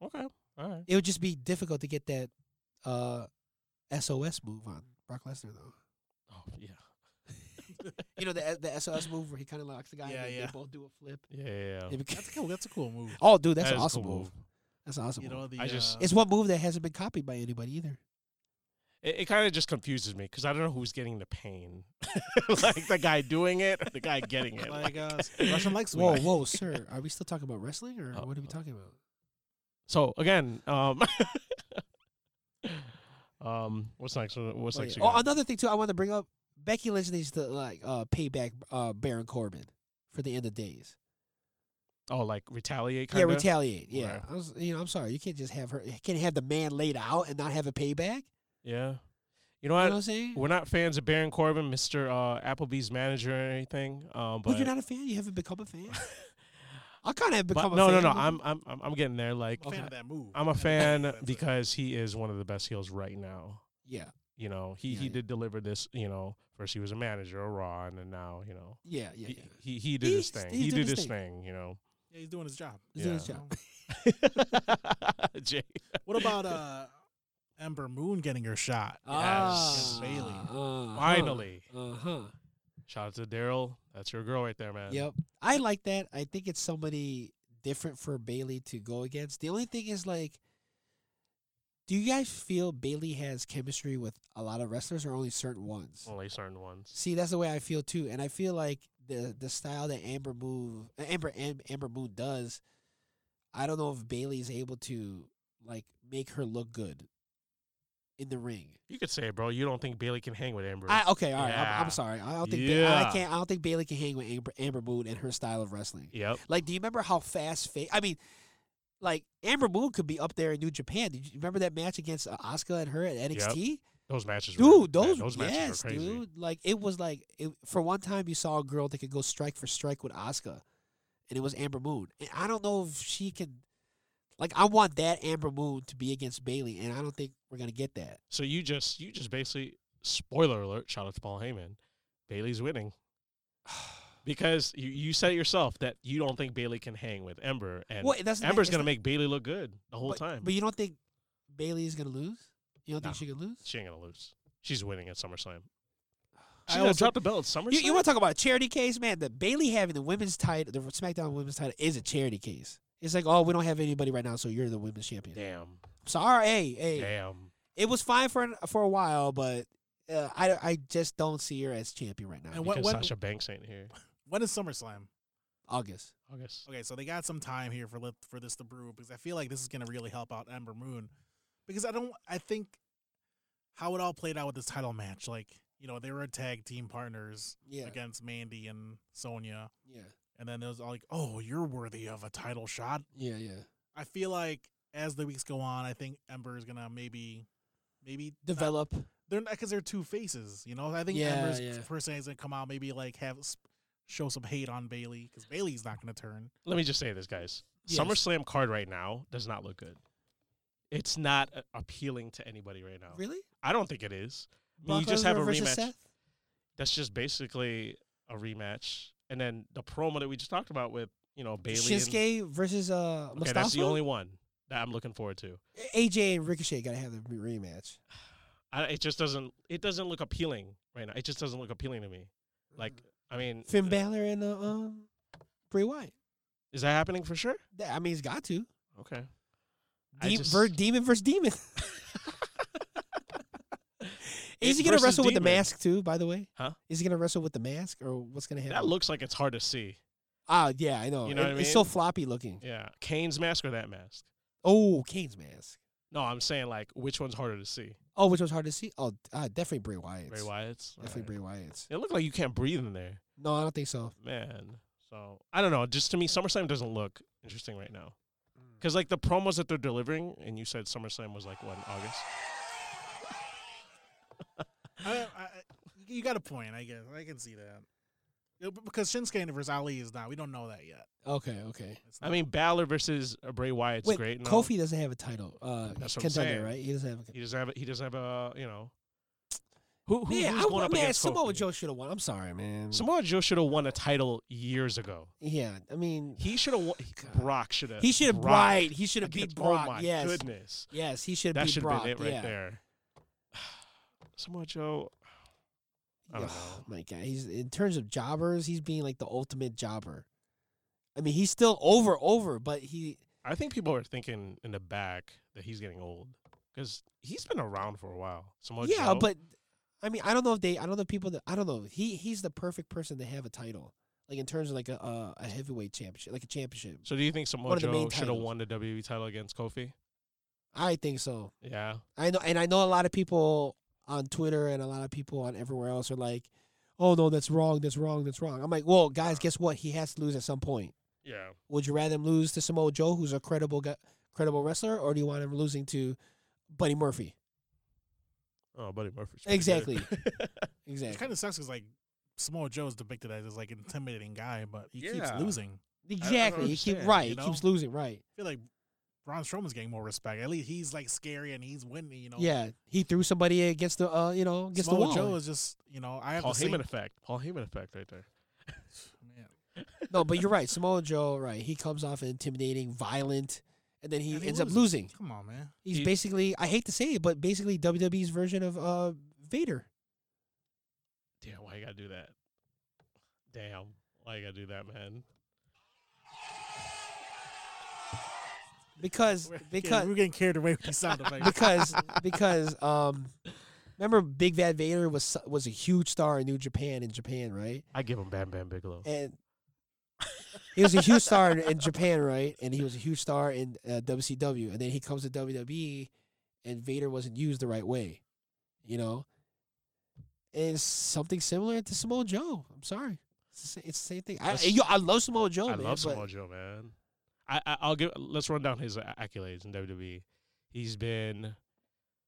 Speaker 3: Okay. All right.
Speaker 2: It would just be difficult to get that uh SOS move on Brock Lesnar though.
Speaker 3: Oh yeah.
Speaker 2: You know the the SOS move where he kind of locks the guy
Speaker 4: Yeah,
Speaker 2: and they-
Speaker 4: yeah. Oh,
Speaker 2: they both do a flip.
Speaker 3: Yeah. yeah, yeah.
Speaker 2: It beca-
Speaker 4: That's a cool. That's a cool move.
Speaker 2: oh, dude, that's
Speaker 3: That
Speaker 2: an
Speaker 3: is a
Speaker 2: awesome
Speaker 3: cool
Speaker 2: move. That's an awesome.
Speaker 4: You
Speaker 2: move.
Speaker 4: know the.
Speaker 3: I just-
Speaker 4: uh,
Speaker 2: It's one move that hasn't been copied by anybody either.
Speaker 3: It, it kind of just confuses me because I don't know who's getting the pain, like the guy doing it, or the guy getting it.
Speaker 4: like uh, Russian leg sweep.
Speaker 2: Whoa, whoa, sir, are we still talking about wrestling or
Speaker 4: Oh,
Speaker 3: Uh,
Speaker 2: what are we
Speaker 3: uh,
Speaker 2: talking about?
Speaker 3: So again, um, um, what's next? What- What's
Speaker 2: Oh,
Speaker 3: next?
Speaker 2: yeah.
Speaker 3: you
Speaker 2: Oh,
Speaker 3: got?
Speaker 2: another thing too, I want to bring up. Becky Lynch needs to like uh, pay back uh, Baron Corbin for the end of days.
Speaker 3: oh, like retaliate.
Speaker 2: Yeah,
Speaker 3: Kinda?
Speaker 2: retaliate. Yeah,
Speaker 3: Right.
Speaker 2: I was, you know, I'm sorry, you can't just have her. You can't have the man laid out and not have a payback.
Speaker 3: Yeah.
Speaker 2: You
Speaker 3: You know
Speaker 2: know
Speaker 3: what?
Speaker 2: what I'm saying?
Speaker 3: We're not fans of Baron Corbin, Mister uh, Applebee's manager or anything. Um, but
Speaker 2: Well, you're not a fan. You haven't become a fan. I kind of have
Speaker 3: but
Speaker 2: become. a
Speaker 3: no,
Speaker 2: fan.
Speaker 3: no, no. I'm, I'm, I'm I'm getting there. Like,
Speaker 4: I'm a fan of that move.
Speaker 3: I'm a
Speaker 4: That's-
Speaker 3: fan
Speaker 4: that's a-
Speaker 3: because he is one of the best heels right now.
Speaker 2: Yeah,
Speaker 3: You know, he
Speaker 2: Yeah,
Speaker 3: he
Speaker 2: yeah.
Speaker 3: did deliver this. You know, first he was a manager of Raw, and then now you know
Speaker 2: yeah, yeah.
Speaker 3: he,
Speaker 2: yeah.
Speaker 3: he he did
Speaker 2: He-
Speaker 3: his thing.
Speaker 2: he's
Speaker 3: He
Speaker 2: doing
Speaker 3: did
Speaker 2: his
Speaker 3: his
Speaker 2: thing.
Speaker 3: thing. You know,
Speaker 4: Yeah, he's doing his job.
Speaker 2: He's doing his
Speaker 4: you
Speaker 2: job.
Speaker 4: know?
Speaker 3: Jay.
Speaker 4: What about uh Ember Moon getting her shot?
Speaker 3: Yes,
Speaker 2: Ah,
Speaker 3: Bailey.
Speaker 2: uh-huh,
Speaker 3: Finally.
Speaker 2: Uh-huh.
Speaker 3: Shout out to Daryl. That's your girl right there, man.
Speaker 2: Yep. I like that. I think it's somebody different for Bailey to go against. The only thing is like do you guys feel Bailey has chemistry with a lot of wrestlers or only certain ones?
Speaker 3: Only certain ones.
Speaker 2: See, that's the way I feel too, and I feel like the the style that Amber move uh, Amber Am- Amber Moon does, I don't know if Bailey's able to like make her look good in the ring.
Speaker 3: You could say, it, bro, you don't think Bailey can hang with Amber.
Speaker 2: I, okay, all right, I'm,
Speaker 3: Yeah.
Speaker 2: I'm sorry. I don't think Ba- I
Speaker 3: Yeah.
Speaker 2: can't. I don't think Bailey can hang with Amber, Amber Moon and her style of wrestling.
Speaker 3: yep.
Speaker 2: Like, do you remember how fast? Fa- I mean, like Amber Moon could be up there in New Japan. Did you remember that match against Oscar and her at NXT?
Speaker 3: Those matches were
Speaker 2: dude,
Speaker 3: man,
Speaker 2: those,
Speaker 3: those matches
Speaker 2: yes,
Speaker 3: were crazy.
Speaker 2: dude. Like it was like it, for one time you saw a girl that could go strike for strike with Asuka, and it was Amber Moon. And I don't know if she can. Like I want that Amber Moon to be against Bailey, and I don't think we're gonna get that.
Speaker 3: So you just you just basically spoiler alert, shout out to Paul Heyman. Bailey's winning. Because you, you said it yourself that you don't think Bailey can hang with Ember and
Speaker 2: Well, that's the thing,
Speaker 3: Ember's
Speaker 2: it's
Speaker 3: gonna
Speaker 2: not-
Speaker 3: make Bailey look good the whole
Speaker 2: but,
Speaker 3: time.
Speaker 2: But you don't think Bailey is gonna lose? You don't
Speaker 3: Nah.
Speaker 2: think she can lose?
Speaker 3: she ain't gonna lose. She's winning at SummerSlam.
Speaker 2: I
Speaker 3: She's gonna
Speaker 2: also-
Speaker 3: drop the belt at SummerSlam.
Speaker 2: You, you want to talk about a charity case, man? The Bailey having the women's title, the SmackDown women's title, is a charity case. It's like, oh, we don't have anybody right now, so you're the women's champion.
Speaker 3: Damn.
Speaker 2: Sorry, hey, hey,
Speaker 3: Damn.
Speaker 2: it was fine for an- for a while, but uh, I I just don't see her as champion right now.
Speaker 4: And
Speaker 3: Because
Speaker 4: what- what-
Speaker 3: Sasha Banks ain't here.
Speaker 4: When is SummerSlam?
Speaker 2: August.
Speaker 3: August.
Speaker 4: Okay, so they got some time here for lit- for this to brew because I feel like this is gonna really help out Ember Moon because I don't I think how it all played out with this title match like you know they were tag team partners
Speaker 2: Yeah,
Speaker 4: against Mandy and Sonya
Speaker 2: yeah,
Speaker 4: and then it was all like oh you're worthy of a title shot
Speaker 2: yeah, yeah.
Speaker 4: I feel like as the weeks go on I think Ember is gonna maybe maybe not-
Speaker 2: Develop.
Speaker 3: Oh.
Speaker 4: they're not because they're two faces you know I think
Speaker 2: Yeah,
Speaker 4: Ember's
Speaker 2: yeah.
Speaker 4: personality is gonna come out maybe like have sp- show some hate on Bailey because Bailey's not gonna turn
Speaker 3: Let me just say this, guys.
Speaker 2: Yes.
Speaker 3: SummerSlam card right now does not look good. It's not uh, appealing to anybody right now.
Speaker 2: Really?
Speaker 3: I don't think it is. I mean,
Speaker 2: Brock
Speaker 3: you just have a
Speaker 2: Lesnar versus
Speaker 3: rematch.
Speaker 2: Seth?
Speaker 3: That's just basically a rematch, and then the promo that we just talked about with you know Bailey.
Speaker 2: Shinsuke versus uh
Speaker 3: and, okay,
Speaker 2: Mustafa.
Speaker 3: that's the only one that I'm looking forward to.
Speaker 2: AJ and Ricochet gotta have the re- rematch.
Speaker 3: I, it just doesn't. It doesn't look appealing right now. It just doesn't look appealing to me. Like, I mean,
Speaker 2: Finn Balor and uh, um Bray Wyatt.
Speaker 3: is that happening for sure?
Speaker 2: That- I mean, it's got to.
Speaker 3: Okay. I
Speaker 2: De-
Speaker 3: just-
Speaker 2: ver- demon versus demon. Is he
Speaker 3: It
Speaker 2: gonna
Speaker 3: versus
Speaker 2: wrestle with the
Speaker 3: Demon.
Speaker 2: mask too? By the way,
Speaker 3: Huh?
Speaker 2: Is he gonna wrestle with the mask, or what's gonna happen?
Speaker 3: That looks like it's hard to see.
Speaker 2: Ah, yeah, I know.
Speaker 3: You know
Speaker 2: It-
Speaker 3: what I
Speaker 2: It's so
Speaker 3: mean?
Speaker 2: floppy looking.
Speaker 3: Yeah, Kane's mask or that mask?
Speaker 2: Oh, Kane's mask.
Speaker 3: No, I'm saying like which one's harder to see?
Speaker 2: Oh, which was hard to see. Oh, uh, definitely Bray Wyatt's.
Speaker 3: Bray Wyatt's.
Speaker 2: Definitely
Speaker 3: Alright.
Speaker 2: Bray Wyatt's.
Speaker 3: It looked like you can't breathe in there,
Speaker 2: No, I don't think so.
Speaker 3: man. So I don't know. Just to me, SummerSlam doesn't look interesting right now. Because like the promos that they're delivering, and you said SummerSlam was like what in August?
Speaker 4: I, I, I- you got a point, I guess. I can see that. Yeah, b- Because Shinsuke versus Ali is not. We don't know that yet.
Speaker 2: Okay, okay.
Speaker 4: It's
Speaker 3: I
Speaker 4: not-
Speaker 3: mean, Balor versus uh, Bray Wyatt's
Speaker 2: Wait,
Speaker 3: great. and all.
Speaker 2: Kofi doesn't have a title. Uh,
Speaker 3: That's what I'm
Speaker 2: contender,
Speaker 3: saying.
Speaker 2: right? He doesn't have a.
Speaker 3: He doesn't have. A, he doesn't have a. You know, who who
Speaker 2: man,
Speaker 3: who's
Speaker 2: I,
Speaker 3: going
Speaker 2: wa-
Speaker 3: up
Speaker 2: man,
Speaker 3: against
Speaker 2: Samoa
Speaker 3: Kofi?
Speaker 2: Joe should have won. I'm sorry, man.
Speaker 3: Samoa Joe should have won a title years ago.
Speaker 2: yeah, I mean,
Speaker 3: He should have. won
Speaker 2: God.
Speaker 3: Brock should have.
Speaker 2: he should have right. He should have beat Brock.
Speaker 3: Oh my
Speaker 2: yes,
Speaker 3: goodness.
Speaker 2: yes, he should have
Speaker 3: That
Speaker 2: beat
Speaker 3: should
Speaker 2: Brock.
Speaker 3: have been it right
Speaker 2: yeah.
Speaker 3: there. Samoa Joe. I don't know.
Speaker 2: Oh my God, he's in terms of jobbers, he's being like the ultimate jobber. I mean, he's still over, over, but he
Speaker 3: I think people are thinking in the back that he's getting old because he's been around for a while. Samoa
Speaker 2: yeah,
Speaker 3: Joe.
Speaker 2: but I mean, I don't know if they, I don't know people that, I don't know. He he's the perfect person to have a title, like in terms of like a uh, a heavyweight championship, like a championship.
Speaker 3: So do you think Samoa
Speaker 2: of the main
Speaker 3: Joe should have
Speaker 2: titles.
Speaker 3: won the WWE title against Kofi?
Speaker 2: I think so.
Speaker 3: Yeah.
Speaker 2: I know, and I know a lot of people on Twitter and a lot of people on everywhere else are like, "Oh no, that's wrong, that's wrong, that's wrong." I'm like, "Well, guys, guess what? He has to lose at some point.
Speaker 3: Yeah.
Speaker 2: Would you rather him lose to Samoa Joe, who's a credible gu credible wrestler, or do you want him losing to Buddy Murphy?"
Speaker 3: Oh, Buddy Murphy's pretty good.
Speaker 2: Exactly.
Speaker 4: it
Speaker 2: exactly.
Speaker 4: kind of sucks because like Samoa Joe is depicted as this like intimidating guy, but he keeps
Speaker 3: Yeah.
Speaker 4: losing. I
Speaker 2: exactly. He keep
Speaker 3: understand,
Speaker 2: right.
Speaker 4: you
Speaker 2: He keeps
Speaker 4: know?
Speaker 2: losing. Right.
Speaker 4: feel like Braun Strowman's getting more respect. At least he's like scary and he's winning. You know.
Speaker 2: Yeah. He threw somebody against the uh, you know, against
Speaker 4: Samoa
Speaker 2: the wall.
Speaker 4: Joe is just you know I have
Speaker 3: Paul
Speaker 4: the same
Speaker 3: Heyman effect. Paul Heyman effect right there.
Speaker 4: man.
Speaker 2: No, but you're right. Samoa Joe, right? He comes off intimidating, violent, and then he
Speaker 4: And he
Speaker 2: ends up
Speaker 4: loses.
Speaker 2: losing.
Speaker 4: Come on, man.
Speaker 2: He's
Speaker 3: He-
Speaker 2: basically, I hate to say it, but basically WWE's version of uh, Vader.
Speaker 3: Damn, why you gotta do that? Damn, why you gotta do that, man?
Speaker 2: Because
Speaker 4: We're getting-
Speaker 2: because
Speaker 4: we're getting carried away with the sound effects.
Speaker 2: because because um, remember Big Bad Vader was su- was a huge star in New Japan in Japan, right?
Speaker 3: I give him Bam Bam Bigelow.
Speaker 2: And he was a huge star in- in Japan, right? And he was a huge star in uh, WCW, and then he comes to WWE, and Vader wasn't used the right way, you know. And it's something similar to Samoa Joe. I'm sorry, it's the same, it's the same thing. I,
Speaker 3: That's-
Speaker 2: yo, I love Samoa Joe.
Speaker 3: I
Speaker 2: man,
Speaker 3: love
Speaker 2: but-
Speaker 3: Samoa Joe, man. I, I I'll give. Let's run down his a- accolades in WWE. He's been,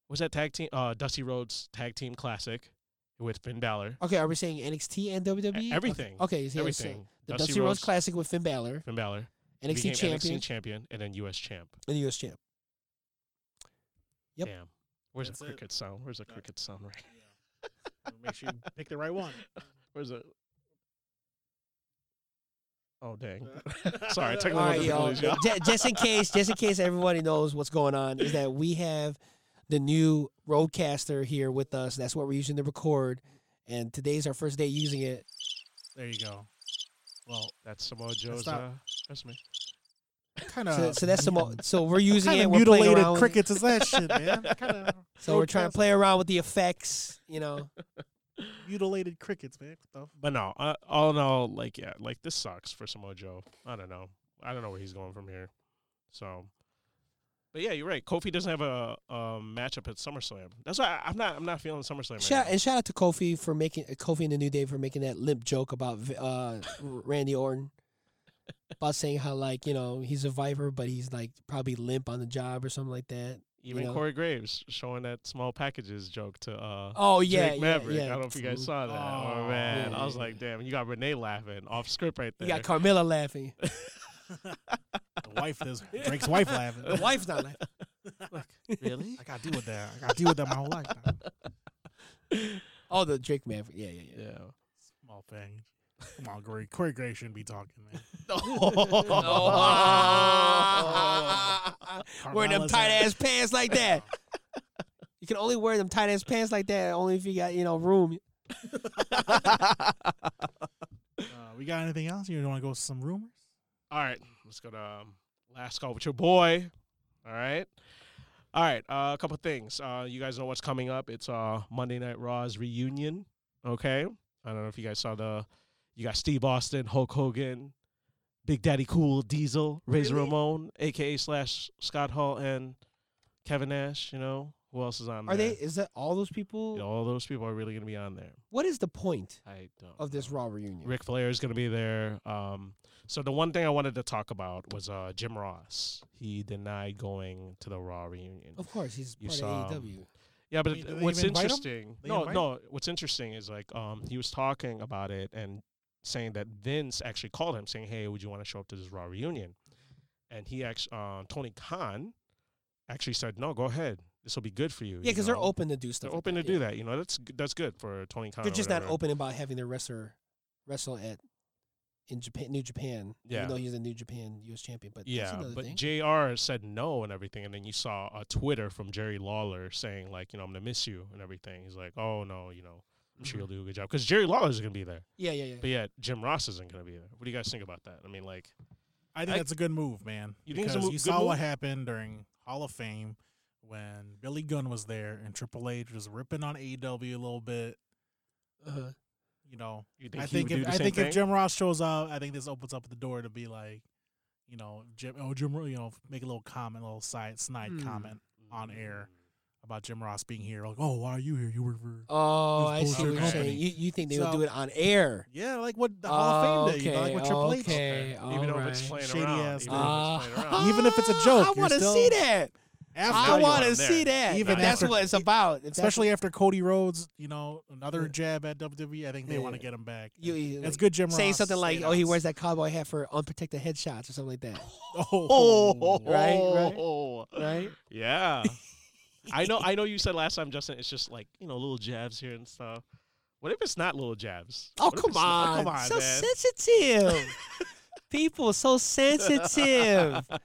Speaker 3: was that tag team? Uh, Dusty Rhodes tag team classic with Finn Balor.
Speaker 2: Okay, are we saying NXT and WWE? Okay,
Speaker 3: E-, everything.
Speaker 2: Okay, so yeah, it's
Speaker 3: Everything.
Speaker 2: the Dusty Rhodes Classic with Finn Balor,
Speaker 3: Finn Balor
Speaker 2: NXT
Speaker 3: became
Speaker 2: champion,
Speaker 3: NXT champion, and then U.S. champ.
Speaker 2: and US champ. Yep.
Speaker 3: Damn. Where's
Speaker 4: That's
Speaker 3: the
Speaker 4: it.
Speaker 3: cricket sound? Where's the
Speaker 4: Got it.
Speaker 3: cricket sound? Right.
Speaker 4: Make sure you pick the right one.
Speaker 3: Where's it? Oh dang! Sorry, I took a
Speaker 2: All
Speaker 3: little
Speaker 2: right,
Speaker 3: bit
Speaker 2: y'all.
Speaker 3: of y'all.
Speaker 2: Ju- just in case, just in case everybody knows what's going on, is that we have the new Roadcaster here with us. That's what we're using to record, and today's our first day using it.
Speaker 4: There you go. Well,
Speaker 3: That's Samoa Joe's.
Speaker 4: not-
Speaker 3: Uh, that's me.
Speaker 4: kind
Speaker 2: So,
Speaker 4: of.
Speaker 2: so that's the mo- so we're using
Speaker 4: kind
Speaker 2: it.
Speaker 4: of
Speaker 2: We're playing
Speaker 4: mutilated
Speaker 2: around. with-
Speaker 4: crickets is that shit, man? Kind of
Speaker 2: So we're trying to play around with the effects. You know,
Speaker 4: mutilated crickets, man. What
Speaker 3: But no, uh, all in all, like yeah, like this sucks for Samoa Joe. I don't know. I don't know where he's going from here. So, but yeah, you're right. Kofi doesn't have a, a matchup at SummerSlam. That's why I, I'm not. I'm not feeling SummerSlam. Right
Speaker 2: shout,
Speaker 3: now.
Speaker 2: and shout out to Kofi for making uh, Kofi and the New Day for making that limp joke about V- uh, Randy Orton. About saying how like you know he's a viper, but he's like probably limp on the job or something like that.
Speaker 3: Even
Speaker 2: know.
Speaker 3: Corey Graves showing that small packages joke to uh,
Speaker 2: Oh yeah,
Speaker 3: Drake
Speaker 2: yeah,
Speaker 3: Maverick.
Speaker 2: yeah.
Speaker 3: I don't know if you guys saw that. Oh,
Speaker 4: Oh,
Speaker 3: man,
Speaker 2: yeah,
Speaker 3: I was
Speaker 2: yeah,
Speaker 3: like, damn, you got Renee laughing off script right
Speaker 2: You
Speaker 3: there.
Speaker 2: got Carmilla laughing.
Speaker 4: the the wife is Drake's wife laughing.
Speaker 2: The wife's not laughing.
Speaker 3: really?
Speaker 4: I gotta deal with that. I gotta deal with that my whole life. Now.
Speaker 2: Oh, the Drake Maverick. Yeah, yeah, yeah.
Speaker 3: Yeah.
Speaker 4: Small thing. Come on, Corey. Corey Gray shouldn't be talking, man.
Speaker 2: Oh, Wearing them
Speaker 4: Carmella's
Speaker 2: tight
Speaker 4: out.
Speaker 2: ass pants like that. You can only wear them tight ass pants like that only if you got you know room.
Speaker 4: Uh, we got anything else? You want to go some rumors?
Speaker 3: All right, let's go to um, last call with your boy. All right, all right. Uh, a couple things. Uh, you guys know what's coming up. It's uh Monday Night Raw's reunion. Okay, I don't know if you guys saw the. You got Steve Austin, Hulk Hogan, Big Daddy Cool, Diesel, Razor Ramon, aka slash Scott Hall, and Kevin Nash. You know who else is on
Speaker 2: Are
Speaker 3: there?
Speaker 2: they? Is that all those people?
Speaker 3: You know, all those people are really gonna be on there.
Speaker 2: What is the point
Speaker 3: I don't
Speaker 2: of this
Speaker 3: know.
Speaker 2: Raw reunion?
Speaker 3: Ric Flair is going to be there. Um, so the one thing I wanted to talk about was uh, Jim Ross. He denied going to the Raw reunion.
Speaker 2: Of course, he's
Speaker 3: You
Speaker 2: part
Speaker 3: saw,
Speaker 2: of E AEW.
Speaker 3: Yeah, but
Speaker 4: Wait, did they
Speaker 3: what's
Speaker 4: even invite him?
Speaker 3: interesting?
Speaker 4: They
Speaker 3: No,
Speaker 4: invite
Speaker 3: no. What's interesting is like um, he was talking about it and saying that Vince actually called him saying, "Hey, would you want to show up to this Raw reunion?" And he actually, uh, Tony Khan, actually said, "No, go ahead. This will be good for you."
Speaker 2: Yeah,
Speaker 3: you
Speaker 2: because they're
Speaker 3: know?
Speaker 2: open to do stuff.
Speaker 3: They're
Speaker 2: like
Speaker 3: open to
Speaker 2: yeah.
Speaker 3: do that. You know, that's g- that's good for Tony Khan.
Speaker 2: They're
Speaker 3: or
Speaker 2: just not
Speaker 3: whatever.
Speaker 2: open about having their wrestler wrestle at in Japan, New Japan.
Speaker 3: Yeah.
Speaker 2: Even though he's a New Japan U.S. champion, but that's
Speaker 3: yeah,
Speaker 2: another
Speaker 3: but
Speaker 2: thing.
Speaker 3: JR said no and everything, and then you saw a Twitter from Jerry Lawler saying like, you know, I'm gonna miss you and everything. He's like, oh no, you know, I'm sure you'll do a good job because Jerry Lawler's gonna be there,
Speaker 2: yeah, Mm-hmm. yeah, yeah.
Speaker 3: but yet Jim Ross isn't gonna be there. What do you guys think about that? I mean, like,
Speaker 4: I think
Speaker 3: I-
Speaker 4: that's a good move, man.
Speaker 3: You think
Speaker 4: because
Speaker 3: it's a mo-
Speaker 4: you
Speaker 3: good
Speaker 4: saw
Speaker 3: move?
Speaker 4: what happened during Hall of Fame when Billy Gunn was there and Triple H was ripping on AEW a little bit.
Speaker 2: Uh-huh.
Speaker 4: You know,
Speaker 3: you think
Speaker 4: I
Speaker 3: he
Speaker 4: think
Speaker 3: would do
Speaker 4: if
Speaker 3: the
Speaker 4: I
Speaker 3: same
Speaker 4: think
Speaker 3: thing?
Speaker 4: if Jim Ross shows up, I think this opens up the door to be like, you know, Jim, oh Jim, Ro- you know, make a little comment, a little side snide
Speaker 2: Hmm.
Speaker 4: comment on air about Jim Ross being here. Like, oh, why are you here? You work for
Speaker 2: Oh, I
Speaker 4: It was
Speaker 2: see
Speaker 4: bullshit
Speaker 2: what you're saying.
Speaker 4: company.
Speaker 2: You, you think they would
Speaker 4: So-
Speaker 2: do it on air?
Speaker 4: yeah, like what the Hall of Fame did, like what Triple H.
Speaker 2: okay,
Speaker 3: Mm,
Speaker 2: Ah,
Speaker 3: even
Speaker 2: all
Speaker 3: though if it's
Speaker 2: right.
Speaker 3: playing
Speaker 4: Shady
Speaker 3: around,
Speaker 4: ass
Speaker 3: even if it's playing around.
Speaker 4: Uh-huh. Even if it's a joke,
Speaker 2: I
Speaker 4: you're
Speaker 2: want to
Speaker 4: still-
Speaker 2: see that.
Speaker 4: After
Speaker 2: I
Speaker 3: you
Speaker 2: want
Speaker 3: on
Speaker 2: to
Speaker 3: there.
Speaker 2: see that.
Speaker 4: Even
Speaker 2: If that's
Speaker 4: after-
Speaker 2: what it's about. If that's-
Speaker 4: especially after Cody Rhodes, you know, another
Speaker 2: Yeah.
Speaker 4: jab at WWE. I think they want to
Speaker 2: Yeah.
Speaker 4: get him back.
Speaker 2: you, you
Speaker 4: That's
Speaker 2: like,
Speaker 4: good, Jim.
Speaker 2: saying
Speaker 4: Ross.
Speaker 2: something
Speaker 4: Say
Speaker 2: like,
Speaker 4: it
Speaker 2: "Oh, he
Speaker 4: out.
Speaker 2: wears that cowboy hat for unprotected headshots or something like that."
Speaker 4: Oh,
Speaker 2: Right, right.
Speaker 3: Oh.
Speaker 2: Right?
Speaker 3: Yeah. I know I know you said last time, Justin, it's just like, you know, little jabs here and stuff. What if it's not little jabs?
Speaker 2: Oh
Speaker 3: What if
Speaker 2: come
Speaker 3: it's not-
Speaker 2: on.
Speaker 3: come on,
Speaker 2: so
Speaker 3: man.
Speaker 2: sensitive. People so sensitive.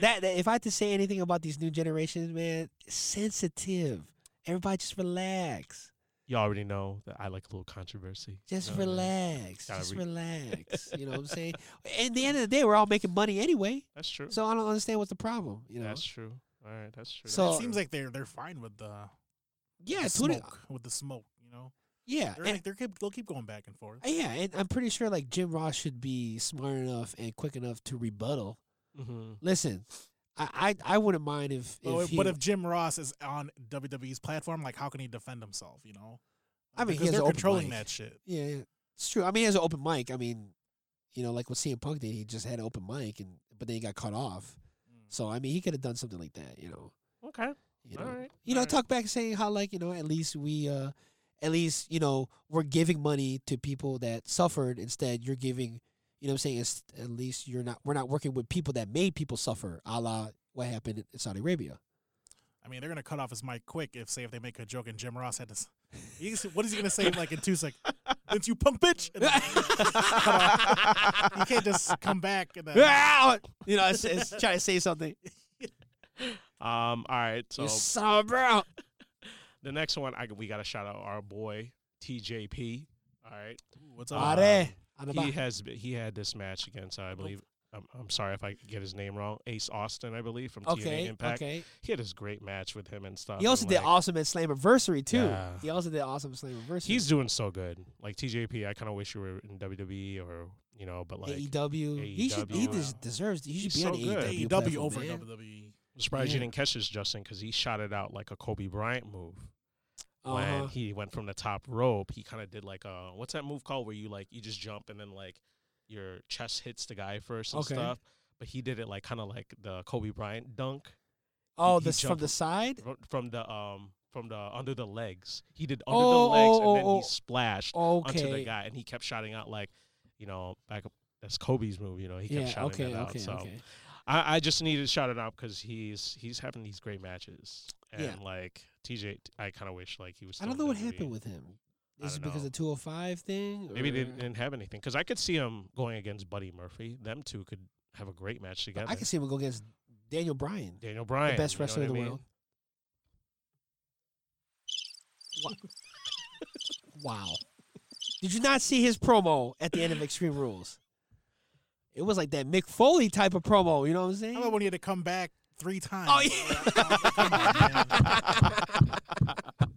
Speaker 2: that, that if I had to say anything about these new generations, man, sensitive. Everybody just relax.
Speaker 3: You already know that I like a little controversy.
Speaker 2: Just
Speaker 3: You know what I mean?
Speaker 2: relax.
Speaker 3: Gotta
Speaker 2: Just
Speaker 3: re-
Speaker 2: relax. You know what I'm saying? At the end of the day, we're all making money anyway.
Speaker 3: That's true.
Speaker 2: So I don't understand what's the problem. You know?
Speaker 3: That's true. All right, that's true.
Speaker 2: So-
Speaker 3: That's
Speaker 4: it seems
Speaker 3: true.
Speaker 4: like they're they're fine with the
Speaker 2: yeah, Eh.
Speaker 4: the
Speaker 2: tune it-
Speaker 4: smoke with the smoke. You know,
Speaker 2: yeah.
Speaker 4: they're
Speaker 2: and- uh,
Speaker 4: like, they're keep, they'll keep going back and forth.
Speaker 2: yeah, and I'm pretty sure like Jim Ross should be smart enough and quick enough to rebuttal. Mm-hmm.
Speaker 3: Mhm.
Speaker 2: Listen, I I, I wouldn't mind if, if
Speaker 4: But if,
Speaker 2: he,
Speaker 4: but if Jim Ross is on WWE's platform, like how can he defend himself? You know,
Speaker 2: I mean, he
Speaker 4: because
Speaker 2: has
Speaker 4: they're
Speaker 2: an open
Speaker 4: controlling
Speaker 2: mic.
Speaker 4: that shit.
Speaker 2: Yeah, yeah. it's true. I mean, as an open mic, I mean, you know, like what CM Punk did, he just had an open mic, and but then he got cut off.
Speaker 3: Mm.
Speaker 2: So I mean, he could have done something like that, you know.
Speaker 3: Okay.
Speaker 2: You know,
Speaker 3: All right,
Speaker 2: you know,
Speaker 3: all right.
Speaker 2: talk back saying how like you know, at least we, uh at least you know, we're giving money to people that suffered. Instead, you're giving, you know, what I'm saying, it's, at least you're not, we're not working with people that made people suffer, a la what happened in Saudi Arabia.
Speaker 4: I mean, they're gonna cut off his mic quick if say if they make a joke and Jim Ross had to. s- He's, what is he gonna say like in two seconds? Vince, you punk bitch! And then cut off. he can't just come back and then
Speaker 2: Ah! you know, it's, it's trying to say something.
Speaker 3: Um. All right. So
Speaker 2: You're so bro.
Speaker 3: the next one, I we got to shout out our boy TJP. All right.
Speaker 4: what's up?
Speaker 3: Uh,
Speaker 2: Are
Speaker 3: He has b- he had this match against I believe. I'm, I'm sorry if I get his name wrong. Ace Austin, I believe, from TNA
Speaker 2: okay,
Speaker 3: Impact.
Speaker 2: okay.
Speaker 3: He had this great match with him and stuff.
Speaker 2: He also
Speaker 3: and,
Speaker 2: did
Speaker 3: like,
Speaker 2: awesome at Slammiversary too.
Speaker 3: Yeah.
Speaker 2: He also did awesome at Slammiversary.
Speaker 3: He's doing so good. Like TJP, I kind of wish you were in WWE or you know, but like
Speaker 2: AEW. E He should. He
Speaker 3: AEW.
Speaker 2: just deserves. He should
Speaker 3: He's
Speaker 2: be on
Speaker 3: so
Speaker 2: the
Speaker 3: good.
Speaker 2: AEW.
Speaker 4: AEW
Speaker 2: platform,
Speaker 4: E over E.
Speaker 2: man.
Speaker 4: WWE.
Speaker 3: I'm surprised
Speaker 2: Yeah.
Speaker 3: you didn't catch this, Justin, because he shot it out like a Kobe Bryant move.
Speaker 2: Uh-huh.
Speaker 3: When he went from the top rope, he kind of did like a what's that move called where you like you just jump and then like your chest hits the guy first and
Speaker 2: Okay.
Speaker 3: stuff. But he did it like kind of like the Kobe Bryant dunk
Speaker 2: Oh,
Speaker 3: he
Speaker 2: this from
Speaker 3: jumped-
Speaker 2: the side.
Speaker 3: fro- from the um from the under the legs. He did under
Speaker 2: Oh,
Speaker 3: the legs
Speaker 2: oh,
Speaker 3: and then
Speaker 2: oh, oh.
Speaker 3: he splashed onto the
Speaker 2: Okay.
Speaker 3: guy and he kept shouting out like, you know, back up. That's Kobe's move, you know. He kept
Speaker 2: Yeah.
Speaker 3: shouting
Speaker 2: Okay.
Speaker 3: that out.
Speaker 2: Okay.
Speaker 3: so
Speaker 2: Okay.
Speaker 3: I, I just needed to shout it out because he's he's having these great matches, and
Speaker 2: Yeah.
Speaker 3: like TJ, I kind of wish like he was.
Speaker 2: I
Speaker 3: Still
Speaker 2: don't
Speaker 3: in
Speaker 2: know what
Speaker 3: WWE.
Speaker 2: happened with him.
Speaker 3: I
Speaker 2: Is it
Speaker 3: don't
Speaker 2: because
Speaker 3: know.
Speaker 2: of the 205 thing?
Speaker 3: Maybe they
Speaker 2: or-
Speaker 3: didn't, didn't have anything because I could see him going against Buddy Murphy. Them two could have a great match together.
Speaker 2: I can see him go against Daniel Bryan,
Speaker 3: Daniel Bryan,
Speaker 2: the best
Speaker 3: you know
Speaker 2: wrestler
Speaker 3: what
Speaker 2: in the
Speaker 3: I mean?
Speaker 2: world. Wha- wow. Did you not see his promo at the end of Extreme Rules? It was like that Mick Foley type of promo. You know what I'm
Speaker 4: I
Speaker 2: saying?
Speaker 4: love when he had to come back three times.
Speaker 2: Oh, yeah.
Speaker 4: Come on, man.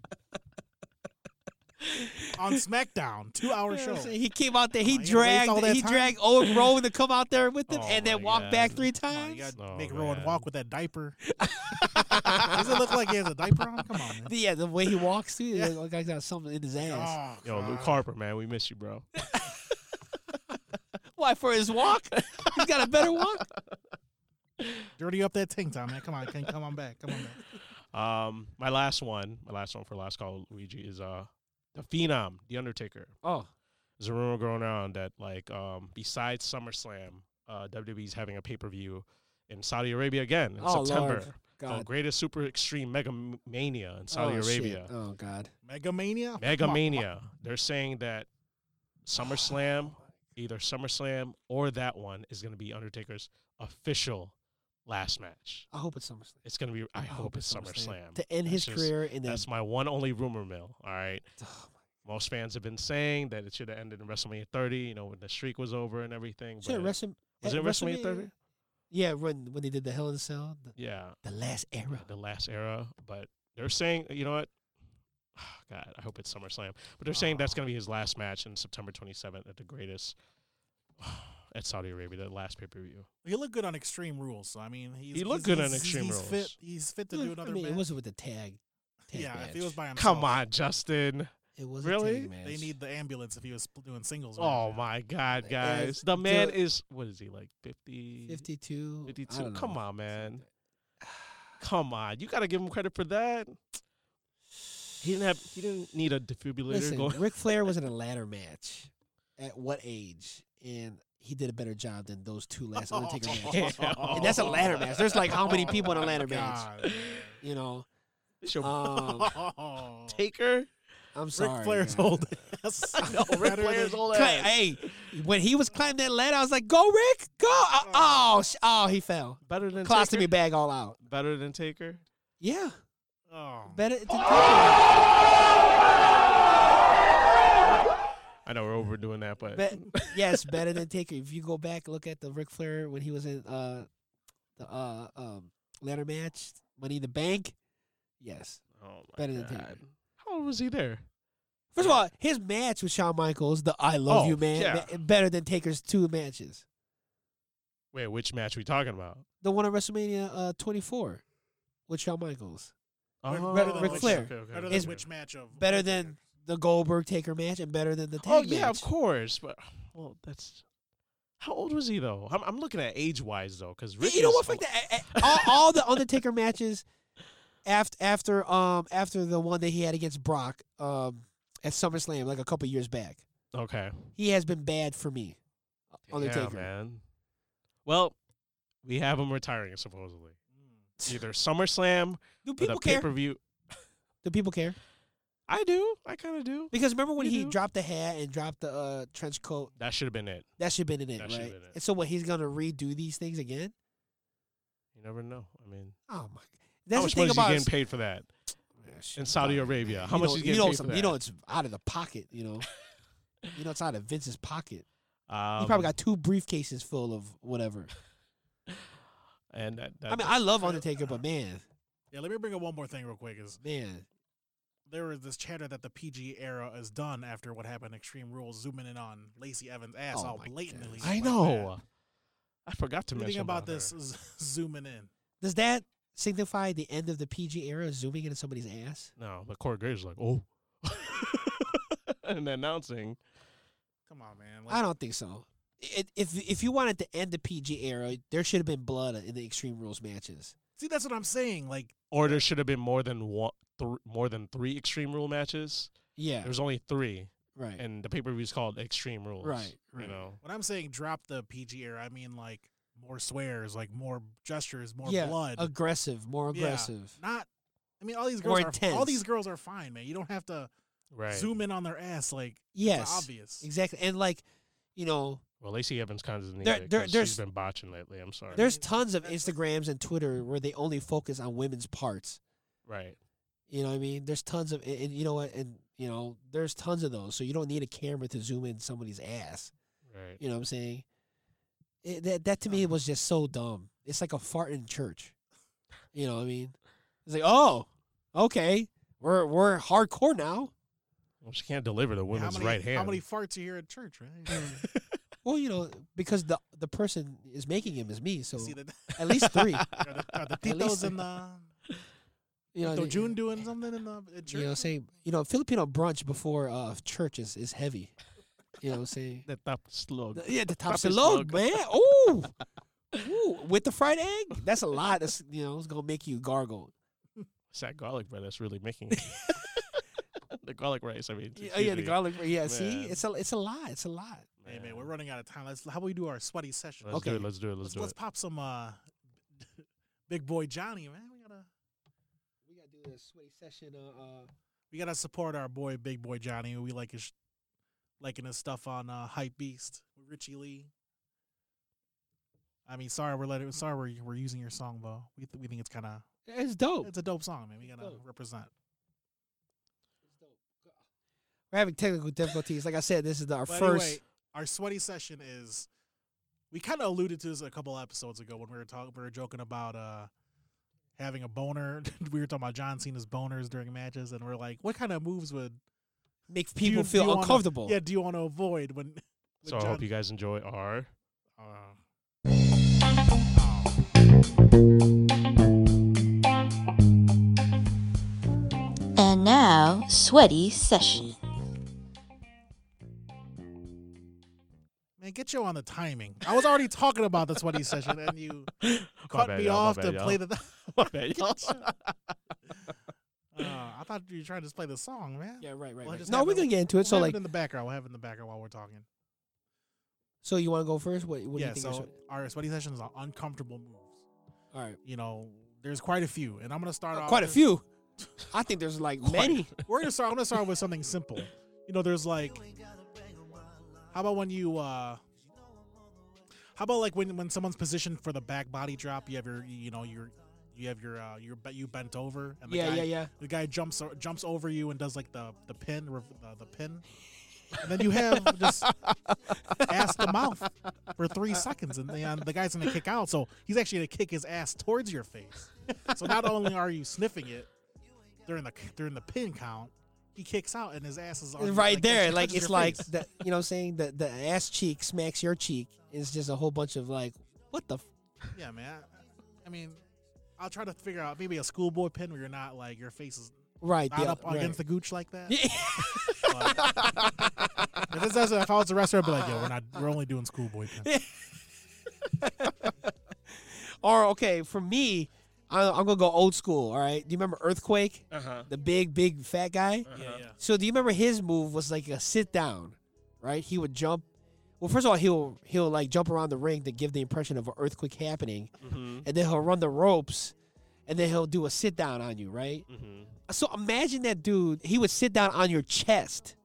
Speaker 4: on SmackDown, two-hour
Speaker 2: You know
Speaker 4: show.
Speaker 2: what I'm saying? He came out there. He
Speaker 4: Come on, he raised
Speaker 2: dragged.
Speaker 4: all that
Speaker 2: he
Speaker 4: time.
Speaker 2: dragged Owen Rowan to come out there with him,
Speaker 3: Oh
Speaker 2: and then
Speaker 3: my
Speaker 2: walk back
Speaker 3: God.
Speaker 2: three
Speaker 4: Come on,
Speaker 2: times.
Speaker 4: you gotta
Speaker 3: Oh,
Speaker 4: make Rowan
Speaker 3: man.
Speaker 4: walk with that diaper. Does it look like he has a diaper on? Come on, man.
Speaker 2: The- yeah, the way he walks through, yeah. like I got something in his ass.
Speaker 4: Oh,
Speaker 3: Yo, Luke
Speaker 4: God.
Speaker 3: Harper, man, we miss you, bro.
Speaker 2: Why for his walk? He's got a better walk.
Speaker 4: dirty up that tank top, man. Come on, can come on back. Come on back.
Speaker 3: Um, my last one, my last one for last call, Luigi is uh the Phenom, the Undertaker.
Speaker 2: Oh,
Speaker 3: There's a rumor going around that like um besides SummerSlam, uh, WWE's having a pay per view in Saudi Arabia again in
Speaker 2: oh
Speaker 3: September.
Speaker 2: Lord,
Speaker 3: called
Speaker 2: God,
Speaker 3: Greatest Super Extreme Mega M- Mania in Saudi
Speaker 2: Oh, shit.
Speaker 3: Arabia.
Speaker 2: Oh God,
Speaker 4: Megamania.
Speaker 3: Mega
Speaker 4: Come on.
Speaker 3: Mania. They're saying that
Speaker 2: Oh,
Speaker 3: SummerSlam, either SummerSlam or that one, is going to be Undertaker's official last match.
Speaker 2: I hope it's SummerSlam
Speaker 3: It's going to be. I, hope, it's
Speaker 2: Oh, SummerSlam.
Speaker 3: SummerSlam.
Speaker 2: to end
Speaker 3: That's
Speaker 2: his
Speaker 3: just-
Speaker 2: career in that.
Speaker 3: That's my one only rumor mill. All right.
Speaker 2: oh,
Speaker 3: Most fans have been saying that it should have ended in WrestleMania 30. You know, when the streak was over and everything.
Speaker 2: my- Should
Speaker 3: but-
Speaker 2: have wrestled.
Speaker 3: was
Speaker 2: at
Speaker 3: it WrestleMania 30?
Speaker 2: uh, Yeah, when when they did the Hell in a Cell, the,
Speaker 3: Yeah,
Speaker 2: the last era.
Speaker 3: the last era. But they're saying, you know what? God, I hope it's SummerSlam. But they're saying
Speaker 2: Ah.
Speaker 3: that's going to be his last match in September 27th at the greatest at Saudi Arabia, the last pay per view.
Speaker 4: He looked good on Extreme Rules. So I mean, he's,
Speaker 3: He looked
Speaker 4: he's-
Speaker 3: good on
Speaker 4: he's-
Speaker 3: Extreme
Speaker 4: he's
Speaker 3: Rules.
Speaker 4: Fit, he's fit to do
Speaker 2: I
Speaker 4: another
Speaker 2: mean,
Speaker 4: match.
Speaker 2: it wasn't with the tag. tag
Speaker 4: yeah, if he
Speaker 2: match.
Speaker 4: was by himself,
Speaker 3: Come on, Justin.
Speaker 2: It was
Speaker 3: Really?
Speaker 2: A tag match.
Speaker 4: They need the ambulance if he was spl- doing singles. right
Speaker 3: Oh
Speaker 4: now.
Speaker 3: my God,
Speaker 2: As-
Speaker 3: guys. The man
Speaker 2: dude.
Speaker 3: is, what is he, like 50?
Speaker 2: 52.
Speaker 3: 52.
Speaker 2: I don't
Speaker 3: Come
Speaker 2: know.
Speaker 3: on, man. Come on. You got to give him credit for that. He didn't have, he didn't need a defibrillator
Speaker 2: Listen,
Speaker 3: going.
Speaker 2: Ric Flair was in a ladder match. At what age? And he did a better job than those two last Undertaker matches.
Speaker 3: Oh,
Speaker 2: And that's a ladder match. There's like how many people in a ladder match?
Speaker 4: God.
Speaker 2: You know,
Speaker 3: It's your
Speaker 2: um,
Speaker 4: Oh.
Speaker 3: taker.
Speaker 2: I'm I'm sorry.
Speaker 4: Rick Flair's
Speaker 2: man.
Speaker 4: old ass.
Speaker 3: No, Ric
Speaker 4: Better
Speaker 3: Flair's
Speaker 4: than-
Speaker 3: old
Speaker 2: Cla-
Speaker 3: ass.
Speaker 2: Hey, when he was climbing that ladder, I was like, "Go, Rick, go!" Oh, oh, sh- oh he fell.
Speaker 3: Better than Taker?
Speaker 2: Colostomy bag all out.
Speaker 3: Better than Taker.
Speaker 2: Yeah,
Speaker 4: Oh,
Speaker 2: better. Than
Speaker 3: I know we're overdoing that, but
Speaker 2: Taker. Be- yes, better than Taker. If you go back, look at the Ric Flair when he was in uh, the uh, um, ladder match, Money in the Bank. Yes.
Speaker 3: oh my
Speaker 2: Better than
Speaker 3: God.
Speaker 2: Taker.
Speaker 3: How old was he there?
Speaker 2: First of all, his match with Shawn Michaels, the "I Love
Speaker 3: Oh,
Speaker 2: You" man,
Speaker 3: yeah.
Speaker 2: ma- better than Taker's two matches.
Speaker 3: Wait, which match we talking about?
Speaker 2: The one at WrestleMania uh, 24 with Shawn Michaels.
Speaker 4: Better- better than
Speaker 2: Ric
Speaker 4: which-
Speaker 2: Flair.
Speaker 3: Oh, Okay, okay,
Speaker 4: better
Speaker 3: okay,
Speaker 4: than
Speaker 2: It's-
Speaker 3: okay.
Speaker 4: which match of
Speaker 2: Better than the Goldberg Taker match, and better than the tag
Speaker 3: Oh yeah,
Speaker 2: match.
Speaker 3: of course. But well, that's how old was he though? I'm, I'm looking at age wise though, because
Speaker 2: You- you know what? Fuck that. A- a- All, all the Undertaker matches after after um after the one that he had against Brock um at SummerSlam like a couple years back,
Speaker 3: Okay,
Speaker 2: he has been bad for me. Undertaker.
Speaker 3: Yeah, man. Well, we have him retiring supposedly.
Speaker 4: Hmm.
Speaker 3: Either SummerSlam
Speaker 2: Do
Speaker 3: or the
Speaker 2: people
Speaker 3: pay
Speaker 2: care?
Speaker 3: per view.
Speaker 2: Do people care?
Speaker 3: I do. I kind of do.
Speaker 2: Because remember when
Speaker 3: You
Speaker 2: he
Speaker 3: do.
Speaker 2: dropped the hat and dropped the uh, trench coat?
Speaker 3: That should have been it.
Speaker 2: That should have been in it,
Speaker 3: That should've
Speaker 2: right?
Speaker 3: been it.
Speaker 2: And so what? He's gonna redo these things again?
Speaker 3: You never know. I mean,
Speaker 2: Oh my!
Speaker 3: how
Speaker 2: That's the
Speaker 3: much
Speaker 2: thing
Speaker 3: money is he
Speaker 2: about
Speaker 3: getting paid for that in Saudi Arabia? How
Speaker 2: you
Speaker 3: much
Speaker 2: know,
Speaker 3: is he
Speaker 2: you
Speaker 3: getting
Speaker 2: know,
Speaker 3: paid for
Speaker 2: some-
Speaker 3: that?
Speaker 2: you know it's out of the pocket. You know, you know it's out of Vince's pocket.
Speaker 3: um,
Speaker 2: he probably got two briefcases full of whatever.
Speaker 3: And that, that,
Speaker 2: I mean, I love Undertaker, but man,
Speaker 4: Yeah, let me bring up one more thing real quick. Is
Speaker 2: man,
Speaker 4: there was this chatter that the PG era is done after what happened in Extreme Rules, zooming in on Lacey Evans' ass
Speaker 2: Oh
Speaker 4: all
Speaker 2: my
Speaker 4: blatantly.
Speaker 2: goodness.
Speaker 3: I
Speaker 4: like
Speaker 3: know. I forgot to
Speaker 4: That. The
Speaker 3: mention
Speaker 4: thing about
Speaker 3: her.
Speaker 4: this is zooming in.
Speaker 2: does that signify the end of the PG era? Zooming into somebody's ass?
Speaker 3: No, but Corey Graves is like, oh, and announcing.
Speaker 4: Come on, man.
Speaker 2: I don't think so. It, if if you wanted to end the PG era, there should have been blood in the Extreme Rules matches.
Speaker 4: see. That's what I'm saying. Like,
Speaker 3: Or there should have been more than one, th- more than three Extreme Rule matches.
Speaker 2: Yeah,
Speaker 3: There was only three,
Speaker 2: right,
Speaker 3: and the pay per view is called Extreme Rules.
Speaker 2: right,
Speaker 3: You
Speaker 2: right.
Speaker 3: know.
Speaker 4: when I'm saying drop the PG era, I mean like more swears, like more gestures, more
Speaker 2: yeah,
Speaker 4: blood.
Speaker 2: aggressive, more
Speaker 4: Yeah.
Speaker 2: aggressive.
Speaker 4: Not. I mean, all these
Speaker 2: More
Speaker 4: girls are all
Speaker 2: intense.
Speaker 4: these girls are fine, man. You don't have to
Speaker 3: Right.
Speaker 4: zoom in on their ass like it's
Speaker 2: Yes,
Speaker 4: obvious.
Speaker 2: exactly. And like, you know,
Speaker 3: Well, Lacey Evans kind of needs
Speaker 2: There-
Speaker 3: it
Speaker 2: there-
Speaker 3: 'cause
Speaker 2: there's-
Speaker 3: she's been botching lately. I'm sorry.
Speaker 2: there's tons of Instagrams and Twitter where they only focus on women's parts.
Speaker 3: right.
Speaker 2: You know what I mean? There's tons of, and and you know what, and you know, there's tons of those. So you don't need a camera to zoom in somebody's ass.
Speaker 3: Right.
Speaker 2: You know what I'm saying? It, that that to me
Speaker 4: Uh-huh.
Speaker 2: was just so dumb. It's like a fart in church. You know what I mean? It's like, oh, okay, we're we're hardcore now.
Speaker 3: Well, she can't deliver the
Speaker 4: Yeah,
Speaker 3: women's
Speaker 4: how many,
Speaker 3: right hand.
Speaker 4: How many farts you hear at church, right?
Speaker 2: Well, you know, because the the person is making him is me, so
Speaker 4: See that
Speaker 2: at least three.
Speaker 4: are the, are the
Speaker 2: At least-
Speaker 4: titos in the
Speaker 2: You know,
Speaker 4: so
Speaker 2: the-
Speaker 4: June doing something in the at
Speaker 2: You know, what I'm
Speaker 4: church?
Speaker 2: saying you know, Filipino brunch before uh, church is, is heavy. You know, what I'm saying
Speaker 3: That top slug.
Speaker 2: The- Yeah, the top
Speaker 3: Top is
Speaker 2: salog,
Speaker 3: slug.
Speaker 2: man. Ooh. Ooh, with the fried egg? That's a lot. That's you know, it's gonna make you gargle.
Speaker 3: It's that garlic bread that's really making it. the garlic rice. I mean.
Speaker 2: Yeah, oh,
Speaker 3: excuse
Speaker 2: yeah, the
Speaker 3: me.
Speaker 2: garlic. Yeah, see,
Speaker 3: Man.
Speaker 2: it's a it's a lot. It's a lot.
Speaker 4: Hey man,
Speaker 3: Man.
Speaker 4: we're running out of time. Let's how about we do our sweaty session?
Speaker 3: Let's do
Speaker 2: Okay.
Speaker 3: it. Let's do it. Let's
Speaker 4: let's,
Speaker 3: do
Speaker 4: let's
Speaker 3: it.
Speaker 4: pop some uh, big boy Johnny, man. We gotta
Speaker 2: We gotta do this sweaty session. Uh, uh
Speaker 4: we gotta support our boy Big Boy Johnny. We like his liking his stuff on uh, Hype Beast with Richie Lee. I mean, sorry we're letting sorry we're, we're using your song though. We th- we think it's kind of
Speaker 2: it's dope.
Speaker 4: it's a dope song, man. We gotta
Speaker 2: dope.
Speaker 4: represent.
Speaker 2: We're having technical difficulties. Like I said, this is the, our
Speaker 4: But
Speaker 2: first.
Speaker 4: anyway, our sweaty session is we kind of alluded to this a couple episodes ago when we were talking we were joking about uh having a boner. we were talking about John Cena's boners during matches and we're like, what kind of moves would
Speaker 2: make
Speaker 4: do you-
Speaker 2: people
Speaker 4: do
Speaker 2: feel
Speaker 4: you wanna-
Speaker 2: uncomfortable.
Speaker 4: yeah, do you want to avoid when, when
Speaker 3: So I
Speaker 4: John
Speaker 3: hope you guys enjoy our.
Speaker 4: uh,
Speaker 6: And now, sweaty session.
Speaker 4: man, get you on the timing. I was already talking about the sweaty session and you cut
Speaker 3: bad,
Speaker 4: me
Speaker 3: y'all. My
Speaker 4: off
Speaker 3: bad,
Speaker 4: to
Speaker 3: y'all.
Speaker 4: play the
Speaker 3: My bad, y'all.
Speaker 4: uh, I thought you were trying to just play the song, man.
Speaker 2: Yeah, right, right.
Speaker 4: Well,
Speaker 2: right.
Speaker 4: just
Speaker 2: No,
Speaker 4: have
Speaker 2: we're
Speaker 4: it-
Speaker 2: gonna get into
Speaker 4: We'll
Speaker 2: it. So
Speaker 4: have it
Speaker 2: like,
Speaker 4: in the background. We'll have it in the background while we're talking.
Speaker 2: so you want to go first? What, what
Speaker 4: yeah,
Speaker 2: do you think?
Speaker 4: so our sweaty sessions are uncomfortable moves.
Speaker 2: All right, Oh,
Speaker 4: You know, there's quite a few, and I'm gonna start off
Speaker 2: quite a
Speaker 4: with-
Speaker 2: few. I think there's like many.
Speaker 4: We're gonna start. I'm gonna start with something simple. You know, there's like, how about when you, uh how about like when when someone's positioned for the back body drop, you have your, you know, your, you have your, uh your be- you bent over, and the
Speaker 2: Yeah,
Speaker 4: guy,
Speaker 2: yeah, yeah.
Speaker 4: the guy jumps o- jumps over you and does like the the pin, rev- uh, the pin. And then you have just ass to mouth for three seconds, and then the guy's gonna kick out. So he's actually gonna kick his ass towards your face. So not only are you sniffing it during the during the pin count, he kicks out and his ass is on-
Speaker 2: right
Speaker 4: like,
Speaker 2: there.
Speaker 4: actually
Speaker 2: Like
Speaker 4: touches
Speaker 2: it's
Speaker 4: your
Speaker 2: like
Speaker 4: face.
Speaker 2: the, you know, what I'm saying the the ass cheek smacks your cheek. It's just a whole bunch of like, what the. F-
Speaker 4: yeah, man. I, I mean, I'll try to figure out maybe a schoolboy pin where you're not like your face is
Speaker 2: Right,
Speaker 4: not
Speaker 2: the,
Speaker 4: up
Speaker 2: right.
Speaker 4: against the gooch like that.
Speaker 2: Yeah.
Speaker 4: But- if, this doesn't- if I was a wrestler, I'd be like, yo, we're not, we're only doing schoolboy pin.
Speaker 2: Or okay, for me, I, I'm gonna go old school. All right, do you remember Earthquake,
Speaker 3: Uh
Speaker 4: Uh-huh.
Speaker 3: huh.
Speaker 2: the big big fat guy?
Speaker 4: Yeah, yeah.
Speaker 2: So do you remember his move was like a sit down, right? He would jump. Well, first of all, he'll he'll like jump around the ring to give the impression of an earthquake happening,
Speaker 3: Mm-hmm.
Speaker 2: and then he'll run the ropes, and then he'll do a sit down on you, right?
Speaker 3: Mm-hmm.
Speaker 2: So imagine that dude. He would sit down on your chest,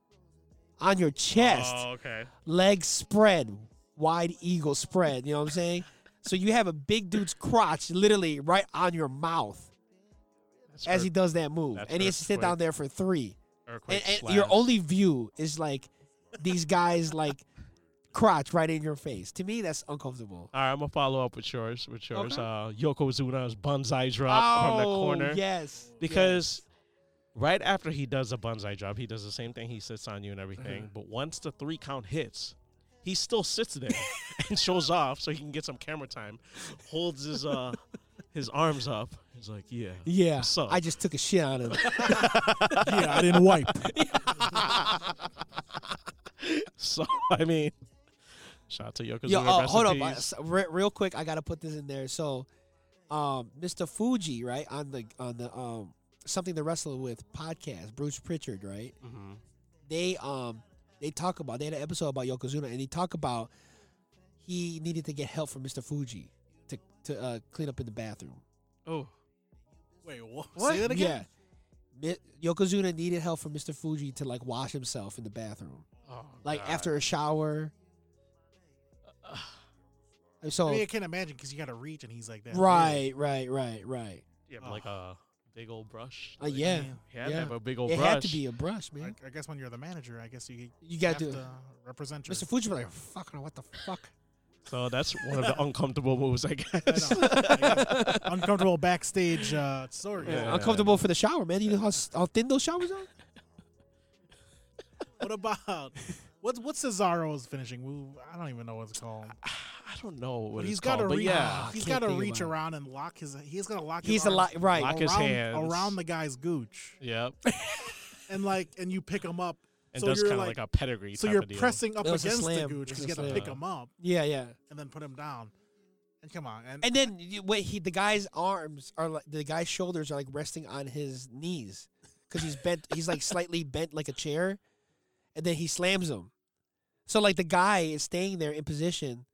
Speaker 2: on your chest,
Speaker 3: Oh, okay.
Speaker 2: legs spread, wide eagle spread. You know what I'm saying? so you have a big dude's crotch literally right on your mouth
Speaker 3: That's
Speaker 2: as he
Speaker 3: earth-
Speaker 2: does that move,
Speaker 3: That's
Speaker 2: and he has to sit
Speaker 3: earthquake.
Speaker 2: down there for three
Speaker 3: earthquake
Speaker 2: and, and
Speaker 3: slash.
Speaker 2: your only view is like these guys like crotch right in your face. To me, that's uncomfortable.
Speaker 3: All right, I'm gonna follow up with yours. With yours,
Speaker 2: Okay.
Speaker 3: uh, Yokozuna's bonsai drop from the corner.
Speaker 2: Oh, yes,
Speaker 3: because right after he does a bonsai drop, he does the same thing. He sits on you and everything.
Speaker 2: Mm-hmm.
Speaker 3: But once the three count hits, he still sits there and shows off so he can get some camera time. Holds his uh his arms up. He's like, yeah.
Speaker 2: yeah,
Speaker 3: What's up?
Speaker 2: I just took a shit on him.
Speaker 4: yeah, I didn't wipe.
Speaker 3: So I mean, shout out to Yokozuna.
Speaker 2: Yo, oh,
Speaker 3: rest
Speaker 2: hold
Speaker 3: in
Speaker 2: up, I-
Speaker 3: peace.
Speaker 2: s- re- real quick, I gotta put this in there. So, um, Mr. Fuji, right on the on the um something to wrestle with podcast, Bruce Pritchard, right?
Speaker 3: Mhm.
Speaker 2: they um they talk about they had an episode about Yokozuna and they talk about he needed to get help from Mr. Fuji to to uh, clean up in the bathroom.
Speaker 3: Oh,
Speaker 4: Wait, what?
Speaker 3: What?
Speaker 4: Say that again?
Speaker 2: Yeah. Mi- Yokozuna needed help from Mr. Fuji to like wash himself in the bathroom,
Speaker 3: oh,
Speaker 2: like
Speaker 3: God.
Speaker 2: after a shower. And so
Speaker 4: I mean, I can't imagine because you got to reach and he's like that.
Speaker 2: right, right, right, right.
Speaker 3: yeah, but like a big old brush.
Speaker 2: Oh. Uh,
Speaker 3: Like,
Speaker 4: yeah.
Speaker 2: yeah,
Speaker 3: he had to
Speaker 2: yeah.
Speaker 3: have a big old
Speaker 2: it
Speaker 3: Oh, brush.
Speaker 2: had to be a brush,
Speaker 4: Yeah.
Speaker 2: man.
Speaker 4: I, I guess when you're the manager, I guess you
Speaker 2: You gotta
Speaker 4: have
Speaker 2: do.
Speaker 4: to represent your.
Speaker 2: Mr. Fuji be like, "Fuck, what the fuck."
Speaker 3: so that's one of the uncomfortable moves, I guess.
Speaker 4: I know. I guess. uncomfortable backstage uh, story.
Speaker 3: Yeah.
Speaker 2: Uncomfortable for the shower, man. You know how, s- how thin those showers are.
Speaker 4: What about what's what's Cesaro's finishing move? I don't even know what it's called.
Speaker 3: I don't know what
Speaker 4: But
Speaker 3: it's
Speaker 4: he's
Speaker 3: called,
Speaker 4: got to
Speaker 3: but
Speaker 4: reach.
Speaker 3: yeah.
Speaker 2: Ah, I
Speaker 4: he's
Speaker 2: can't
Speaker 4: got to
Speaker 2: think
Speaker 4: reach
Speaker 2: about it.
Speaker 4: around and lock his. He's got to lock. his
Speaker 2: He's a
Speaker 4: arms
Speaker 2: lot right.
Speaker 3: Lock his
Speaker 4: around,
Speaker 3: hands.
Speaker 4: around the guy's gooch,
Speaker 3: Yep.
Speaker 4: and like, and you pick him up.
Speaker 3: And
Speaker 4: so
Speaker 3: that's
Speaker 4: you're
Speaker 3: kind of
Speaker 4: like
Speaker 3: like, a pedigree.
Speaker 4: So
Speaker 3: type
Speaker 4: you're
Speaker 3: of deal.
Speaker 4: pressing up
Speaker 2: It was
Speaker 4: against
Speaker 2: a
Speaker 4: the
Speaker 2: slam.
Speaker 4: gooch
Speaker 2: It was
Speaker 4: because you
Speaker 2: a
Speaker 4: got to
Speaker 2: slam.
Speaker 4: pick him up
Speaker 2: Yeah, yeah.
Speaker 4: and then put him down. And come on, and,
Speaker 2: And then you- wait, he the guy's arms are like the guy's shoulders are like resting on his knees because he's bent. he's like slightly bent like a chair, and then he slams him. So like the guy is staying there in position,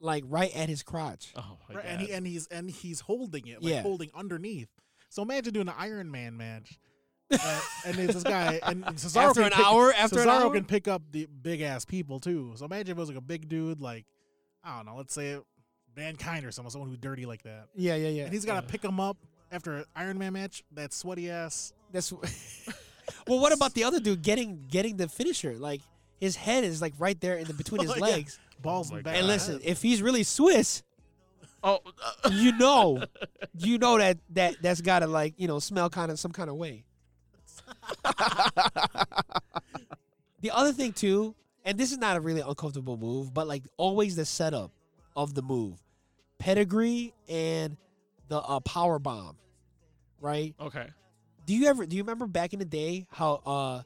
Speaker 2: like right at his crotch.
Speaker 3: Oh my
Speaker 4: right, and
Speaker 3: God.
Speaker 4: he and he's and he's holding it, like
Speaker 2: Yeah.
Speaker 4: holding underneath. So imagine doing an Iron Man match, uh, and there's this guy, and Cesaro
Speaker 2: After
Speaker 4: can
Speaker 2: an
Speaker 4: pick,
Speaker 2: hour, after an
Speaker 4: Cesaro
Speaker 2: hour?
Speaker 4: can pick up the big ass people too. So imagine if it was like a big dude, like I don't know, let's say mankind or someone, someone who's dirty like that,
Speaker 2: Yeah, yeah, yeah.
Speaker 4: and he's got to pick him up after an Iron Man match. That sweaty ass.
Speaker 2: That's well. What about the other dude getting getting the finisher? Like his head is like right there in the between his
Speaker 4: Like, yeah.
Speaker 2: legs.
Speaker 4: Balls
Speaker 3: Oh my
Speaker 4: and back.
Speaker 2: And listen, if he's really Swiss,
Speaker 3: Oh,
Speaker 2: you know, you know that that that's gotta like you know smell kind of some kind of way. the other thing too, and this is not a really uncomfortable move, but like always the setup of the move, pedigree and the uh, power bomb, right?
Speaker 3: okay.
Speaker 2: Do you ever do you remember back in the day how uh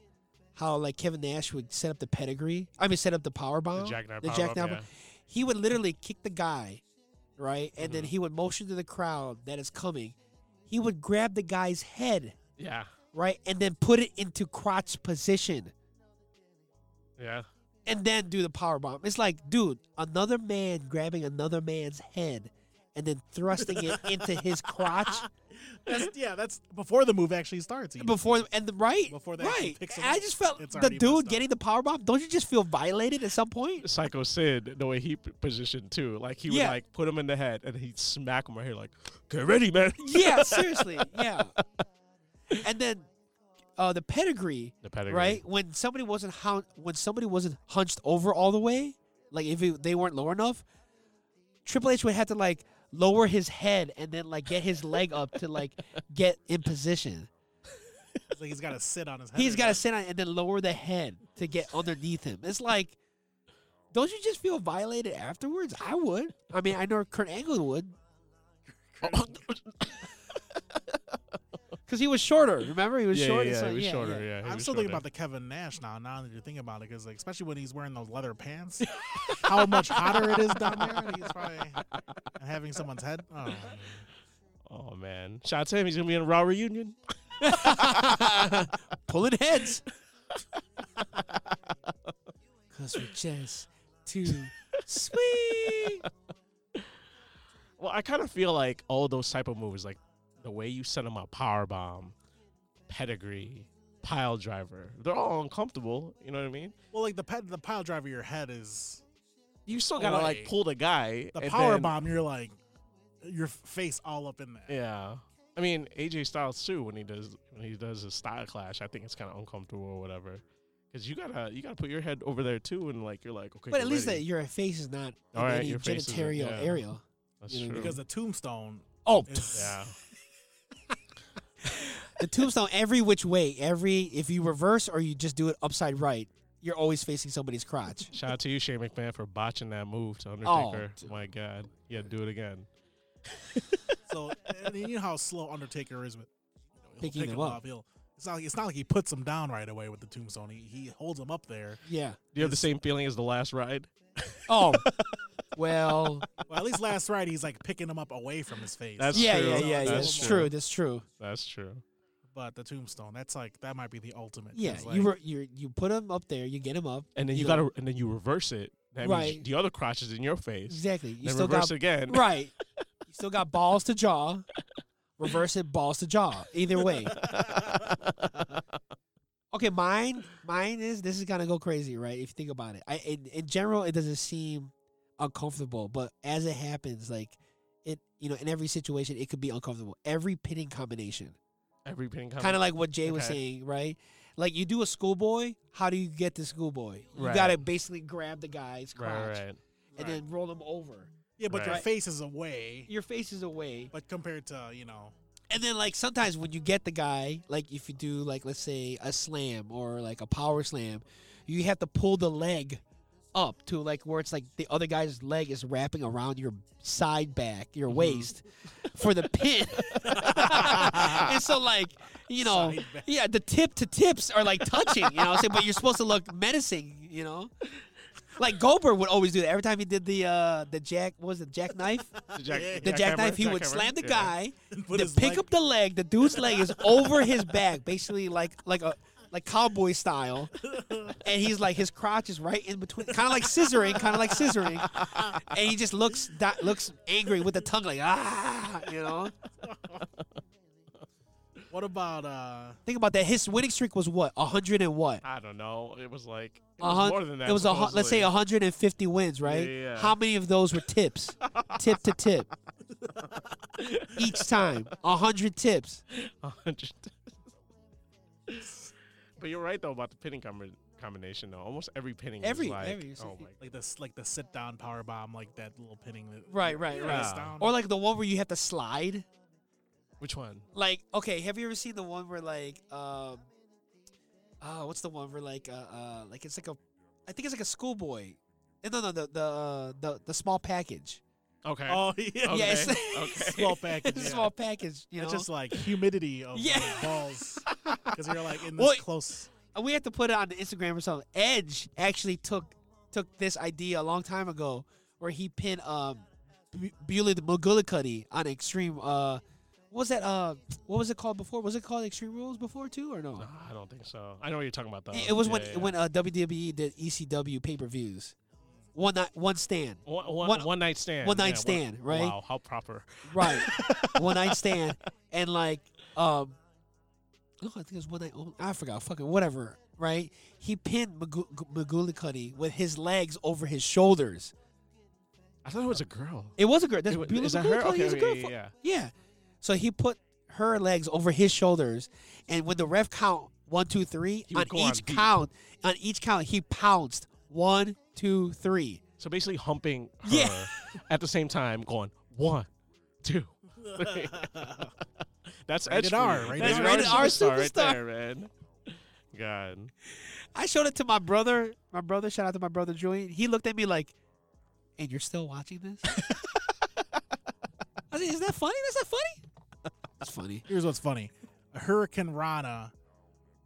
Speaker 2: how like Kevin Nash would set up the pedigree? I mean, set up the power bomb,
Speaker 3: jackknife
Speaker 2: the
Speaker 3: power
Speaker 2: jackknife
Speaker 3: bomb,
Speaker 2: bomb.
Speaker 3: yeah. Mm-hmm.
Speaker 2: He would literally kick the guy, right, and then he would motion to the crowd that is coming. He would grab the guy's head,
Speaker 3: Yeah.
Speaker 2: right, and then put it into crotch position,
Speaker 3: Yeah.
Speaker 2: and then do the power bomb. It's like, dude, another man grabbing another man's head and then thrusting it into his crotch
Speaker 4: That's, yeah, that's before the move actually starts. even.
Speaker 2: before and the right
Speaker 4: Before they actually
Speaker 2: right.
Speaker 4: pick someone,
Speaker 2: I just felt
Speaker 4: it's
Speaker 2: the
Speaker 4: already
Speaker 2: dude
Speaker 4: messed up.
Speaker 2: getting the power bomb. Don't you just feel violated at some point?
Speaker 3: Psycho Sid, the way he p- positioned too, like he would
Speaker 2: Yeah.
Speaker 3: like put him in the head and he'd smack him right here, like get ready, man.
Speaker 2: yeah, seriously, yeah. And then uh, the pedigree,
Speaker 3: The pedigree.
Speaker 2: right? When somebody wasn't hun- when somebody wasn't hunched over all the way, like if it, they weren't lower enough, Triple H would have to like lower his head and then like get his leg up to like get in position.
Speaker 4: It's like he's got to sit on his head.
Speaker 2: He's
Speaker 4: right
Speaker 2: got
Speaker 4: now.
Speaker 2: to sit on it and then lower the head to get underneath him. It's like, don't you just feel violated afterwards? I would. I mean, I know Kurt Angle would. Because he was shorter, remember? He was
Speaker 3: Yeah, yeah,
Speaker 2: shorter.
Speaker 3: yeah,
Speaker 2: so,
Speaker 3: he was
Speaker 2: yeah,
Speaker 3: shorter.
Speaker 2: yeah.
Speaker 3: Yeah, he
Speaker 4: I'm
Speaker 3: was
Speaker 4: still thinking
Speaker 3: shorter.
Speaker 4: about the Kevin Nash now. Now that you're thinking about it, because like, especially when he's wearing those leather pants, how much hotter it is down there. And he's probably and having someone's head. Oh,
Speaker 3: Oh man, shout out to him. He's gonna be in a Raw reunion.
Speaker 2: Pulling heads. Because we're just too sweet.
Speaker 3: Well, I kind of feel like all those type of moves, like the way you set them up, power bomb, pedigree, pile driver, they're all uncomfortable. You know what I mean?
Speaker 4: well, like the pet, the pile driver, your head is
Speaker 3: You still gotta like
Speaker 4: Right.
Speaker 3: pull the guy.
Speaker 4: the
Speaker 3: and
Speaker 4: power
Speaker 3: then-
Speaker 4: bomb. You're like your face all up in there.
Speaker 3: Yeah. I mean AJ Styles too when he does when he does a style clash I think it's kind of uncomfortable or whatever because you gotta you gotta put your head over there too and like you're like okay
Speaker 2: But
Speaker 3: get
Speaker 2: at least that
Speaker 3: ready.
Speaker 2: your face is not in
Speaker 3: All right,
Speaker 2: any
Speaker 3: your face isn't-
Speaker 2: genitalia
Speaker 3: yeah.
Speaker 2: area.
Speaker 3: that's
Speaker 2: you know,
Speaker 3: true
Speaker 4: Because the tombstone.
Speaker 2: Oh,
Speaker 4: Is,
Speaker 3: yeah
Speaker 2: the tombstone every which way every if you reverse or you just do it upside right you're always facing somebody's crotch
Speaker 3: shout out to you Shane McMahon for botching that move to Undertaker
Speaker 2: Oh, dude.
Speaker 3: my God yeah do it again
Speaker 4: So and you know how slow Undertaker is with you know, he'll
Speaker 2: Picking
Speaker 4: pick
Speaker 2: him
Speaker 4: him
Speaker 2: up.
Speaker 4: up. He'll, it's not like it's not like he puts him down right away with the tombstone. He he holds him up there.
Speaker 2: yeah
Speaker 3: do you have the same feeling as the last ride
Speaker 2: oh well
Speaker 4: Well, at least last ride he's like picking him up away from his face.
Speaker 3: That's
Speaker 2: yeah
Speaker 3: true.
Speaker 2: yeah yeah yeah that's
Speaker 3: That's true.
Speaker 2: true that's true
Speaker 3: that's true
Speaker 4: But the tombstone, that's like that might be the ultimate.
Speaker 2: yeah
Speaker 4: 'cause,
Speaker 2: you
Speaker 4: like,
Speaker 2: were you you put him up there you get him up
Speaker 3: and then you,
Speaker 2: You
Speaker 3: gotta
Speaker 2: go-
Speaker 3: and then you reverse it that
Speaker 2: Right.
Speaker 3: means the other crotch is in your face
Speaker 2: exactly you
Speaker 3: then
Speaker 2: still
Speaker 3: reverse
Speaker 2: got
Speaker 3: again
Speaker 2: right you still got balls to jaw reverse it balls to jaw either way okay mine mine is this is gonna go crazy right if you think about it i in, in general it doesn't seem uncomfortable but as it happens like it you know in every situation it could be uncomfortable every pinning combination
Speaker 3: every pin
Speaker 2: kind of like what jay was
Speaker 3: okay.
Speaker 2: saying right like you do a schoolboy how do you get the schoolboy you
Speaker 3: Right.
Speaker 2: gotta basically grab the guy's crotch
Speaker 3: right right
Speaker 2: and then roll him over
Speaker 4: yeah, but your
Speaker 3: Right.
Speaker 4: face is away.
Speaker 2: your face is away
Speaker 4: But compared to you know,
Speaker 2: And then like sometimes when you get the guy, like if you do like let's say a slam or like a power slam, you have to pull the leg up to like where it's like the other guy's leg is wrapping around your side back,
Speaker 4: Mm-hmm.
Speaker 2: your waist for the pin. and so like, you know,
Speaker 4: Side back.
Speaker 2: yeah, the tip to tips are like touching, you know what I'm saying? But you're supposed to look menacing, you know? Like Goldberg would always do that. Every time he did the uh the jack what was it, jackknife?
Speaker 3: the, jack,
Speaker 2: The jackknife, he would slam the guy
Speaker 4: Put
Speaker 2: the
Speaker 4: his
Speaker 2: pick
Speaker 4: leg-
Speaker 2: up the leg. The dude's leg is over his back, basically like like a like cowboy style, and he's like his crotch is right in between, kind of like scissoring, kind of like scissoring, and he just looks that looks angry with the tongue like ah, you know.
Speaker 4: what about uh?
Speaker 2: Think about that. His winning streak was what a hundred and what.
Speaker 3: I don't know it was like it
Speaker 2: A
Speaker 3: was
Speaker 2: hun-
Speaker 3: more than that
Speaker 2: It was a hun- let's say
Speaker 3: supposedly.
Speaker 2: 150 wins, right?
Speaker 3: Yeah, yeah, yeah.
Speaker 2: How many of those were tips, tip to tip, each time? 100 tips.
Speaker 3: A hundred. but you're right though about the pinning com- combination though. Almost every pinning
Speaker 2: Every-
Speaker 3: is like,
Speaker 2: every-
Speaker 3: oh my.
Speaker 4: Like this, like the sit down power bomb, like that little pinning. That,
Speaker 2: Right, right, right.
Speaker 4: press
Speaker 3: Yeah.
Speaker 4: down.
Speaker 2: Or like the one where you have to slide.
Speaker 3: Which one?
Speaker 2: like okay have you ever seen the one where like um oh what's the one where like uh, uh like it's like a i think it's like a schoolboy Eh, no no the the uh, the, the small package
Speaker 3: Okay.
Speaker 4: oh yeah,
Speaker 2: yeah it's
Speaker 3: Okay, okay.
Speaker 4: small package.
Speaker 2: it's a
Speaker 4: yeah.
Speaker 2: small package you know
Speaker 4: It's just like humidity of
Speaker 2: Yeah.
Speaker 4: like, balls because you're like in this
Speaker 2: Well,
Speaker 4: close.
Speaker 2: And we have to put it on the instagram or something edge actually took took this idea a long time ago where he pinned um Bu- Beulah Mugulicuddy on extreme uh what was that uh what was it called before was it called extreme rules before too or
Speaker 4: Uh-huh.
Speaker 3: No, I Um, don't think so. I know what you're talking about though.
Speaker 2: It it was when uh,
Speaker 3: Yeah, yeah.
Speaker 2: when uh, WWE did ECW pay per views, one night, one stand,
Speaker 3: One, one,
Speaker 2: One-
Speaker 3: one night stand.
Speaker 2: one night
Speaker 3: Yeah,
Speaker 2: stand, right?
Speaker 3: Wow, how proper.
Speaker 2: right? one night stand, and like, um, no, I think it was one night. oh, I forgot, fucking whatever, right? He pinned Magu- Magulikuddy with his legs over his shoulders.
Speaker 3: I thought it was a girl.
Speaker 2: It was a girl. That's
Speaker 3: It wa-
Speaker 2: Beulah
Speaker 3: is that her?
Speaker 2: Magulikuddy
Speaker 3: Okay,
Speaker 2: is a
Speaker 3: okay,
Speaker 2: girl.
Speaker 3: yeah,
Speaker 2: fu-
Speaker 3: yeah.
Speaker 2: Yeah. So he put her legs over his shoulders, and when the ref count one, two, three,
Speaker 3: He
Speaker 2: on
Speaker 3: would go on
Speaker 2: each
Speaker 3: deep.
Speaker 2: count, on each count, he pounced one, two, three.
Speaker 3: So basically humping her
Speaker 2: Yeah.
Speaker 3: at the same time, going one, two, three. That's edge
Speaker 4: Rated R,
Speaker 3: for you.
Speaker 4: rated
Speaker 3: That's
Speaker 2: R. Rated R
Speaker 3: right
Speaker 2: superstar.
Speaker 3: there, man. God,
Speaker 2: I showed it to my brother. My brother, shout out to my brother Julian. He looked at me like, "And you're still watching this?" I was like, "Is that funny? That's not funny." That's funny.
Speaker 4: Here's what's funny: a Hurricane Rana,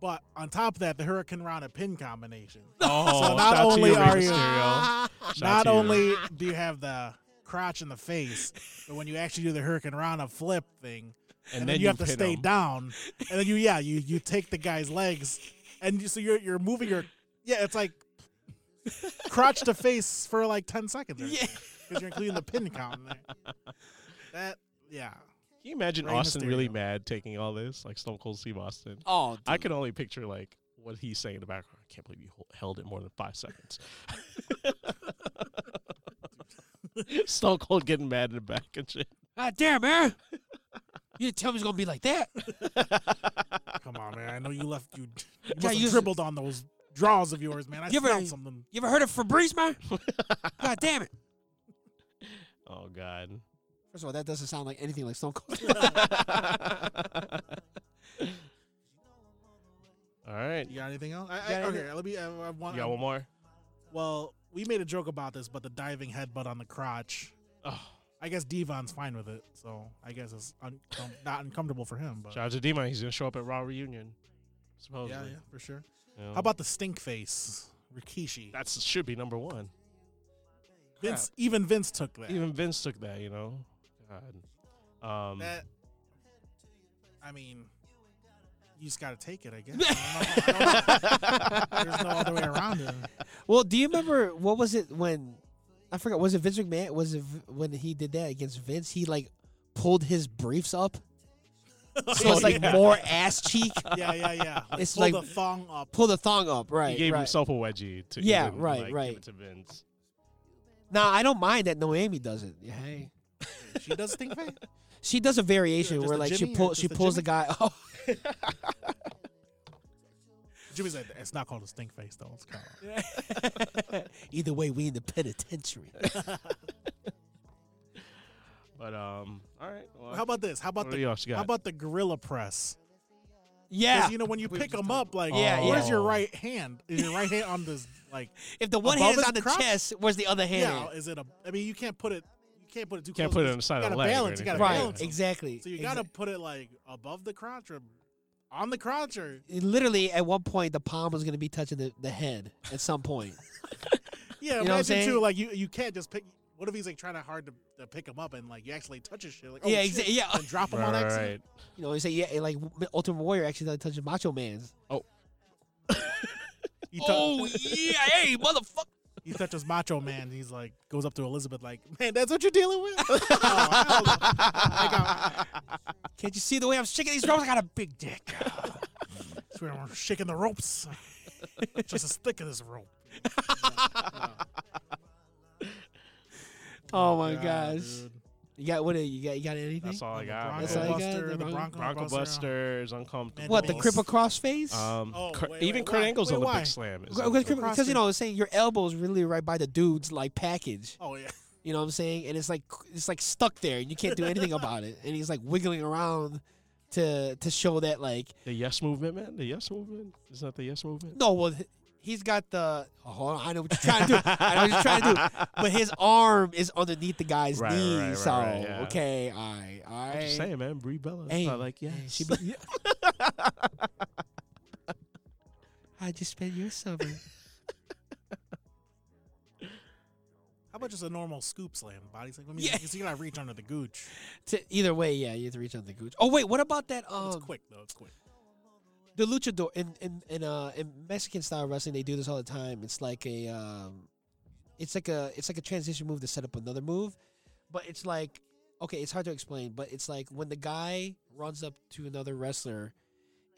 Speaker 4: but on top of that, the Hurricane Rana pin combination.
Speaker 3: Oh,
Speaker 4: so not
Speaker 3: shout out to
Speaker 4: only
Speaker 3: you, Rey
Speaker 4: are you,
Speaker 3: Mysterio.
Speaker 4: not
Speaker 3: to you.
Speaker 4: only do you have the crotch in the face, but when you actually do the Hurricane Rana flip thing, and, then, you, have to
Speaker 3: pin
Speaker 4: stay
Speaker 3: him.
Speaker 4: down, and then you yeah you you take the guy's legs, and you, so you're you're moving your yeah it's like crotch to face for like ten seconds.
Speaker 2: Yeah.
Speaker 4: because you're including the pin count in there. That yeah.
Speaker 3: Can you imagine
Speaker 4: Rey
Speaker 3: Austin really
Speaker 4: Mysterio.
Speaker 3: mad taking all this, like Stone Cold Steve Austin?
Speaker 2: Oh,
Speaker 3: I
Speaker 2: dude.
Speaker 3: can only picture like what he's saying in the background. I can't believe you hol- held it more than five seconds. Stone Cold getting mad in the back and shit.
Speaker 2: God damn, man! You didn't tell me it's gonna be like that.
Speaker 4: Come on, man. I know you left you, you
Speaker 2: Yeah,
Speaker 4: must
Speaker 2: you-
Speaker 4: have dribbled on those draws of yours, man. I
Speaker 2: Give her-
Speaker 4: smelled something.
Speaker 2: You ever heard of Febreze, man? God damn it!
Speaker 3: Oh God.
Speaker 2: First of all, that doesn't sound like anything like Stone Cold.
Speaker 3: All right.
Speaker 4: You got anything else? I,
Speaker 2: You
Speaker 4: I,
Speaker 2: got
Speaker 4: okay, let me. I, I want.
Speaker 3: You got one more?
Speaker 4: Well, we made a joke about this, but the diving headbutt on the crotch.
Speaker 3: Oh,
Speaker 4: I guess Devon's fine with it, so I guess it's un- um, not uncomfortable for him. But
Speaker 3: shout out to Dima. He's gonna show up at Raw reunion. Supposedly.
Speaker 4: yeah, yeah, for sure.
Speaker 3: You know?
Speaker 4: How about the stink face, Rikishi?
Speaker 3: that should be number one.
Speaker 4: Vince, even Vince took that.
Speaker 3: Even Vince took that, you know. God. Um,
Speaker 4: that. I mean, you just got to take it, I guess. I don't know- I don't know. There's no other way around it.
Speaker 2: well, do you remember what was it when? I forgot. Was it Vince McMahon? Was it v- when he did that against Vince? He like pulled his briefs up, so it's like more ass cheek.
Speaker 4: Yeah, yeah, yeah.
Speaker 2: It's
Speaker 4: pull
Speaker 2: like-
Speaker 4: the thong up.
Speaker 2: Pull the thong up, right?
Speaker 3: he gave
Speaker 2: right.
Speaker 3: himself a wedgie to
Speaker 2: Yeah,
Speaker 3: even,
Speaker 2: right,
Speaker 3: like, give
Speaker 2: right.
Speaker 3: it to Vince.
Speaker 2: Now I don't mind that Noemi does it. Hey,
Speaker 4: She does stink face.
Speaker 2: she does a variation
Speaker 4: Just
Speaker 2: where
Speaker 4: a
Speaker 2: like she
Speaker 4: Jimmy or
Speaker 2: pull,
Speaker 4: just
Speaker 2: she
Speaker 4: a
Speaker 2: pulls the
Speaker 4: Jimmy?
Speaker 2: guy. Oh,
Speaker 4: Jimmy's like, it's not called a stink face though. It's called.
Speaker 2: either way, we in the penitentiary.
Speaker 3: But um, all right. Well,
Speaker 4: How about this? How about
Speaker 3: What
Speaker 4: the
Speaker 3: else you
Speaker 4: how
Speaker 3: got?
Speaker 4: about the gorilla press? 'Cause,
Speaker 2: yeah,
Speaker 4: you know when you
Speaker 2: We were
Speaker 4: pick
Speaker 2: just
Speaker 4: them up, like
Speaker 3: Yeah,
Speaker 4: yeah, where's
Speaker 3: yeah.
Speaker 4: your right hand? Is your right hand on this like?
Speaker 2: if the one
Speaker 4: above
Speaker 2: hand's
Speaker 4: his
Speaker 2: on the
Speaker 4: crotch?
Speaker 2: chest, where's the other hand?
Speaker 4: Yeah, is it a? I mean, you can't put it. You can't put it too.
Speaker 3: Can't
Speaker 4: close
Speaker 3: put it
Speaker 4: 'cause
Speaker 3: on the
Speaker 4: you
Speaker 3: side of
Speaker 4: gotta
Speaker 3: the leg or
Speaker 4: Balance. You gotta
Speaker 3: anything. Right,
Speaker 4: balance. 'em.
Speaker 2: exactly.
Speaker 4: So you gotta put it like above the crotch or on the crotch or
Speaker 2: Exac- literally at one point the palm was gonna be touching the, the head at some point.
Speaker 4: yeah.
Speaker 2: You know what I'm
Speaker 4: imagine too,
Speaker 2: saying?
Speaker 4: like you you can't just pick. What if he's like trying to hard to, to pick him up and like you actually touch his shit? Like, oh,
Speaker 2: yeah,
Speaker 4: shit,
Speaker 2: exa- yeah.
Speaker 4: And drop him
Speaker 3: Right,
Speaker 4: on
Speaker 3: right,
Speaker 4: accident.
Speaker 3: right.
Speaker 2: You know, they say yeah, like Ultimate Warrior actually doesn't touch Macho Man's.
Speaker 4: You tou-
Speaker 2: Oh yeah, hey motherfucker.
Speaker 4: He touches Macho Man. And he's like, goes up to Elizabeth, like, man, that's what you're dealing with. oh, I
Speaker 2: Can't you see the way I'm shaking these ropes? I got a big dick.
Speaker 4: got- swear I'm shaking the ropes. Just as thick as this rope.
Speaker 2: Oh my
Speaker 4: God,
Speaker 2: gosh.
Speaker 4: dude.
Speaker 2: You got what? You got you got anything?
Speaker 3: That's all
Speaker 4: The
Speaker 3: I got.
Speaker 4: Bronco
Speaker 2: That's all
Speaker 3: man.
Speaker 2: you got,
Speaker 4: Buster,
Speaker 2: the
Speaker 4: the
Speaker 2: Bronco-
Speaker 4: Bronco,
Speaker 3: Bronco
Speaker 4: Buster.
Speaker 3: Buster is uncomfortable.
Speaker 2: What the
Speaker 4: Balls.
Speaker 2: cripple crossface?
Speaker 3: Um,
Speaker 4: Oh,
Speaker 3: Kurt-
Speaker 4: wait,
Speaker 3: even
Speaker 4: wait,
Speaker 3: Kurt
Speaker 4: why?
Speaker 3: Angle's
Speaker 4: Wait,
Speaker 3: Olympic
Speaker 4: why?
Speaker 3: slam is uncomfortable.
Speaker 2: because you know, I'm saying your elbow is really right by the dude's like package.
Speaker 4: Oh, yeah.
Speaker 2: You know what I'm saying? And it's like it's like stuck there, and you can't do anything about it. And he's like wiggling around to to show that like
Speaker 3: the yes movement, man. The yes movement is that the yes movement?
Speaker 2: no, well he's got the oh, hold on, I know what you're trying to do. I know what you're trying to do. But his arm is underneath the guy's
Speaker 3: Right,
Speaker 2: knee.
Speaker 3: right, right,
Speaker 2: so
Speaker 3: right, yeah.
Speaker 2: okay, all right, all right.
Speaker 3: I'm just saying, man. Brie Bella.
Speaker 2: Hey,
Speaker 3: I like yes.
Speaker 2: hey, she be- I just spent your summer.
Speaker 4: How about just a normal scoop slam? Body slam? I mean,
Speaker 2: Yeah.
Speaker 4: 'cause you gotta reach under the gooch.
Speaker 2: to, either way, yeah, you have to reach out to Gooch. Oh wait, what about that?
Speaker 4: It's
Speaker 2: Um,
Speaker 4: quick, though. It's quick.
Speaker 2: the luchador in in in uh in Mexican style wrestling, they do this all the time. It's like a um, it's like a it's like a transition move to set up another move, but it's like okay, it's hard to explain, but it's like when the guy runs up to another wrestler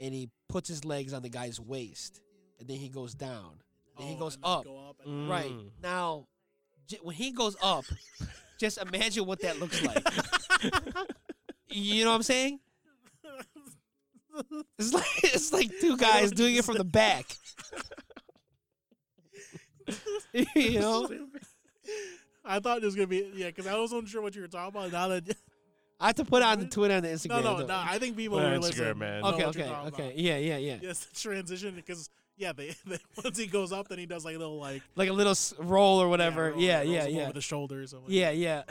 Speaker 2: and he puts his legs on the guy's waist and then he goes down. Then he
Speaker 4: Oh,
Speaker 2: goes
Speaker 4: and then
Speaker 2: up.
Speaker 4: go up and-
Speaker 2: Right.
Speaker 3: Mm.
Speaker 2: Now j- when he goes up, just imagine what that looks like. you know what I'm saying? Mm. It's like it's like two guys doing it from the back. you know?
Speaker 4: I thought it was gonna be yeah, because I wasn't sure what you were talking about. Now that
Speaker 2: I have to put it on the Twitter and the
Speaker 4: no,
Speaker 2: Instagram.
Speaker 4: no,
Speaker 2: though.
Speaker 4: no, I think people
Speaker 3: Put it
Speaker 4: were
Speaker 3: on Instagram,
Speaker 4: listening.
Speaker 3: man.
Speaker 4: know
Speaker 2: Okay,
Speaker 4: what you're
Speaker 2: okay,
Speaker 4: talking
Speaker 2: okay.
Speaker 4: about.
Speaker 2: Yeah, yeah, yeah.
Speaker 4: Yes, the transition because yeah, they, they once he goes up, then he does like a little like
Speaker 2: Like a little s- roll or whatever.
Speaker 4: roll-
Speaker 2: Yeah,
Speaker 4: rolls
Speaker 2: yeah,
Speaker 4: him
Speaker 2: yeah.
Speaker 4: over the shoulders. I'm like,
Speaker 2: Yeah, yeah.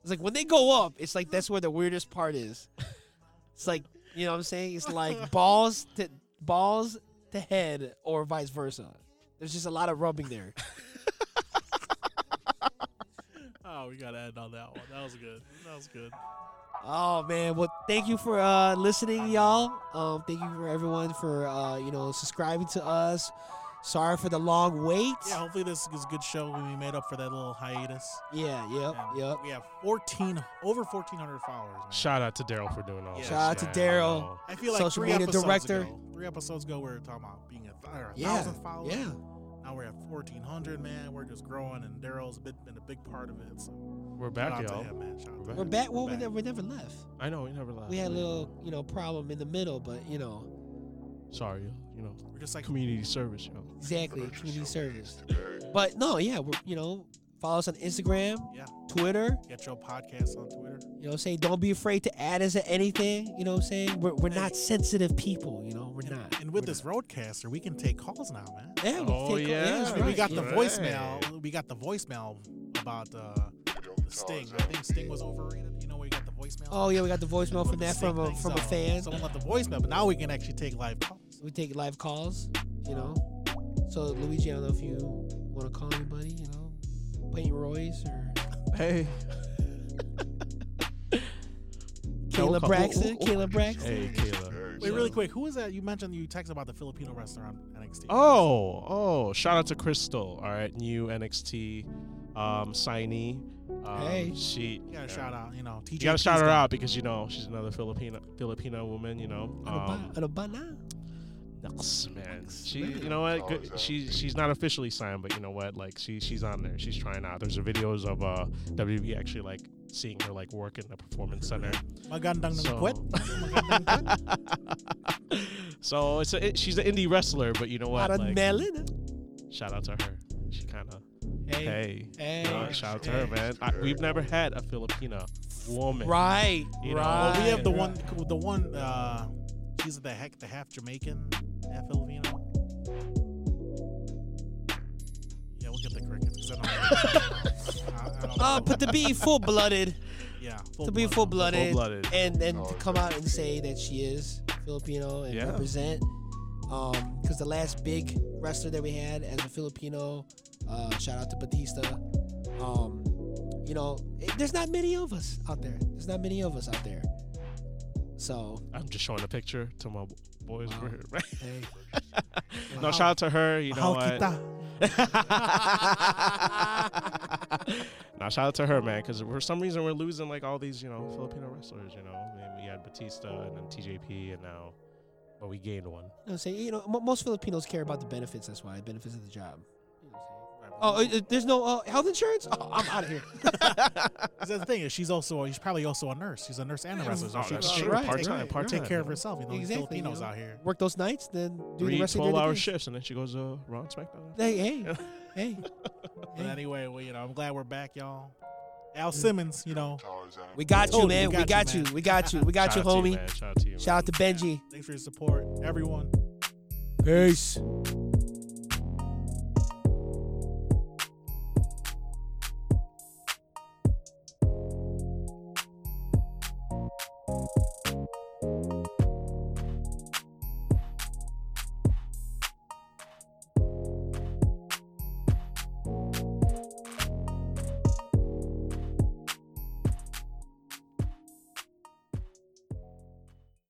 Speaker 2: It's like when they go up, it's like that's where the weirdest part is. It's like you know what I'm saying? It's like balls to balls to head or vice versa. There's just a lot of rubbing there.
Speaker 4: Oh, we gotta end on that one. That was good. That was good.
Speaker 2: Oh man, well thank you for uh listening, y'all. Um thank you for everyone for uh, you know, subscribing to us. Sorry for the long wait.
Speaker 4: Yeah, hopefully this is a good show. We made up for that little hiatus.
Speaker 2: Yeah, yep,
Speaker 4: And
Speaker 2: yep.
Speaker 4: We have fourteen over fourteen hundred followers. Man.
Speaker 3: Shout out to Daryl for doing all
Speaker 4: Yeah.
Speaker 3: this.
Speaker 2: Shout out to
Speaker 3: man.
Speaker 2: Daryl.
Speaker 3: I know.
Speaker 4: I feel like
Speaker 2: Social
Speaker 4: three
Speaker 2: media
Speaker 4: episodes
Speaker 2: director.
Speaker 4: Ago, three episodes ago, we were talking about being a, th- or a
Speaker 2: Yeah.
Speaker 4: thousand followers.
Speaker 2: Yeah.
Speaker 4: Now we're at fourteen hundred, man. We're just growing, and Daryl's been, been a big part of it. So
Speaker 3: We're
Speaker 4: shout
Speaker 3: back,
Speaker 4: out
Speaker 3: y'all.
Speaker 4: to him, man. Shout out to
Speaker 3: We're
Speaker 4: him.
Speaker 2: We're back well we
Speaker 4: Back.
Speaker 2: never, we never left.
Speaker 3: I know we never left.
Speaker 2: We had a little, you know, problem in the middle, but you know,
Speaker 3: Sorry, you know,
Speaker 4: We're just like
Speaker 3: community service, y'all.
Speaker 2: Exactly, community service. But no, yeah, we're, you know, follow us on Instagram,
Speaker 4: Yeah.
Speaker 2: Twitter.
Speaker 4: get your podcast on Twitter.
Speaker 2: You know what I'm saying? Don't be afraid to add us at anything. You know what I'm saying? We're, we're not sensitive people. You know, we're
Speaker 4: And,
Speaker 2: not.
Speaker 4: and with
Speaker 2: We're
Speaker 4: this roadcaster, we can take calls now, man.
Speaker 2: not. yeah, we
Speaker 3: Oh,
Speaker 2: take-
Speaker 3: yeah.
Speaker 2: that's
Speaker 4: I mean, we
Speaker 2: right,
Speaker 4: got
Speaker 2: yeah.
Speaker 4: the voicemail. We got the voicemail about uh, the Sting. I think Sting was overrated. You know, we got the voicemail.
Speaker 2: Oh yeah, we got the voicemail
Speaker 4: About
Speaker 2: from
Speaker 4: the
Speaker 2: that
Speaker 4: Sting
Speaker 2: from a
Speaker 4: thing.
Speaker 2: from a
Speaker 4: So,
Speaker 2: fan.
Speaker 4: Someone left the voicemail, but now we can actually take live calls.
Speaker 2: We take live calls. You know, so Luigi, I don't know if you want to call anybody. You know, Peyton Royce or
Speaker 3: Hey,
Speaker 2: Kayla
Speaker 3: call-
Speaker 2: Braxton. Kayla Braxton.
Speaker 3: hey, Kayla.
Speaker 4: Wait, really quick, who is that? You mentioned you texted about the Filipino restaurant NXT.
Speaker 3: Oh, oh! Shout out to Crystal. All right, new NXT um, signee. Um,
Speaker 2: Hey.
Speaker 3: she.
Speaker 4: you gotta shout out. You know, TJ.
Speaker 3: You gotta shout her
Speaker 4: Tuesday.
Speaker 3: out because you know she's another Filipino Filipino woman. You know.
Speaker 4: Oh,
Speaker 3: Um,
Speaker 2: Ano ba- ano ba na?
Speaker 3: Knox, man. She, you know what? Good. She, she's not officially signed, but you know what? Like she, she's on there. She's trying out. There's videos of uh WB actually like seeing her like work in the performance center.
Speaker 4: Magandang
Speaker 3: So-
Speaker 4: quit.
Speaker 2: Oh
Speaker 3: so it's a, it, she's an indie wrestler, but you know what?
Speaker 2: Parang
Speaker 3: Like,
Speaker 2: melon, ah.
Speaker 3: shout out to her. She kind of
Speaker 2: Hey.
Speaker 3: hey.
Speaker 2: Hey.
Speaker 3: you know, shout out to her, man. I, we've never had a Filipina woman.
Speaker 2: Right.
Speaker 3: You know, oh,
Speaker 2: right.
Speaker 4: we have the
Speaker 2: right.
Speaker 4: one, the one. uh She's the heck, the half Jamaican, half Filipino. Yeah, we'll get the crickets. 'cause I don't. I, I don't
Speaker 2: Uh,
Speaker 4: know.
Speaker 2: but to be full blooded,
Speaker 4: yeah,
Speaker 2: to be full blooded,
Speaker 3: Full-blooded.
Speaker 2: and and to come out and say that she is Filipino and
Speaker 3: Yeah.
Speaker 2: represent, um, because the last big wrestler that we had as a Filipino, uh, shout out to Batista, um, you know, it, there's not many of us out there. There's not many of us out there. So
Speaker 3: I'm just showing a picture to my boys over here, right?
Speaker 2: hey,
Speaker 3: No, shout out to her. You know what? now shout out to her, man, because for some reason we're losing like all these, you know, Filipino wrestlers. You know, I mean, we had Batista and then TJP, and now, well, we gained one.
Speaker 2: you know, say you know, mo most Filipinos care about the benefits. That's why benefits of the job. You know what I'm saying? Oh, uh, uh, there's no uh, health insurance. Oh, I'm out of here.
Speaker 4: That's the thing is, she's also she's probably also a nurse. She's a nurse and a wrestler. so
Speaker 3: Oh,
Speaker 4: she
Speaker 3: that's
Speaker 4: can
Speaker 3: true.
Speaker 2: Right,
Speaker 3: part time,
Speaker 2: right,
Speaker 3: part time.
Speaker 4: take care of herself. You know, these
Speaker 2: Exactly, you
Speaker 4: Filipinos
Speaker 2: know.
Speaker 4: out here.
Speaker 2: Work those nights, then do the
Speaker 3: Three
Speaker 2: rest of the
Speaker 3: 12 hour
Speaker 2: days.
Speaker 3: shifts, and then she goes uh, Raw and SmackDown.
Speaker 2: Hey, hey, hey.
Speaker 4: But
Speaker 2: Hey.
Speaker 4: anyway, well, you know, I'm glad we're back, y'all. Al Simmons, you know,
Speaker 2: We got you,
Speaker 4: Totally,
Speaker 2: man. We got you.
Speaker 4: man.
Speaker 2: We got you. We got
Speaker 3: Shout
Speaker 2: you,
Speaker 3: out to
Speaker 2: homie.
Speaker 3: man. Shout out to you. man.
Speaker 2: Shout out to Benji.
Speaker 4: thanks for your support, everyone.
Speaker 2: Peace.